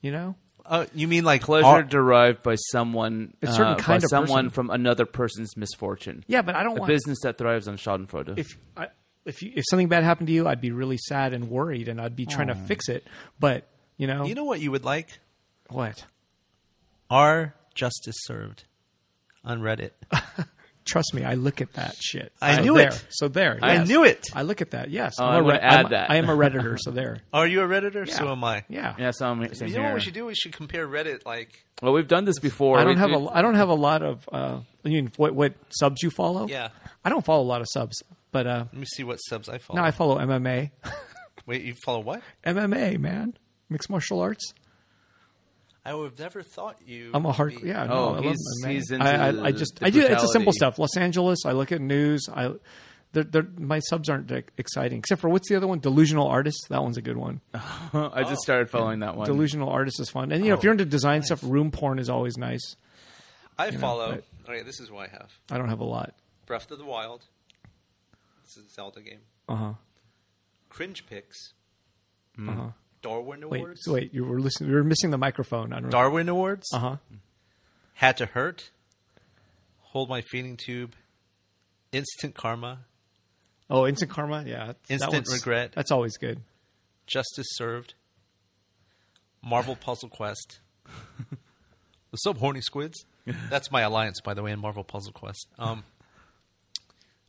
S1: You know?
S3: uh, you mean like
S2: Pleasure
S3: art-
S2: derived by someone,
S1: A certain
S2: uh,
S1: kind
S2: by
S1: of
S2: someone
S1: person.
S2: from another person's misfortune.
S1: Yeah, but I don't
S2: a
S1: want
S2: business that thrives on Schadenfreude.
S1: if I, if you, if something bad happened to you, I'd be really sad and worried, and I'd be trying to fix it. But you know,
S3: Oh. You know what you would like?
S1: what?
S3: Are justice served on Reddit?
S1: Trust me, I look at that shit.
S3: I
S1: So
S3: knew
S1: there.
S3: it.
S1: So there,
S3: I
S1: yes.
S3: knew it.
S1: I look at that. Yes,
S2: Oh, I
S1: I'm a
S2: would
S1: Re-
S2: add
S1: I'm,
S2: that.
S1: I am a redditor, so there.
S3: Are you a redditor? So
S1: Yeah.
S3: am I.
S1: Yeah.
S2: yeah, so I'm same
S3: You know what
S2: here.
S3: we should do? We should compare Reddit like
S2: Well, we've done this before.
S1: I don't
S2: We-
S1: have
S2: we-
S1: a I don't have a lot of uh I mean what what subs you follow?
S3: Yeah.
S1: I don't follow a lot of subs, but uh
S3: let me see what subs I follow.
S1: now I follow MMA.
S3: Wait, you follow what?
S1: MMA, man. Mixed martial arts.
S3: I would have never thought you.
S1: I'm a
S3: would
S1: hard
S3: be-
S1: yeah,
S2: Oh,
S1: no, I love
S2: he's-
S1: MMA.
S2: he's into
S1: I, I, I
S2: the
S1: just I do it's the simple
S2: brutality.
S1: stuff. Los Angeles, I look at news, I They're, they're, my subs aren't that exciting, except for what's the other one? Delusional Artist. That one's a Oh. good one.
S2: Uh-huh. I just started following that one.
S1: Delusional Artist is fun. And, you know, if
S2: Oh,
S1: you're into design stuff, room porn is always nice.
S3: I follow. okay, this is what I have:
S1: I don't have a lot.
S3: Breath of the Wild. This is a Zelda game.
S1: Uh
S2: Uh-huh.
S1: huh.
S3: Cringe picks. Mm-hmm.
S1: Uh
S3: Uh-huh.
S1: huh.
S3: Darwin
S1: Wait,
S3: Awards.
S1: wait, you were listening. You were missing the microphone. I don't know.
S3: Darwin Awards.
S1: Uh huh.
S3: Had to hurt. Hold my feeding tube. Instant karma.
S1: Oh, instant karma. Yeah, that
S3: Instant
S1: one's-
S3: regret.
S1: That's always good.
S3: Justice served. Marvel Puzzle Quest. the sub horny squids. That's my alliance, by the way, in Marvel Puzzle Quest. Um,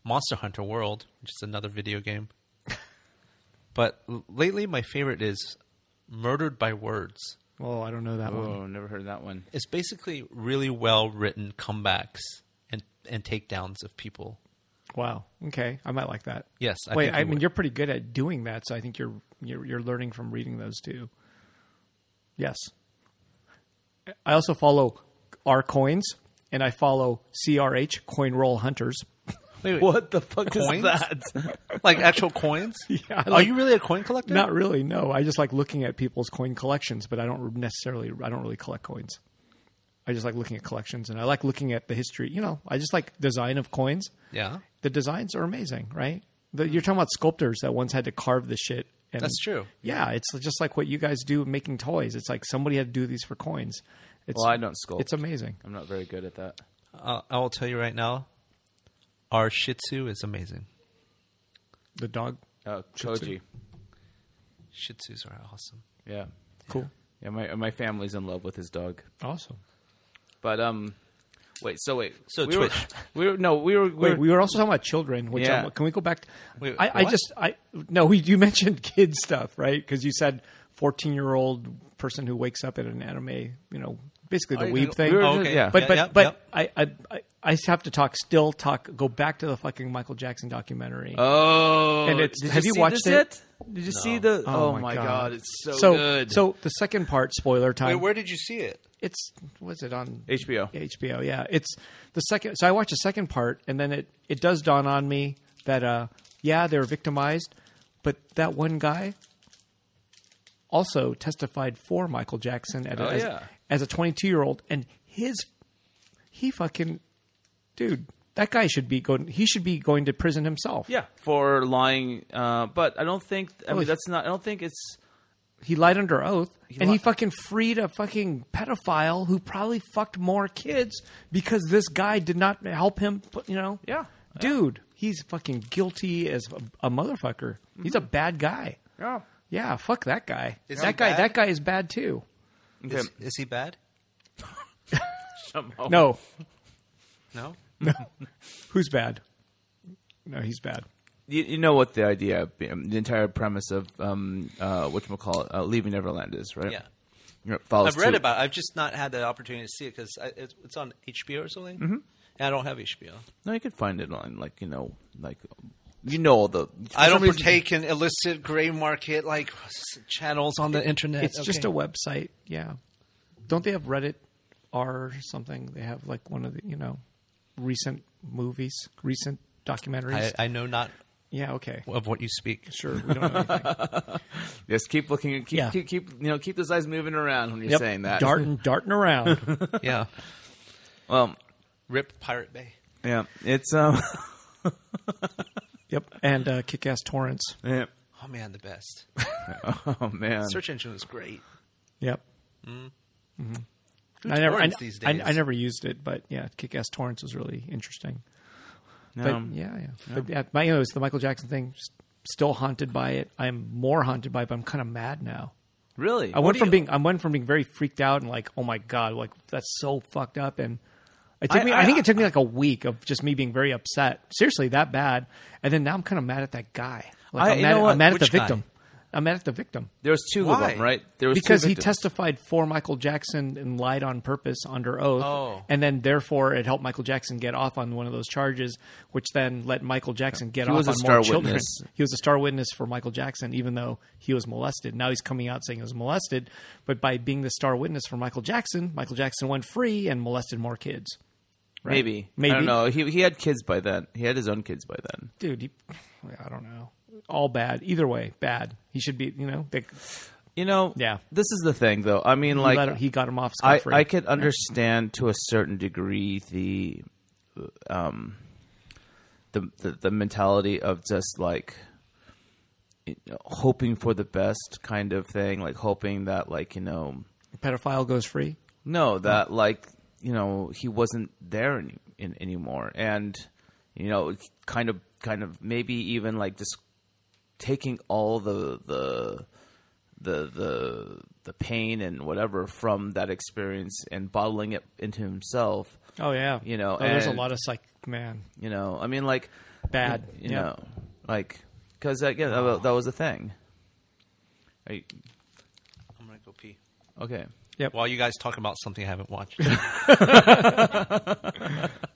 S3: Monster Hunter World, which is another video game. But l- lately, my favorite is Murdered by Words.
S1: Oh, I don't know that one.
S2: Oh, never heard that one.
S3: It's basically really well written comebacks and and takedowns of people.
S1: Wow. Okay, I might like that.
S3: Yes, I
S1: Wait,
S3: think
S1: I
S3: you
S1: mean
S3: would.
S1: you're pretty good at doing that, so I think you're you're, you're learning from reading those too. Yes. I also follow R coins and I follow CRH coin roll hunters.
S3: Wait, wait.
S2: What the fuck
S3: Coins?
S2: is that?
S3: Like actual coins?
S1: Yeah, I
S3: Are
S1: like-
S3: you really a coin collector?
S1: Not really, no. I just like looking at people's coin collections, but I don't necessarily I don't really collect coins. I just like looking at collections and I like looking at the history, you know. I just like design of coins.
S3: Yeah,
S1: The designs are amazing, right? The, you're talking about sculptors that once had to carve the shit and
S3: that's true.
S1: Yeah, it's just like what you guys do making toys. It's like somebody had to do these for coins. It's
S2: Well, I don't sculpt.
S1: it's amazing.
S2: I'm not very good at that.
S3: Uh, I will tell you right now, our Shih Tzu is amazing.
S1: The dog,
S2: Oh,
S1: Tzu.
S2: Koji.
S3: Shih Tzus are awesome.
S2: Yeah,
S1: cool,
S2: yeah. My my family's in love with his dog.
S1: awesome.
S2: But um, wait. So wait.
S3: So
S2: we
S3: Twitch.
S2: Were, we were no. We were. We
S1: Wait,
S2: were-
S1: we were also talking about children. Which
S2: Yeah.
S1: I'm- can we go back?
S3: Wait,
S1: I, I
S3: what?
S1: just I no, we, you mentioned kid stuff, right? Because you said 14 year old person who wakes up at an anime, you know, basically the
S3: you
S1: weeb
S3: gonna-
S1: thing.
S2: we were
S3: Oh,
S2: just-
S3: okay.
S2: Yeah.
S1: but
S3: Yeah,
S1: but
S3: yeah,
S1: but
S3: yeah.
S1: I, I I I have to talk. Still talk. Go back to the fucking Michael Jackson documentary.
S2: Oh,
S1: And it's-
S2: did
S1: have you
S2: see
S1: watched
S2: this
S1: it?
S2: yet? Did you see the?
S1: Oh
S2: Oh,
S1: my
S2: my
S1: God.
S2: god. it's so,
S1: so
S2: good.
S1: so the second part, spoiler time.
S3: did you see it?
S1: it's was it on
S2: HBO.
S1: Yeah, HBO, yeah. It's the second. So I watched the second part, and then it it does dawn on me that uh, yeah, they're victimized, but that one guy also testified for Michael Jackson at a,
S2: Oh,
S1: as,
S2: yeah.
S1: as a 22 year old, and his he fucking dude, that guy should be going. He should be going to prison himself.
S2: Yeah, for lying. Uh, but I don't think. I
S1: Oh,
S2: mean, that's not. I don't think it's.
S1: he lied under oath and he
S2: li-
S1: fucking freed a fucking pedophile who probably fucked more kids because this guy did not help him put- you know
S2: Yeah.
S1: dude he's fucking guilty as a, a motherfucker he's a
S2: Mm-hmm.
S1: bad guy
S2: Yeah.
S1: yeah fuck that guy
S3: Is he
S1: that guy
S3: bad?
S1: that guy is bad too
S2: Okay.
S3: Is, is he bad?
S2: somehow.
S1: no
S3: No.
S1: who's bad no he's bad
S2: you, you know what the idea, um, the entire premise of um, uh, what you call it, uh, leaving Neverland is, right?
S3: Yeah.
S2: It follows
S3: I've read
S2: two-
S3: about. it. I've just not had the opportunity to see it because it's, it's on HBO or something. Mm-hmm. And I don't have HBO.
S2: No, you could find it on like you know, like you know all the.
S3: I
S2: for
S3: don't
S2: some reason-
S3: partake in illicit gray market like s- channels on the internet.
S1: it's just a website yeah don't they have reddit r or something they have like one of the you know recent movies recent documentaries
S3: I, I know not
S1: yeah okay
S3: of what you speak.
S1: Sure, we don't know anything.
S2: Just keep looking. Keep,
S1: Yeah.
S2: keep keep you know keep those eyes moving around when you're saying that.
S1: darting, darting around.
S3: Yeah.
S2: Well,
S3: Rip Pirate Bay.
S2: yeah, it's um.
S1: yep, and uh, kick-ass torrents.
S2: yeah.
S3: Oh man, the best.
S2: Oh man.
S3: Search engine was great.
S1: Yep. Mm-hmm. I never, I,
S3: torrents these
S1: I,
S3: days?
S1: I never used it, but yeah, kick-ass torrents was really interesting. But
S2: Um,
S1: yeah, yeah. But yeah, my, you know, it's the Michael Jackson thing. s- Still haunted by it. I'm more haunted by it, but I'm kind of mad now.
S2: Really?
S1: I went from being I went from being very freaked out and like, oh my god, like that's so fucked up. And it took
S2: I-
S1: me. I,
S2: I-
S1: think it took me like a week of just me being very upset, seriously that bad. And then now I'm kind of mad at that guy. Like
S2: I-
S1: I'm
S2: you
S1: mad,
S2: know
S1: at-
S2: what?
S1: I'm mad at the
S3: Which guy?
S1: victim. I'm mad at the victim
S2: There was two
S3: Why?
S2: of them, right? There was two
S1: because he
S2: victims.
S1: testified for Michael Jackson and lied on purpose under oath,
S3: Oh.
S1: and then therefore it helped Michael Jackson get off on one of those charges, which then let Michael Jackson get
S2: He
S1: off
S2: was a
S1: on
S2: star
S1: more children.
S2: witness.
S1: He was a star witness for Michael Jackson, even though he was molested. Now he's coming out saying he was molested, but by being the star witness for Michael Jackson, Michael Jackson went free and molested more kids. right?
S2: Maybe.
S1: Maybe.
S2: I don't know. He he had kids by then. He had his own kids by then.
S1: Dude, he, I don't know. All bad. Either way, bad. He should be, you know, they,
S2: You know.
S1: Yeah.
S2: This is the thing, though. I mean,
S1: he
S2: like
S1: let him- he got him off
S2: I,
S1: scot free.
S2: I could understand to a certain degree the um the the, the mentality of just like you know, hoping for the best kind of thing, like hoping that like you know
S1: Pedophile goes free.
S2: no that like you know he wasn't there any, in, anymore, and you know kind of kind of maybe even like just taking all the the the the the pain and whatever from that experience and bottling it into himself.
S1: Oh yeah.
S2: You know,
S1: Oh, there's a
S2: and-
S1: lot of psych. Man,
S2: You know, I mean, like
S1: bad.
S2: you
S1: Yeah.
S2: know, like because yeah, that, that was a thing. Are you-
S3: I'm gonna go pee.
S2: okay,
S1: Yep.
S3: While you guys talk about something I haven't watched,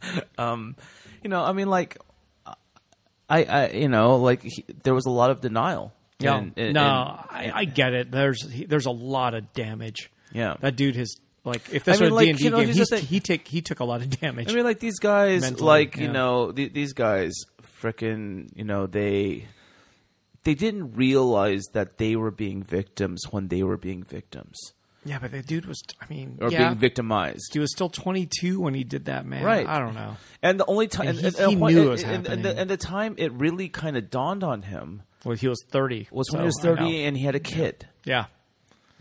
S2: you know, I mean, like I, I you know, like he, there was a lot of denial.
S1: Yeah.
S2: And- and-
S1: no, I,
S2: and-
S1: I get it. There's he, there's a lot of damage.
S2: Yeah.
S1: That dude has like if this
S2: I mean,
S1: were a
S2: like,
S1: D&D
S2: you know,
S1: game,
S2: here's the
S1: he's,
S2: thing.
S1: he take he took a lot of damage.
S2: I mean, like these guys,
S1: Mentally,
S2: like you
S1: yeah.
S2: know, th- these guys, frickin', you know, they they didn't realize that they were being victims when they were being victims
S1: yeah, but the dude was I mean,
S2: or
S1: yeah,
S2: being victimized.
S1: he was still 22 when he did that, man.
S2: Right.
S1: I don't know.
S2: And the only time,
S1: And
S2: and,
S1: he-
S2: and- and
S1: he
S2: when-
S1: knew it was
S2: and- and- and
S1: happening.
S2: the, and the time it really kind of dawned on him
S1: Well, he was 30.
S2: was
S1: so
S2: when he was
S1: I know.
S2: thirty Oh. and he had a kid.
S1: Yeah.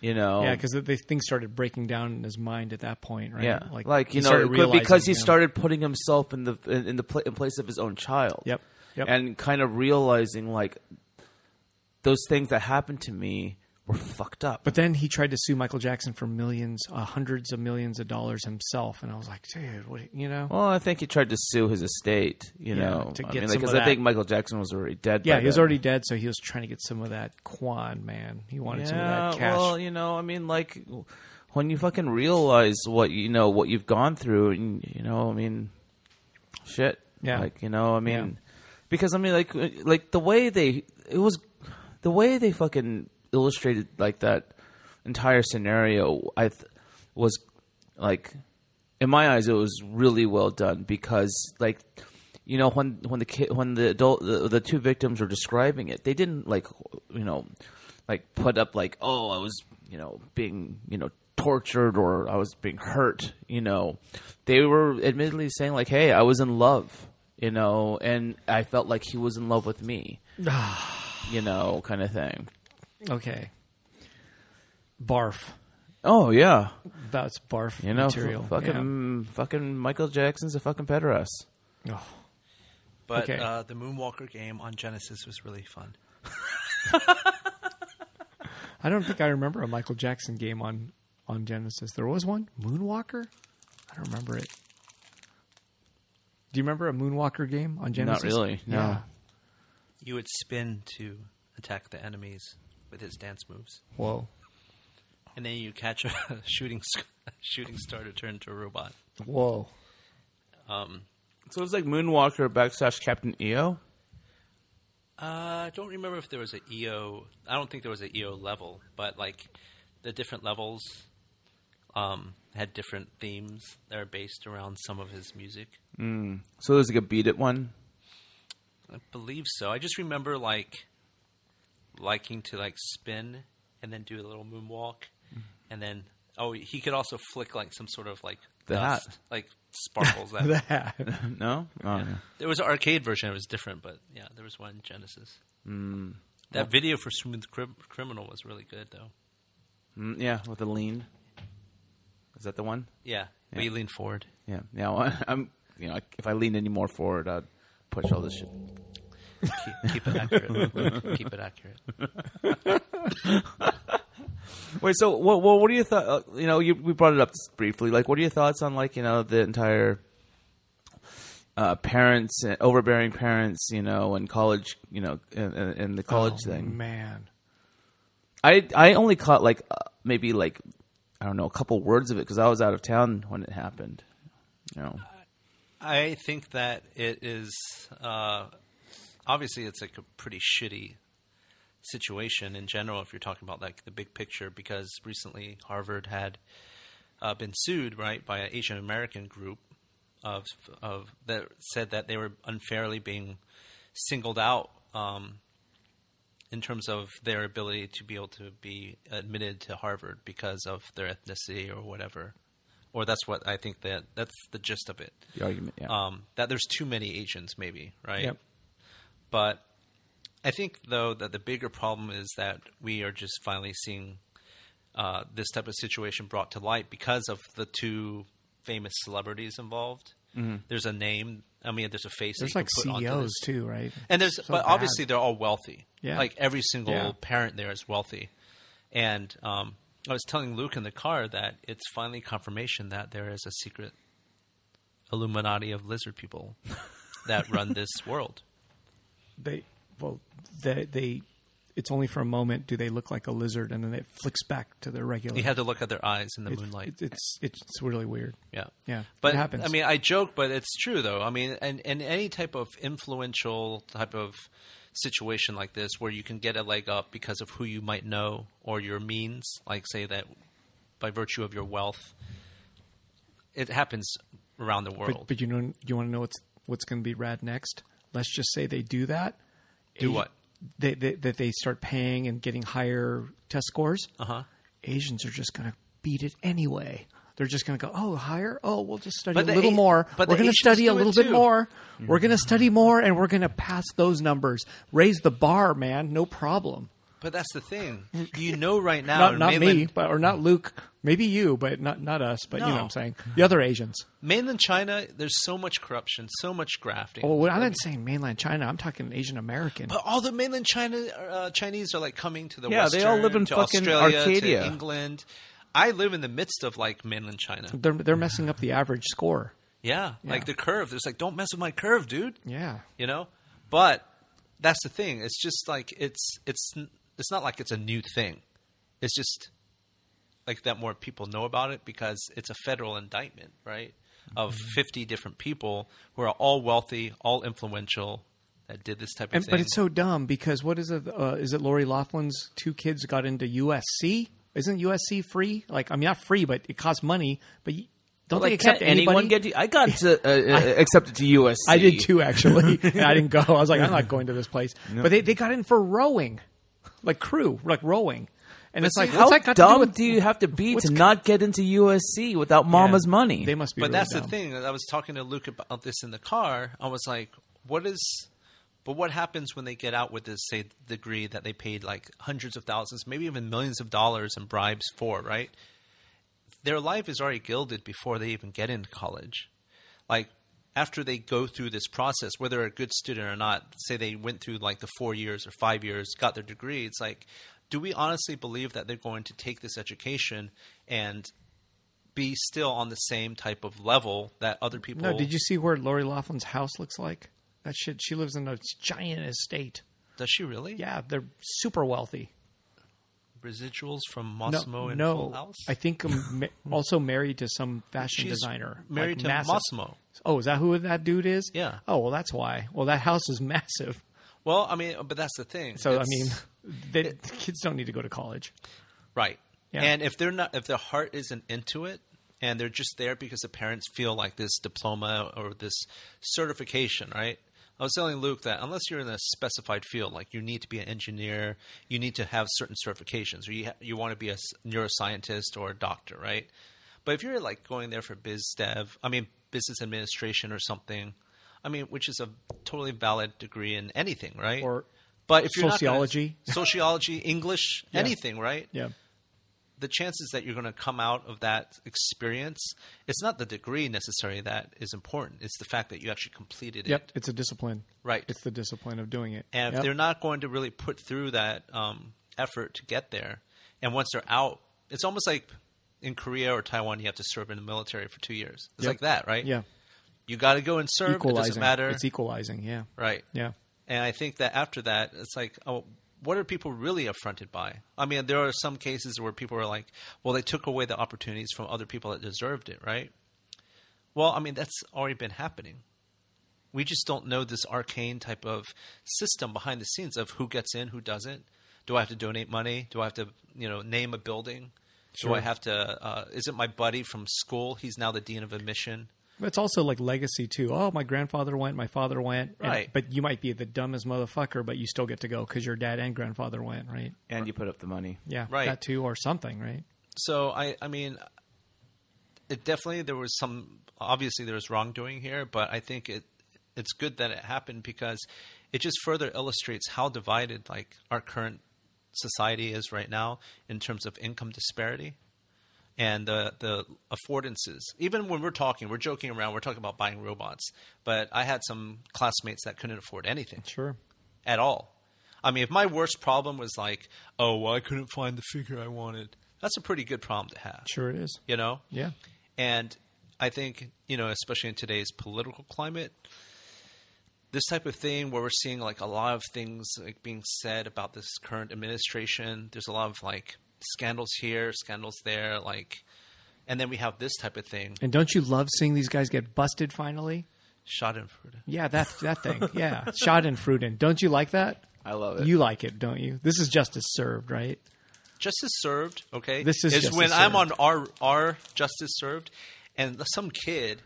S2: You know,
S1: Yeah, because the, the things started breaking down in his mind at that point, right?
S2: Yeah, like,
S1: he
S2: you know,
S1: started
S2: it could-
S1: realizing,
S2: because he
S1: yeah.
S2: started putting himself in the in, in the pla in place of his own child.
S1: Yep, yep.
S2: and kind of realizing like those things that happened to me were fucked up.
S1: But then he tried to sue Michael Jackson for millions, uh, hundreds of millions of dollars himself, and I was like, dude, what? You know?
S2: well, I think he tried to sue his estate. You
S1: Yeah,
S2: know,
S1: to
S2: I
S1: get
S2: mean,
S1: some of
S2: because I
S1: that.
S2: think Michael Jackson was already dead.
S1: yeah,
S2: by
S1: he was
S2: then.
S1: already dead, so he was trying to get some of that Quan man. He wanted some
S2: Yeah,
S1: of that cash.
S2: well, you know, I mean, like when you fucking realize what you know what you've gone through, and you know, I mean, shit.
S1: Yeah.
S2: like you know, I mean,
S1: Yeah.
S2: because I mean, like, like the way they it was, the way they fucking illustrated like that entire scenario, I th- was like, in my eyes, it was really well done because like. You know when when the kid when the adult the, the two victims were describing it, they didn't like you know like put up like oh i was you know being you know tortured or i was being hurt you know they were admittedly saying like hey i was in love you know and i felt like he was in love with me you know kind of thing
S1: okay. Barf.
S2: oh yeah
S1: That's barf
S2: you know f-
S1: material.
S2: fucking fucking michael jackson's a fucking pederast
S1: Yeah. Oh.
S3: but
S1: Okay.
S3: uh, the Moonwalker game on Genesis was really fun.
S1: I don't think I remember a Michael Jackson game on on Genesis. There was one Moonwalker. I don't remember it. Do you remember a Moonwalker game on Genesis?
S2: really, no.
S1: Yeah.
S3: You would spin to attack the enemies with his dance moves,
S1: Whoa.
S3: and then you catch a shooting s- shooting star to turn into a robot.
S1: Whoa.
S3: Um,
S2: so it's like moonwalker backslash captain E eo
S3: Uh, I don't remember if there was an EO. I don't think there was an EO level, but like the different levels um, had different themes that are based around some of his music.
S2: so there's like a beat it one
S3: I believe so. I just remember like liking to like spin and then do a little moonwalk,
S2: Mm-hmm.
S3: and then oh, he could also flick like some sort of like
S2: The hat.
S3: dust, like sparkles. That
S1: That.
S2: no oh, yeah.
S3: there was an arcade version. It was different, but yeah, there was one in Genesis.
S2: Mm.
S3: That video for Smooth Crim- Criminal was really good though.
S2: Mm, yeah with a lean is that the one
S3: Yeah, but you lean forward.
S2: Yeah. Now I- I'm, you know, if I leaned any more forward, I'd push all this shit.
S3: Keep, keep it accurate. Luke. keep it accurate.
S2: Wait. So, what, what, what are your thoughts? You know, you, we brought it up briefly. Like, what are your thoughts on like you know the entire uh, parents, uh, overbearing parents, you know, and college, you know, and, and and the college
S1: Oh,
S2: thing?
S1: Man.
S2: I I only caught like uh, maybe like I don't know a couple words of it because I was out of town when it happened. You know.
S3: I think that it is uh, obviously it's like a pretty shitty situation in general if you're talking about like the big picture because recently Harvard had uh, been sued right by an Asian American group of of that said that they were unfairly being singled out um, in terms of their ability to be able to be admitted to Harvard because of their ethnicity or whatever. Or that's what I think that that's the gist of it.
S2: The argument, yeah.
S3: Um, that there's too many Asians, maybe right.
S1: Yep.
S3: But I think though that the bigger problem is that we are just finally seeing uh, this type of situation brought to light because of the two famous celebrities involved. There's a name. I mean, there's a face.
S1: Mm-hmm. There's
S3: that you
S1: like E
S3: can put onto
S1: CEOs
S3: this.
S1: too, right?
S3: And there's,
S1: So
S3: but
S1: bad.
S3: obviously they're all wealthy.
S1: Yeah.
S3: Like every single
S1: Yeah.
S3: parent there is wealthy. And um, I was telling Luke in the car that it's finally confirmation that there is a secret Illuminati of lizard people that run this world.
S1: they well they they it's only for a moment do they look like a lizard and then it flicks back to their regular
S3: You have to look at their eyes in the
S1: it's,
S3: moonlight.
S1: it's, it's it's really weird
S3: Yeah.
S1: Yeah,
S3: But
S1: it happens.
S3: I mean, I joke, but it's true though. I mean, and, and any type of influential type of situation like this where you can get a leg up because of who you might know or your means, like say that by virtue of your wealth, it happens around the world.
S1: but, but you know you want to know what's what's going to be rad next let's just say they do that
S3: Do what?
S1: they, they that they start paying and getting higher test scores
S3: Uh-huh.
S1: asians are just going to beat it anyway they're just going to go oh higher oh we'll just study
S3: But
S1: a
S3: the
S1: little
S3: A-
S1: more
S3: but
S1: we're
S3: the
S1: going to
S3: Asians
S1: study a
S3: do it
S1: little bit
S3: too.
S1: more we're going to study more and we're going to pass those numbers raise the bar man no problem
S3: But that's the thing. You know right now
S1: not
S3: in
S1: not
S3: mainland,
S1: me, but or not Luke. Maybe you, but not not us. But you know
S3: No.
S1: what I'm saying. The other Asians.
S3: mainland China, there's so much corruption, so much grafting.
S1: Well, I'm not saying mainland China. I'm talking Asian American.
S3: But all the mainland China uh, Chinese are like coming to the
S2: Yeah,
S3: Western,
S2: they all live in
S3: to
S2: fucking
S3: Australia,
S2: Arcadia.
S3: to England. I live in the midst of like mainland China.
S1: They're they're messing up the average score.
S3: Yeah, like the curve. There's like, don't mess with my curve, dude.
S1: Yeah,
S3: You know, but that's the thing. It's just like it's it's it's not like it's a new thing. It's just like that more people know about it because it's a federal indictment, right? Of
S2: Mm-hmm.
S3: fifty different people who are all wealthy, all influential, that did this type of
S1: and,
S3: thing.
S1: but it's so dumb because what is it? Uh, is it Lori Laughlin's two kids got into USC? Isn't USC free? Like, I mean, not free, but it costs money. But you, don't they
S2: like, can
S1: accept
S2: anyone
S1: anybody?
S2: get to? I got to, uh, uh, accepted to USC.
S1: I did too, actually. and I didn't go. I was like, I'm not going to this place. But they, they got in for rowing, like crew, like rowing. And it's like,
S2: How
S1: what's that got to
S2: dumb
S1: do with
S2: do you have to be
S1: what's
S2: to
S1: co-
S2: not get into USC without Mama's
S1: Yeah.
S2: money?
S1: They must be.
S3: but
S1: really
S3: that's
S1: dumb.
S3: the thing. I was talking to Luke about this in the car. I was like, "What is?" But what happens when they get out with this, say, degree that they paid like hundreds of thousands, maybe even millions of dollars in bribes for? Right? Their life is already gilded before they even get into college. Like after they go through this process, whether a good student or not, say they went through like the four years or five years, got their degree. It's like, do we honestly believe that they're going to take this education and be still on the same type of level that other people.
S1: No, did you see where Lori Laughlin's house looks like? That shit. She lives in a giant estate.
S3: Does she really?
S1: Yeah, they're super wealthy.
S3: Residuals from
S1: No,
S3: Mossimo and
S1: no.
S3: Full House.
S1: I think um, ma- also married to some fashion
S3: She's
S1: designer.
S3: married
S1: like
S3: to
S1: massive.
S3: Mossimo.
S1: Oh, is that who that dude is?
S3: Yeah.
S1: Oh, well, that's why. Well, that house is massive.
S3: Well, I mean, but that's the thing.
S1: So I
S3: It's-
S1: mean, they, kids don't need to go to college.
S3: right?
S1: Yeah.
S3: And if they're not, if their heart isn't into it, and they're just there because the parents feel like this diploma or this certification, right? I was telling Luke that unless you're in a specified field, like you need to be an engineer, you need to have certain certifications, or you ha- you want to be a s- neuroscientist or a doctor, right? But if you're like going there for biz dev, I mean business administration or something, I mean, which is a totally valid degree in anything, right?
S1: Or
S3: but if you're not gonna-
S1: sociology.
S3: sociology, English, anything, right?
S1: Yeah.
S3: the chances that you're going to come out of that experience it's not the degree necessarily that is important it's the fact that you actually completed
S1: Yep.
S3: it
S1: It's a discipline.
S3: Right.
S1: It's the discipline of doing it.
S3: and if
S1: Yep.
S3: they're not going to really put through that um, effort to get there and once they're out it's almost like in korea or taiwan you have to serve in the military for two years it's
S1: Yep.
S3: like that right
S1: yeah,
S3: you got to go and serve it
S1: equalizing.
S3: doesn't matter
S1: It's equalizing. Yeah.
S3: right
S1: Yeah.
S3: And I think that after that, it's like, oh, what are people really affronted by? I mean, there are some cases where people are like, well, they took away the opportunities from other people that deserved it, right? Well, I mean, that's already been happening. We just don't know this arcane type of system behind the scenes of who gets in, who doesn't. Do I have to donate money? Do I have to, you know, name a building? Do I have to? Uh, is it my buddy from school? He's now the dean of admission.
S1: It's also like legacy too. Oh, my grandfather went, my father went, and-
S3: Right.
S1: but you might be the dumbest motherfucker, but you still get to go because your dad and grandfather went, right?
S2: and you put up the money.
S1: Yeah,
S3: Right.
S1: That too, or something, right?
S3: So I, I mean, it definitely there was some. Obviously, there was wrongdoing here, but I think it it's good that it happened because it just further illustrates how divided like our current society is right now in terms of income disparity and the the affordances. Even when we're talking, we're joking around. We're talking about buying robots, but I had some classmates that couldn't afford anything
S1: Sure.
S3: at all. I mean, if my worst problem was like, oh, well, I couldn't find the figure I wanted, that's a pretty good problem to have,
S1: Sure, it is.
S3: you know?
S1: Yeah.
S3: And I think, you know, especially in today's political climate, this type of thing where we're seeing like a lot of things like being said about this current administration, there's a lot of like scandals here, scandals there, like, and then we have this type of thing,
S1: And don't you love seeing these guys get busted finally?
S3: Schadenfreude.
S1: Yeah, that that thing. Yeah, Schadenfreude. Don't you like that?
S2: I love it.
S1: You like it, don't you? This is justice served, right?
S3: justice served. Okay,
S1: This is justice
S3: when I'm on our our justice served, and some kid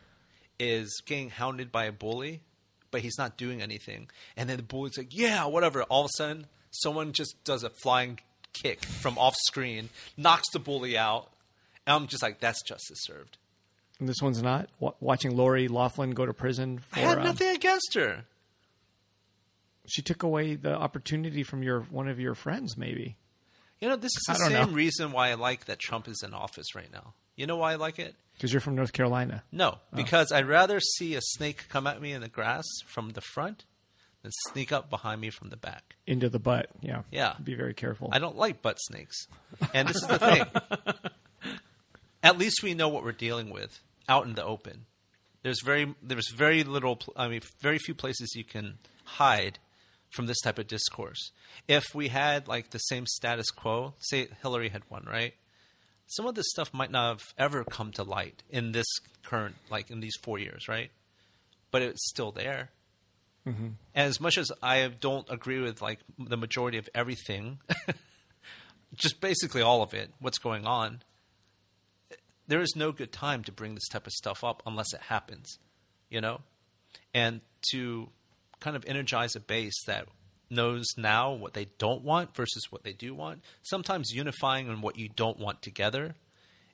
S3: is getting hounded by a bully, but he's not doing anything, and then the bully's like, "Yeah, whatever." All of a sudden, someone just does a flying kick from off screen, knocks the bully out, and I'm just like, "That's justice served."
S1: And this one's not Wa watching Lori Laughlin go to prison for
S3: I had
S1: um,
S3: nothing against her.
S1: she took away the opportunity from your one of your friends, maybe.
S3: You know, this is
S1: I
S3: the
S1: don't
S3: same
S1: know.
S3: reason why I like that Trump is in office right now. You know why I like it?
S1: Because you're from North Carolina.
S3: No, because I'd rather see a snake come at me in the grass from the front than sneak up behind me from the back.
S1: Into the butt. Yeah.
S3: Yeah.
S1: Be very careful.
S3: I don't like butt snakes. And this is the thing. at least we know what we're dealing with out in the open. There's very there's very little pl- I mean very few places you can hide from this type of discourse. If we had like the same status quo, say Hillary had won, right? Some of this stuff might not have ever come to light in this current like in these 4 years, right? But it's still there. And as much as I don't agree with like the majority of everything, just basically all of it, what's going on, there is no good time to bring this type of stuff up unless it happens, you know? And to kind of energize a base that knows now what they don't want versus what they do want, sometimes unifying on what you don't want together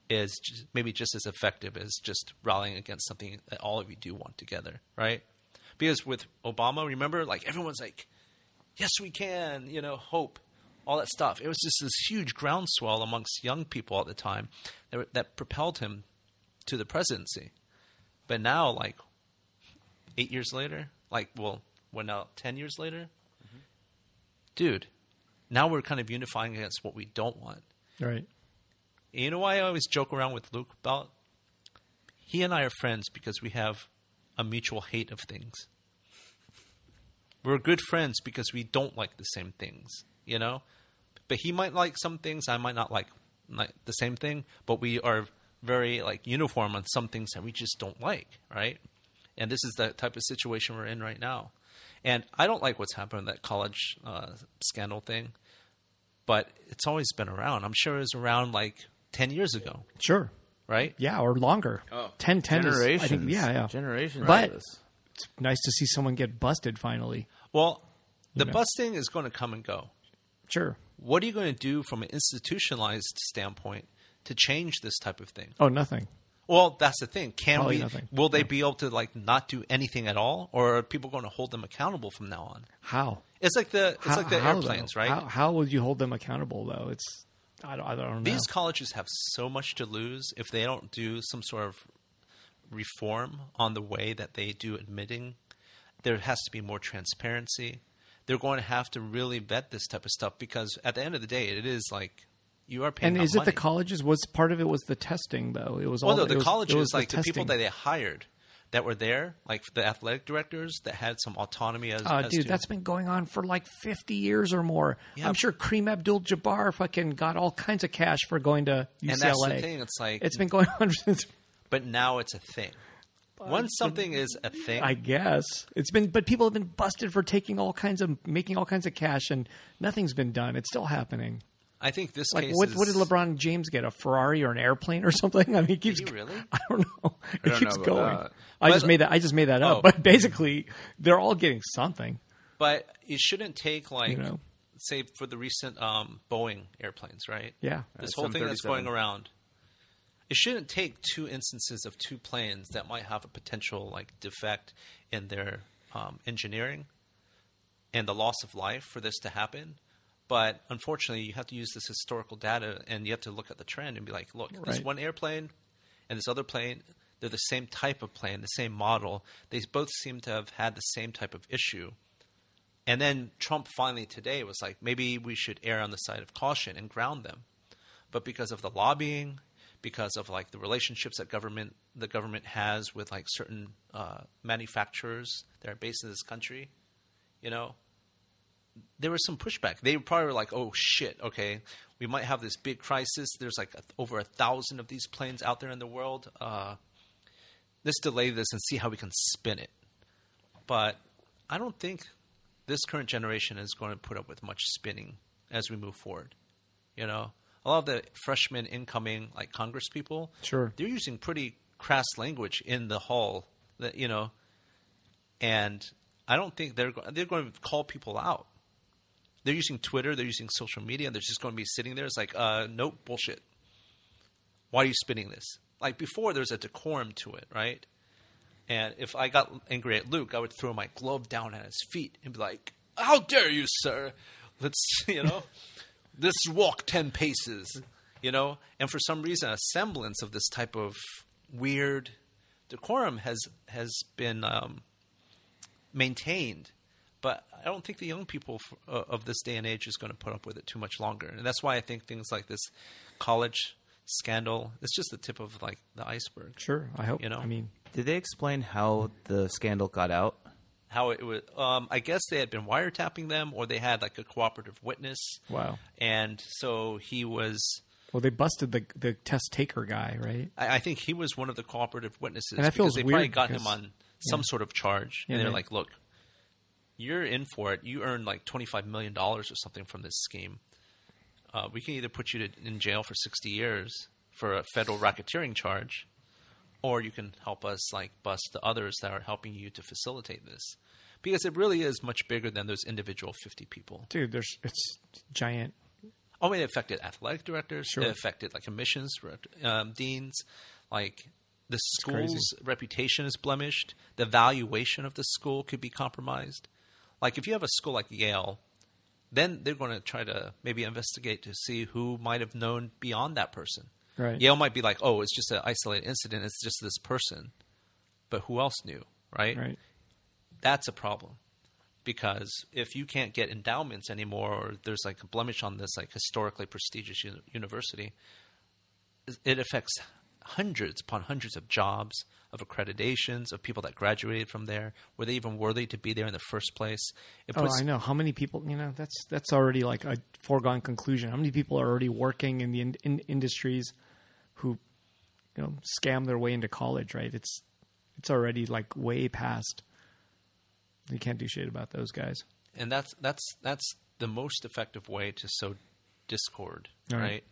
S3: is just, maybe just as effective as just rallying against something that all of you do want together, right? Because with Obama, remember, like everyone's like, yes, we can, you know, hope, all that stuff. It was just this huge groundswell amongst young people at the time that, were- that propelled him to the presidency. But now, like eight years later, like, well, what now, 10 years later? Dude, now we're kind of unifying against what we don't want.
S1: right.
S3: You know why I always joke around with Luke about? He and I are friends because we have a mutual hate of things. We're good friends because we don't like the same things, you know? But he might like some things, I might not like, like the same thing, but we are very like uniform on some things that we just don't like, right? And this is the type of situation we're in right now. And I don't like what's happened with that college uh, scandal thing but it's always been around. I'm sure it was around like 10 years ago,
S1: Sure.
S3: right?
S1: Yeah, or longer.
S2: Oh.
S1: Ten, ten is- I think-
S2: Generations.
S1: yeah, yeah.
S2: Generations
S1: But
S2: of this.
S1: it's nice to see someone get busted finally.
S3: Well, the
S1: Yeah.
S3: busting is going to come and go.
S1: Sure.
S3: What are you going to do from an institutionalized standpoint to change this type of thing?
S1: Oh, nothing.
S3: Well, that's the thing. Can
S1: Probably
S3: we?
S1: nothing.
S3: Will they be able to like not do anything at all, or are people going to hold them accountable from now on?
S1: How?
S3: It's like the it's
S1: how,
S3: like the
S1: how,
S3: airplanes,
S1: though?
S3: right?
S1: How, how would you hold them accountable though? It's I don't, I don't know.
S3: These colleges have so much to lose if they don't do some sort of reform on the way that they do admitting. There has to be more transparency. They're going to have to really vet this type of stuff because at the end of the day, it is like you are paying.
S1: and
S3: out
S1: is it the
S3: money.
S1: colleges? Was part of it was the testing though? It was
S3: Well,
S1: all
S3: no,
S1: it
S3: the
S1: was- it
S3: colleges,
S1: was
S3: like the, people
S1: testing.
S3: that they hired that were there, like the athletic directors that had some autonomy as,
S1: Uh,
S3: as
S1: dude,
S3: to-
S1: that's been going on for like 50 years or more.
S3: Yeah.
S1: I'm sure Kareem Abdul-Jabbar fucking got all kinds of cash for going to UCLA.
S3: and that's the thing. It's like,
S1: It's been going on since,
S3: but now it's a thing. Once something is a thing,
S1: I guess it's been, but people have been busted for taking all kinds of making all kinds of cash, and nothing's been done. It's still happening.
S3: I think this
S1: Like,
S3: case
S1: what,
S3: is,
S1: what did LeBron James get? A Ferrari or an airplane or something? I mean, he keeps.
S3: he really?
S1: I don't know. It
S2: don't
S1: keeps
S2: know about
S1: going.
S2: that.
S1: I
S3: But-
S1: just made that. I just made that up.
S3: Oh.
S1: But basically, they're all getting something.
S3: But it shouldn't take like
S1: You know.
S3: say for the recent um, Boeing airplanes, right?
S1: Yeah.
S3: This
S2: Uh,
S3: whole thing that's
S2: 737.
S3: going around. It shouldn't take two instances of two planes that might have a potential like defect in their um, engineering and the loss of life for this to happen. But unfortunately, you have to use this historical data and you have to look at the trend and be like, look, this
S1: Right.
S3: one airplane and this other plane, they're the same type of plane, the same model. They both seem to have had the same type of issue. And then Trump finally today was like, maybe we should err on the side of caution and ground them. But because of the lobbying, because of like the relationships that government the government has with like certain uh, manufacturers that are based in this country, you know, there was some pushback. They probably were like, "Oh shit, okay, we might have this big crisis. There's like a, over a thousand of these planes out there in the world. Uh, let's delay this and see how we can spin it." But I don't think this current generation is going to put up with much spinning as we move forward. You know, a lot of the freshmen incoming, like Congress people,
S1: Sure.
S3: they're using pretty crass language in the hall. That you know, and I don't think they're go- they're going to call people out. They're using Twitter, they're using social media, they're just going to be sitting there. It's like, uh, nope, bullshit. Why are you spinning this? Like before, there's a decorum to it, right? And if I got angry at Luke, I would throw my glove down at his feet and be like, "How dare you, sir? Let's you know, let's walk ten paces." You know, and for some reason, a semblance of this type of weird decorum has has been um, maintained. But I don't think the young people f- uh, of this day and age is going to put up with it too much longer, and that's why I think things like this college scandal it's just the tip of like the iceberg.
S1: Sure. I hope.
S3: You know.
S1: I mean,
S2: Did they explain how the scandal got out?
S3: how it was. Um, I guess they had been wiretapping them, or they had like a cooperative witness.
S1: wow.
S3: And so he was.
S1: Well, they busted the the test taker guy, right?
S3: I, I think he was one of the cooperative witnesses
S1: And that
S3: because
S1: feels
S3: they probably
S1: weird
S3: got
S1: because-
S3: him on some sort of charge,
S1: Yeah,
S3: and they're
S1: they-
S3: like, "Look, you're in for it. You earned like twenty five million dollars or something from this scheme. Uh, we can either put you to, in jail for sixty years for a federal racketeering charge, or you can help us like bust the others that are helping you to facilitate this." Because it really is much bigger than those individual fifty people.
S1: Dude, there's it's giant.
S3: I mean, Oh, it affected athletic directors.
S1: Sure.
S3: It affected like admissions direct- um, deans. Like the
S1: crazy.
S3: school's reputation is blemished. The valuation of the school could be compromised. Like if you have a school like Yale, then they're going to try to maybe investigate to see who might have known beyond that person.
S1: Right.
S3: Yale might be like, oh, it's just an isolated incident. It's just this person, but who else knew? Right.
S1: Right.
S3: That's a problem because if you can't get endowments anymore or there's like a blemish on this like historically prestigious uni- university it affects hundreds upon hundreds of jobs of accreditations of people that graduated from there were they even worthy to be there in the first place it
S1: Oh,
S3: puts
S1: I know. How many people? You know, that's that's already like a foregone conclusion. How many people are already working in the in, in industries who, you know, scam their way into college? Right. It's it's already like way past. You can't do shit about those guys.
S3: and that's that's that's the most effective way to sow discord
S1: Right.
S3: right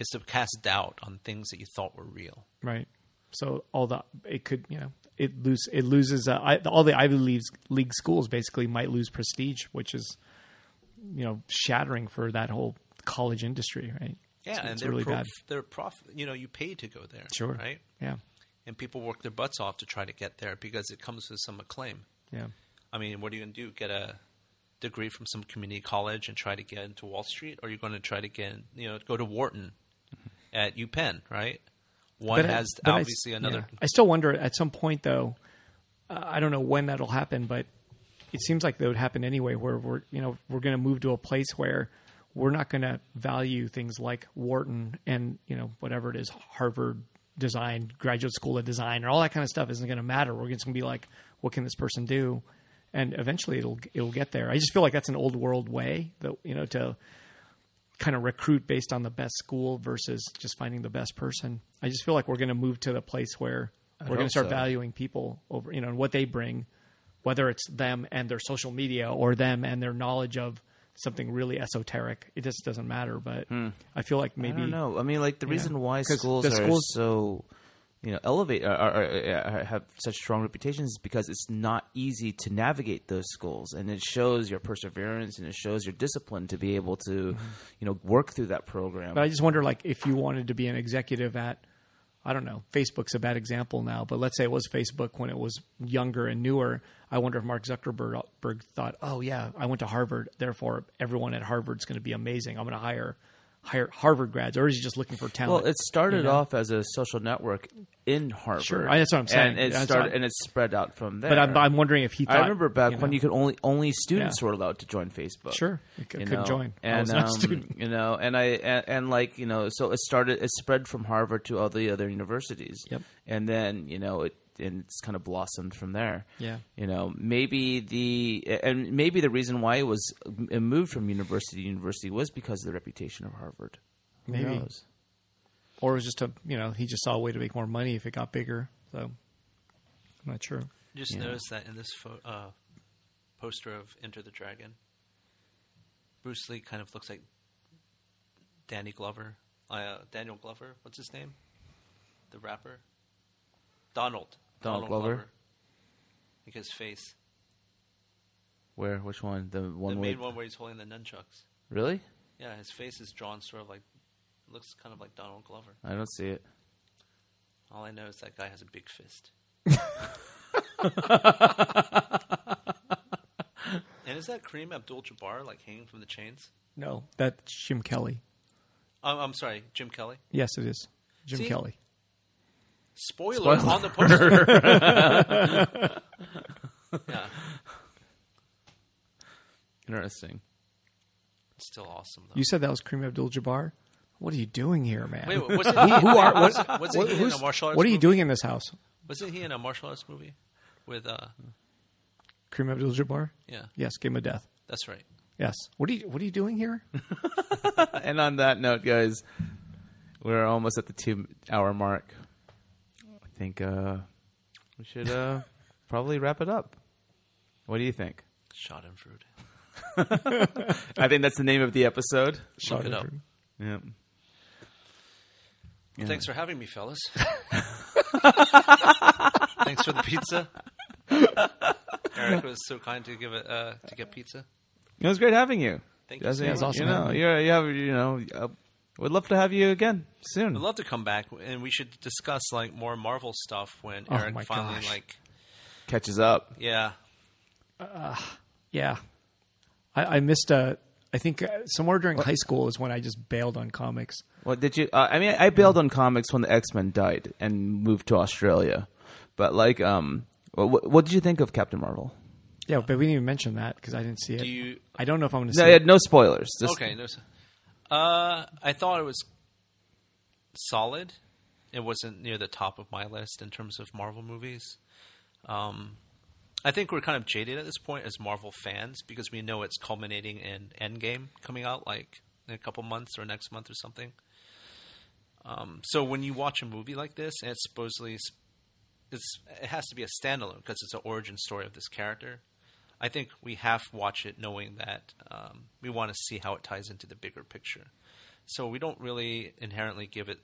S3: is to cast doubt on things that you thought were real
S1: Right. So all the it could you know it lose it loses uh, I, all the Ivy League league schools basically might lose prestige, which is you know shattering for that whole college industry, right?
S3: yeah
S1: it's,
S3: and
S1: it's
S3: they're
S1: really
S3: prof-
S1: bad.
S3: they're prof- you know you pay to go there
S1: Sure.
S3: right
S1: Yeah.
S3: and people work their butts off to try to get there because it comes with some acclaim.
S1: Yeah.
S3: I mean, what are you going to do? Get a degree from some community college and try to get into Wall Street, or you're going to try to get, in- you know, go to Wharton at UPenn, right? One
S1: I-
S3: has
S1: Mm-hmm. but I s-
S3: obviously another.
S1: yeah. I still wonder at some point though. Uh, I don't know when that'll happen, but it seems like that would happen anyway. Where we're you know we're going to move to a place where we're not going to value things like Wharton and you know whatever it is Harvard design, graduate school of design, and all that kind of stuff isn't going to matter. We're just going to be like, what can this person do? And eventually it'll it'll get there. I just feel like that's an old world way that you know to kind of recruit based on the best school versus just finding the best person. I just feel like we're going to move to the place where we're going to
S2: hope
S1: start
S2: so.
S1: valuing people over, you know, and what they bring, whether it's them and their social media or them and their knowledge of something really esoteric. It just doesn't matter. But I feel like maybe
S2: Hmm. I don't know. I mean, like the reason why
S1: 'Cause
S2: schools
S1: the
S2: are
S1: schools-
S2: so you know elevate are, are, are, are- have such strong reputations is because it's not easy to navigate those schools, and it shows your perseverance and it shows your discipline to be able to you know work through that program.
S1: But I just wonder, like, if you wanted to be an executive at, I don't know, Facebook's a bad example now, but let's say it was Facebook when it was younger and newer. I wonder if Mark Zuckerberg Berg thought, oh yeah, I went to Harvard, therefore everyone at Harvard's going to be amazing. I'm going to hire hire Harvard grads, or is he just looking for talent?
S2: Well, it started off as a social network in Harvard.
S1: Sure, I- that's what I'm saying.
S2: And it
S1: That's
S2: started
S1: what-
S2: and it spread out from there.
S1: but I'm, I'm wondering if he.
S2: I
S1: thought,
S2: remember back
S1: you know,
S2: when you could only only students were allowed to join Facebook.
S1: Sure. I c- couldn't join. I
S2: and
S1: was not a
S2: um,
S1: student.
S2: you know, and I and, and like you know, so it started. It spread from Harvard to all the other universities.
S1: Yep.
S2: And then you know it and it's kind of blossomed from there.
S1: Yeah.
S2: You know, maybe the and maybe the reason why it was it moved from university to university was because of the reputation of Harvard. Who
S1: Maybe.
S2: knows?
S1: or it was just a you know he just saw a way to make more money if it got bigger. So I'm not sure.
S3: just noticed that in this pho- uh, poster of Enter the Dragon, Bruce Lee kind of looks like Danny Glover. Uh, Daniel Glover, what's his name? The rapper? Donald.
S2: Donald Glover?
S3: Like his face.
S2: Where? Which one? The one
S3: the
S2: with
S3: main one where he's holding the nunchucks.
S2: really?
S3: Yeah, his face is drawn sort of like, looks kind of like Donald Glover.
S2: I don't see it.
S3: All I know is that guy has a big fist. and is that Kareem Abdul-Jabbar like hanging from the chains?
S1: No, that's Jim Kelly.
S3: Um, I'm sorry, Jim Kelly.
S1: Yes, it is Jim
S3: See?
S1: Kelly.
S3: Spoiler, on the poster. yeah,
S2: Interesting.
S3: it's still awesome though.
S1: You said that was Kareem Abdul-Jabbar. What are you doing here, man?
S3: Wait, wait, wasn't he, who are, was, wasn't
S1: What-
S3: he in a
S1: who's-
S3: martial arts?
S1: what are you
S3: movie?
S1: doing in this house,
S3: Wasn't he in a martial arts movie with? uh
S1: Kareem Abdul-Jabbar?
S3: Yeah,
S1: Yes, Game of Death.
S3: that's right.
S1: Yes. What are you What are you doing here?
S2: And on that note, guys, we're almost at the two-hour mark. I think uh, we should uh, probably wrap it up. What do you think?
S3: Schadenfreude.
S2: I think that's the name of the episode.
S3: Look it up.
S1: Schadenfreude.
S2: Yeah.
S3: Thanks for having me, fellas. Thanks for the pizza. Eric was so kind to give it uh, to get pizza.
S2: It was great having you.
S3: Thank you so
S1: much. It was awesome
S2: You know,
S1: having you.
S2: you're, you have, you know, uh, we'd love to have you again soon.
S3: I'd love to come back, and we should discuss like more Marvel stuff when
S1: Oh,
S3: Eric
S1: my
S3: finally
S1: gosh.
S3: like,
S2: Catches up.
S3: yeah,
S1: Yeah. I, I missed a. I think uh, somewhere during high school is when I just bailed on comics.
S2: Well, did you? Uh, I mean, I bailed on comics when the X Men died and moved to Australia, but like, um, what, what did you think of Captain Marvel?
S1: Yeah, but we didn't even mention that because I didn't see it.
S3: Do you-
S1: I don't know if I'm going to
S2: No,
S1: see
S2: yeah,
S1: it.
S2: no spoilers. Just-
S3: okay. There's, uh, I thought it was solid. It wasn't near the top of my list in terms of Marvel movies. Um, I think we're kind of jaded at this point as Marvel fans because we know it's culminating in Endgame coming out like in a couple months or next month or something. Um, so when you watch a movie like this, and it's supposedly s- it's it has to be a standalone because it's an origin story of this character. I think we have to watch it knowing that um, we want to see how it ties into the bigger picture. So we don't really inherently give it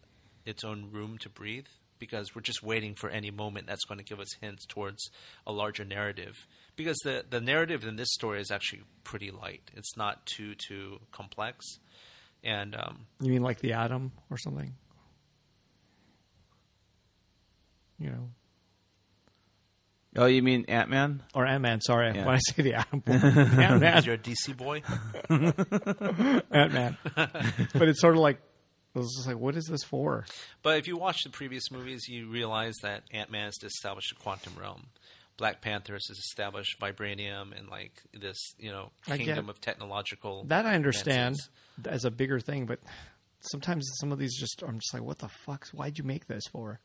S3: its own room to breathe because we're just waiting for any moment that's going to give us hints towards a larger narrative. Because the the narrative in this story is actually pretty light. It's not too too complex, and um,
S1: You mean like the atom or something? You know,
S2: Oh, you mean Ant Man?
S1: or Ant Man. Sorry,
S2: Yeah.
S1: when I say the atom, Ant Man,
S3: you're a DC boy.
S1: Ant Man. But it's sort of like I was just like, what is this for?
S3: But if you watch the previous movies, you realize that Ant Man has to establish the quantum realm. Black Panther has to establish vibranium and like this, you know,
S1: I get
S3: kingdom
S1: it.
S3: of technological.
S1: That I understand as
S3: advances.
S1: a bigger thing, but sometimes some of these just I'm just like, what the fuck? Why'd you make this for?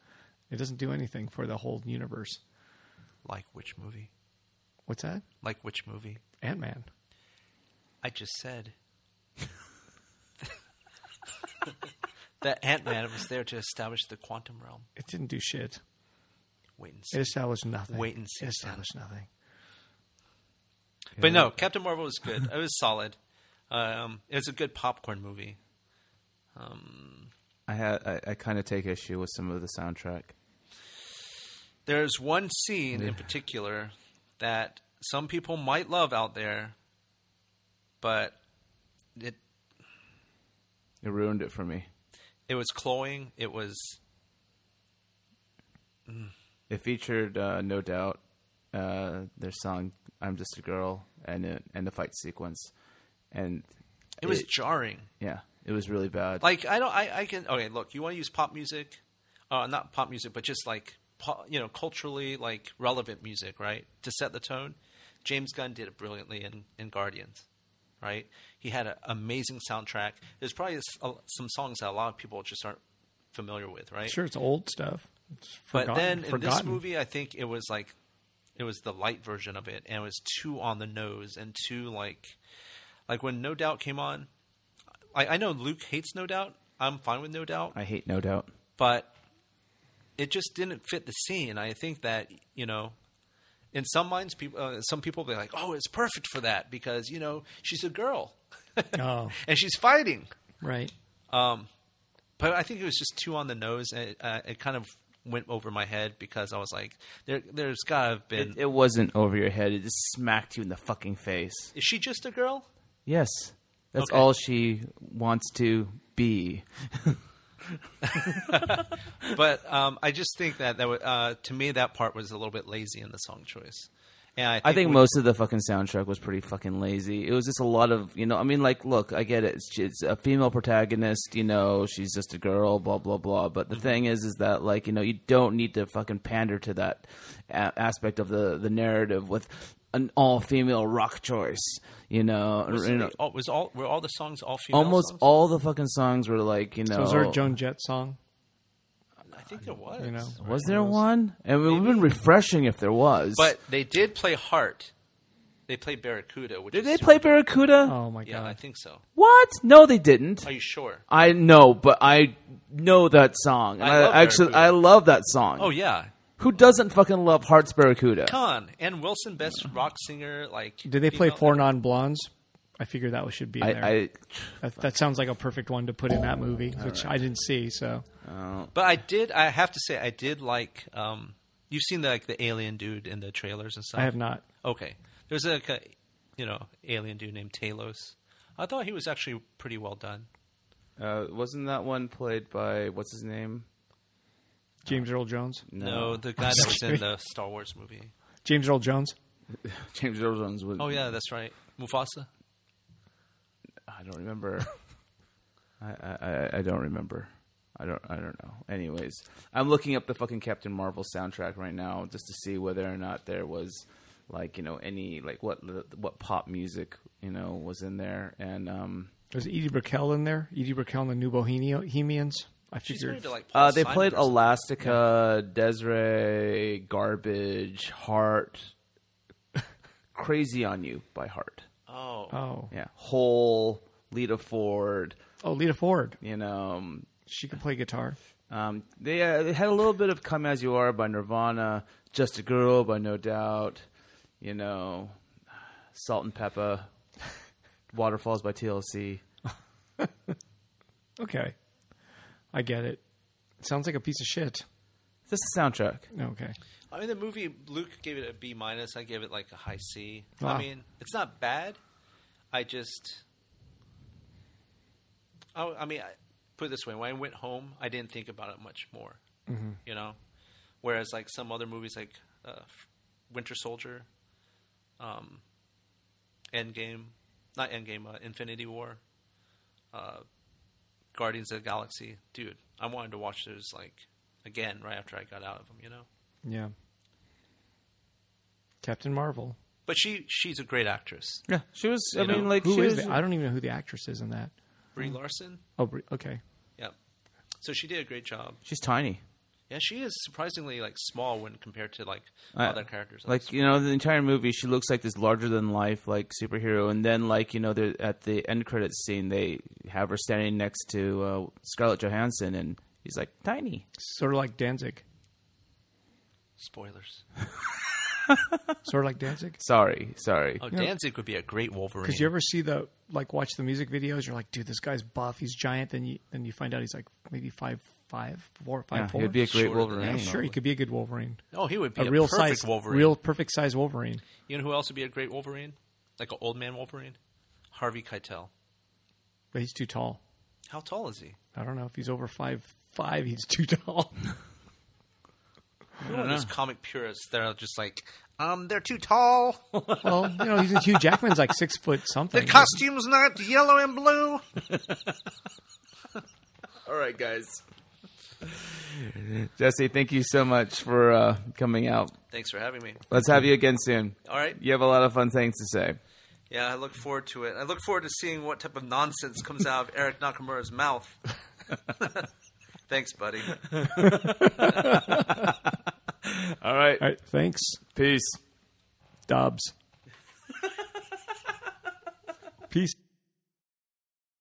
S1: It doesn't do anything for the whole universe.
S3: Like which movie?
S1: What's that?
S3: Like which movie?
S1: Ant Man.
S3: I just said that Ant Man was there to establish the quantum realm.
S1: It didn't do shit.
S3: Wait and see.
S1: It established nothing.
S3: Wait and see,
S1: It established nothing.
S3: But no, Captain Marvel was good. It was solid. Um, it's a good popcorn movie.
S2: I had I, I kind of take issue with some of the soundtrack.
S3: There's one scene in particular that some people might love out there, but it
S2: It ruined it for me.
S3: it was cloying. It was
S2: It featured uh, No Doubt, uh, their song "I'm Just a Girl" and it, and the fight sequence, and
S3: it was jarring.
S2: yeah, it was really bad.
S3: Like I don't I, I can okay look you want to use pop music, uh, not pop music but just like po- you know culturally like relevant music right to set the tone. James Gunn did it brilliantly in, in Guardians, right? He had an amazing soundtrack. There's probably s- a- some songs that a lot of people just aren't familiar with, right?
S1: Sure, it's old stuff. It's
S3: But
S1: forgotten,
S3: then in
S1: forgotten.
S3: this movie, I think it was like it was the light version of it, and it was too on the nose and too like like when No Doubt came on. I, I know Luke hates No Doubt. I'm fine with No Doubt,
S2: I hate No Doubt.
S3: but it just didn't fit the scene. I think that you know. In some minds, people, uh, some people be like, "Oh, it's perfect for that because you know she's a girl
S1: oh,
S3: and she's fighting."
S1: right.
S3: but I think it was just too on the nose. And it, uh, it kind of went over my head because I was like, there, there's got to have been.
S2: It, it wasn't over your head. It just smacked you in the fucking face.
S3: is she just a girl?
S2: Yes, that's
S3: Okay.
S2: all she wants to be.
S3: But um, I just think that that wa- uh, to me that part was a little bit lazy in the song choice. And I think,
S2: I think
S3: we-
S2: most of the fucking soundtrack was pretty fucking lazy. It was just a lot of you know. I mean, like, look, I get it. It's, it's a female protagonist. You know, she's just a girl. Blah blah blah. But the thing is, is that like you know, you don't need to fucking pander to that a- aspect of the the narrative with an all female rock choice. You know,
S3: was,
S2: You know,
S3: it all, was all were all the songs all female.
S2: almost
S3: songs?
S2: all the fucking songs were like you know.
S1: So is
S3: Oh.
S1: there a Joan Jett song?
S3: I think there was.
S1: You know,
S2: was there one? And it would have been refreshing if there was.
S3: But they did play Heart. They played Barracuda. Which
S2: did
S3: is
S2: they
S3: super-
S2: play Barracuda?
S1: Oh my
S3: Yeah, I
S1: god!
S3: think so.
S2: What? No, they didn't.
S3: Are you sure?
S2: I know, but I know that song. And
S3: I
S2: I,
S3: love
S2: actually
S3: Barracuda.
S2: I love that song.
S3: Oh yeah,
S2: Who doesn't fucking love Hearts Barracuda?
S3: Con and Wilson, best rock singer. Like,
S1: Did they play
S3: female-
S1: Four Non Blondes? I figured that should be in
S2: I,
S1: there.
S2: I
S1: that, that sounds like a perfect one to put in that movie, which I didn't see. So
S3: But I did. I have to say, I did like. Um, you've seen the, like the alien dude in the trailers and stuff.
S1: I have not.
S3: Okay, there's like a, you know, alien dude named Talos. I thought he was actually pretty well done.
S2: uh, wasn't that one played by what's his name?
S1: James Earl Jones.
S3: No, the guy that was in the Star Wars movie.
S1: James Earl Jones.
S2: James Earl Jones was.
S3: Oh yeah, that's right, Mufasa.
S2: I don't remember. I, I I- I don't remember. I don't I don't know. Anyways, I'm looking up the fucking Captain Marvel soundtrack right now just to see whether or not there was like you know any like what what pop music you know was in there and um
S1: There's Edie Brickell in there. Edie Brickell and the New Bohemians. I
S3: She's
S1: figured
S3: married to like. Paul
S2: Uh, they
S3: Simon
S2: played
S3: or something.
S2: Elastica, Desiree, Garbage, Heart, Crazy on You by Heart.
S3: Oh,
S1: Oh,
S2: Yeah, Hole, Lita Ford.
S1: oh, Lita Ford.
S2: You know, um,
S1: She can play guitar.
S2: um, they uh, they had a little bit of "Come As You Are" by Nirvana, "Just a Girl" by No Doubt. You know, "Salt and Pepper," "Waterfalls" by TLC.
S1: Okay, I get it. Sounds like a piece of shit.
S2: This is the soundtrack.
S1: Okay,
S3: I mean, the movie Luke gave it a B minus. I gave it like a high C. I
S1: Wow.
S3: mean, it's not bad. I just, I, I mean, I, put it this way: when I went home, I didn't think about it much more. You know, whereas like some other movies, like uh, F- Winter Soldier, um, Endgame, not Endgame, uh, Infinity War, uh, Guardians of the Galaxy, dude, I wanted to watch those like again right after I got out of them. You know.
S1: yeah. Captain Marvel.
S3: But she she's a great actress.
S2: Yeah, she was. I
S3: You know,
S2: mean, like
S1: Who
S2: she
S1: is?
S2: was.
S1: The, I don't even know who the actress is in that.
S3: Brie Larson.
S1: Oh, Bri- okay.
S3: Yep. So she did a great job.
S2: she's tiny.
S3: Yeah, she is surprisingly like small when compared to like
S2: I-
S3: other characters.
S2: Like you know, the entire movie, she looks like this larger than life like superhero, and then like you know, they're- at the end credits scene, they have her standing next to uh, Scarlett Johansson, and he's like tiny.
S1: Sort of like Danzig.
S3: spoilers.
S1: sort of like Danzig.
S2: Sorry, sorry.
S3: Oh, Danzig would be a great Wolverine.
S1: Because you ever see the like watch the music videos, you're like, dude, this guy's buff. He's giant. Then you then you find out he's like maybe five five four
S2: Yeah,
S1: five four.
S2: he'd be a great
S3: Shorter than
S1: yeah,
S2: Wolverine.
S1: sure, he could be a good Wolverine.
S3: oh, he would be
S1: A,
S3: a,
S1: real
S3: perfect
S1: size
S3: Wolverine.
S1: real perfect size Wolverine.
S3: You know who else would be a great Wolverine? Like an old man Wolverine? Harvey Keitel.
S1: But he's too tall.
S3: How tall is he?
S1: I don't know if he's over five five. He's too tall.
S3: You know, those comic purists, they're just like, um, they're too tall.
S1: well, you know, he's Hugh Jackman's like six foot something.
S3: Costume's not yellow and blue.
S2: All right, guys. Jesse, thank you so much for uh, coming out.
S3: Thanks for having me.
S2: Let's have you again soon.
S3: All right.
S2: You have a lot of fun things to say.
S3: Yeah, I look forward to it. I look forward to seeing what type of nonsense comes out of Eric Nakamura's mouth. Thanks, buddy.
S2: All right.
S1: All right, thanks,
S2: Peace.
S1: Dobbs. Peace.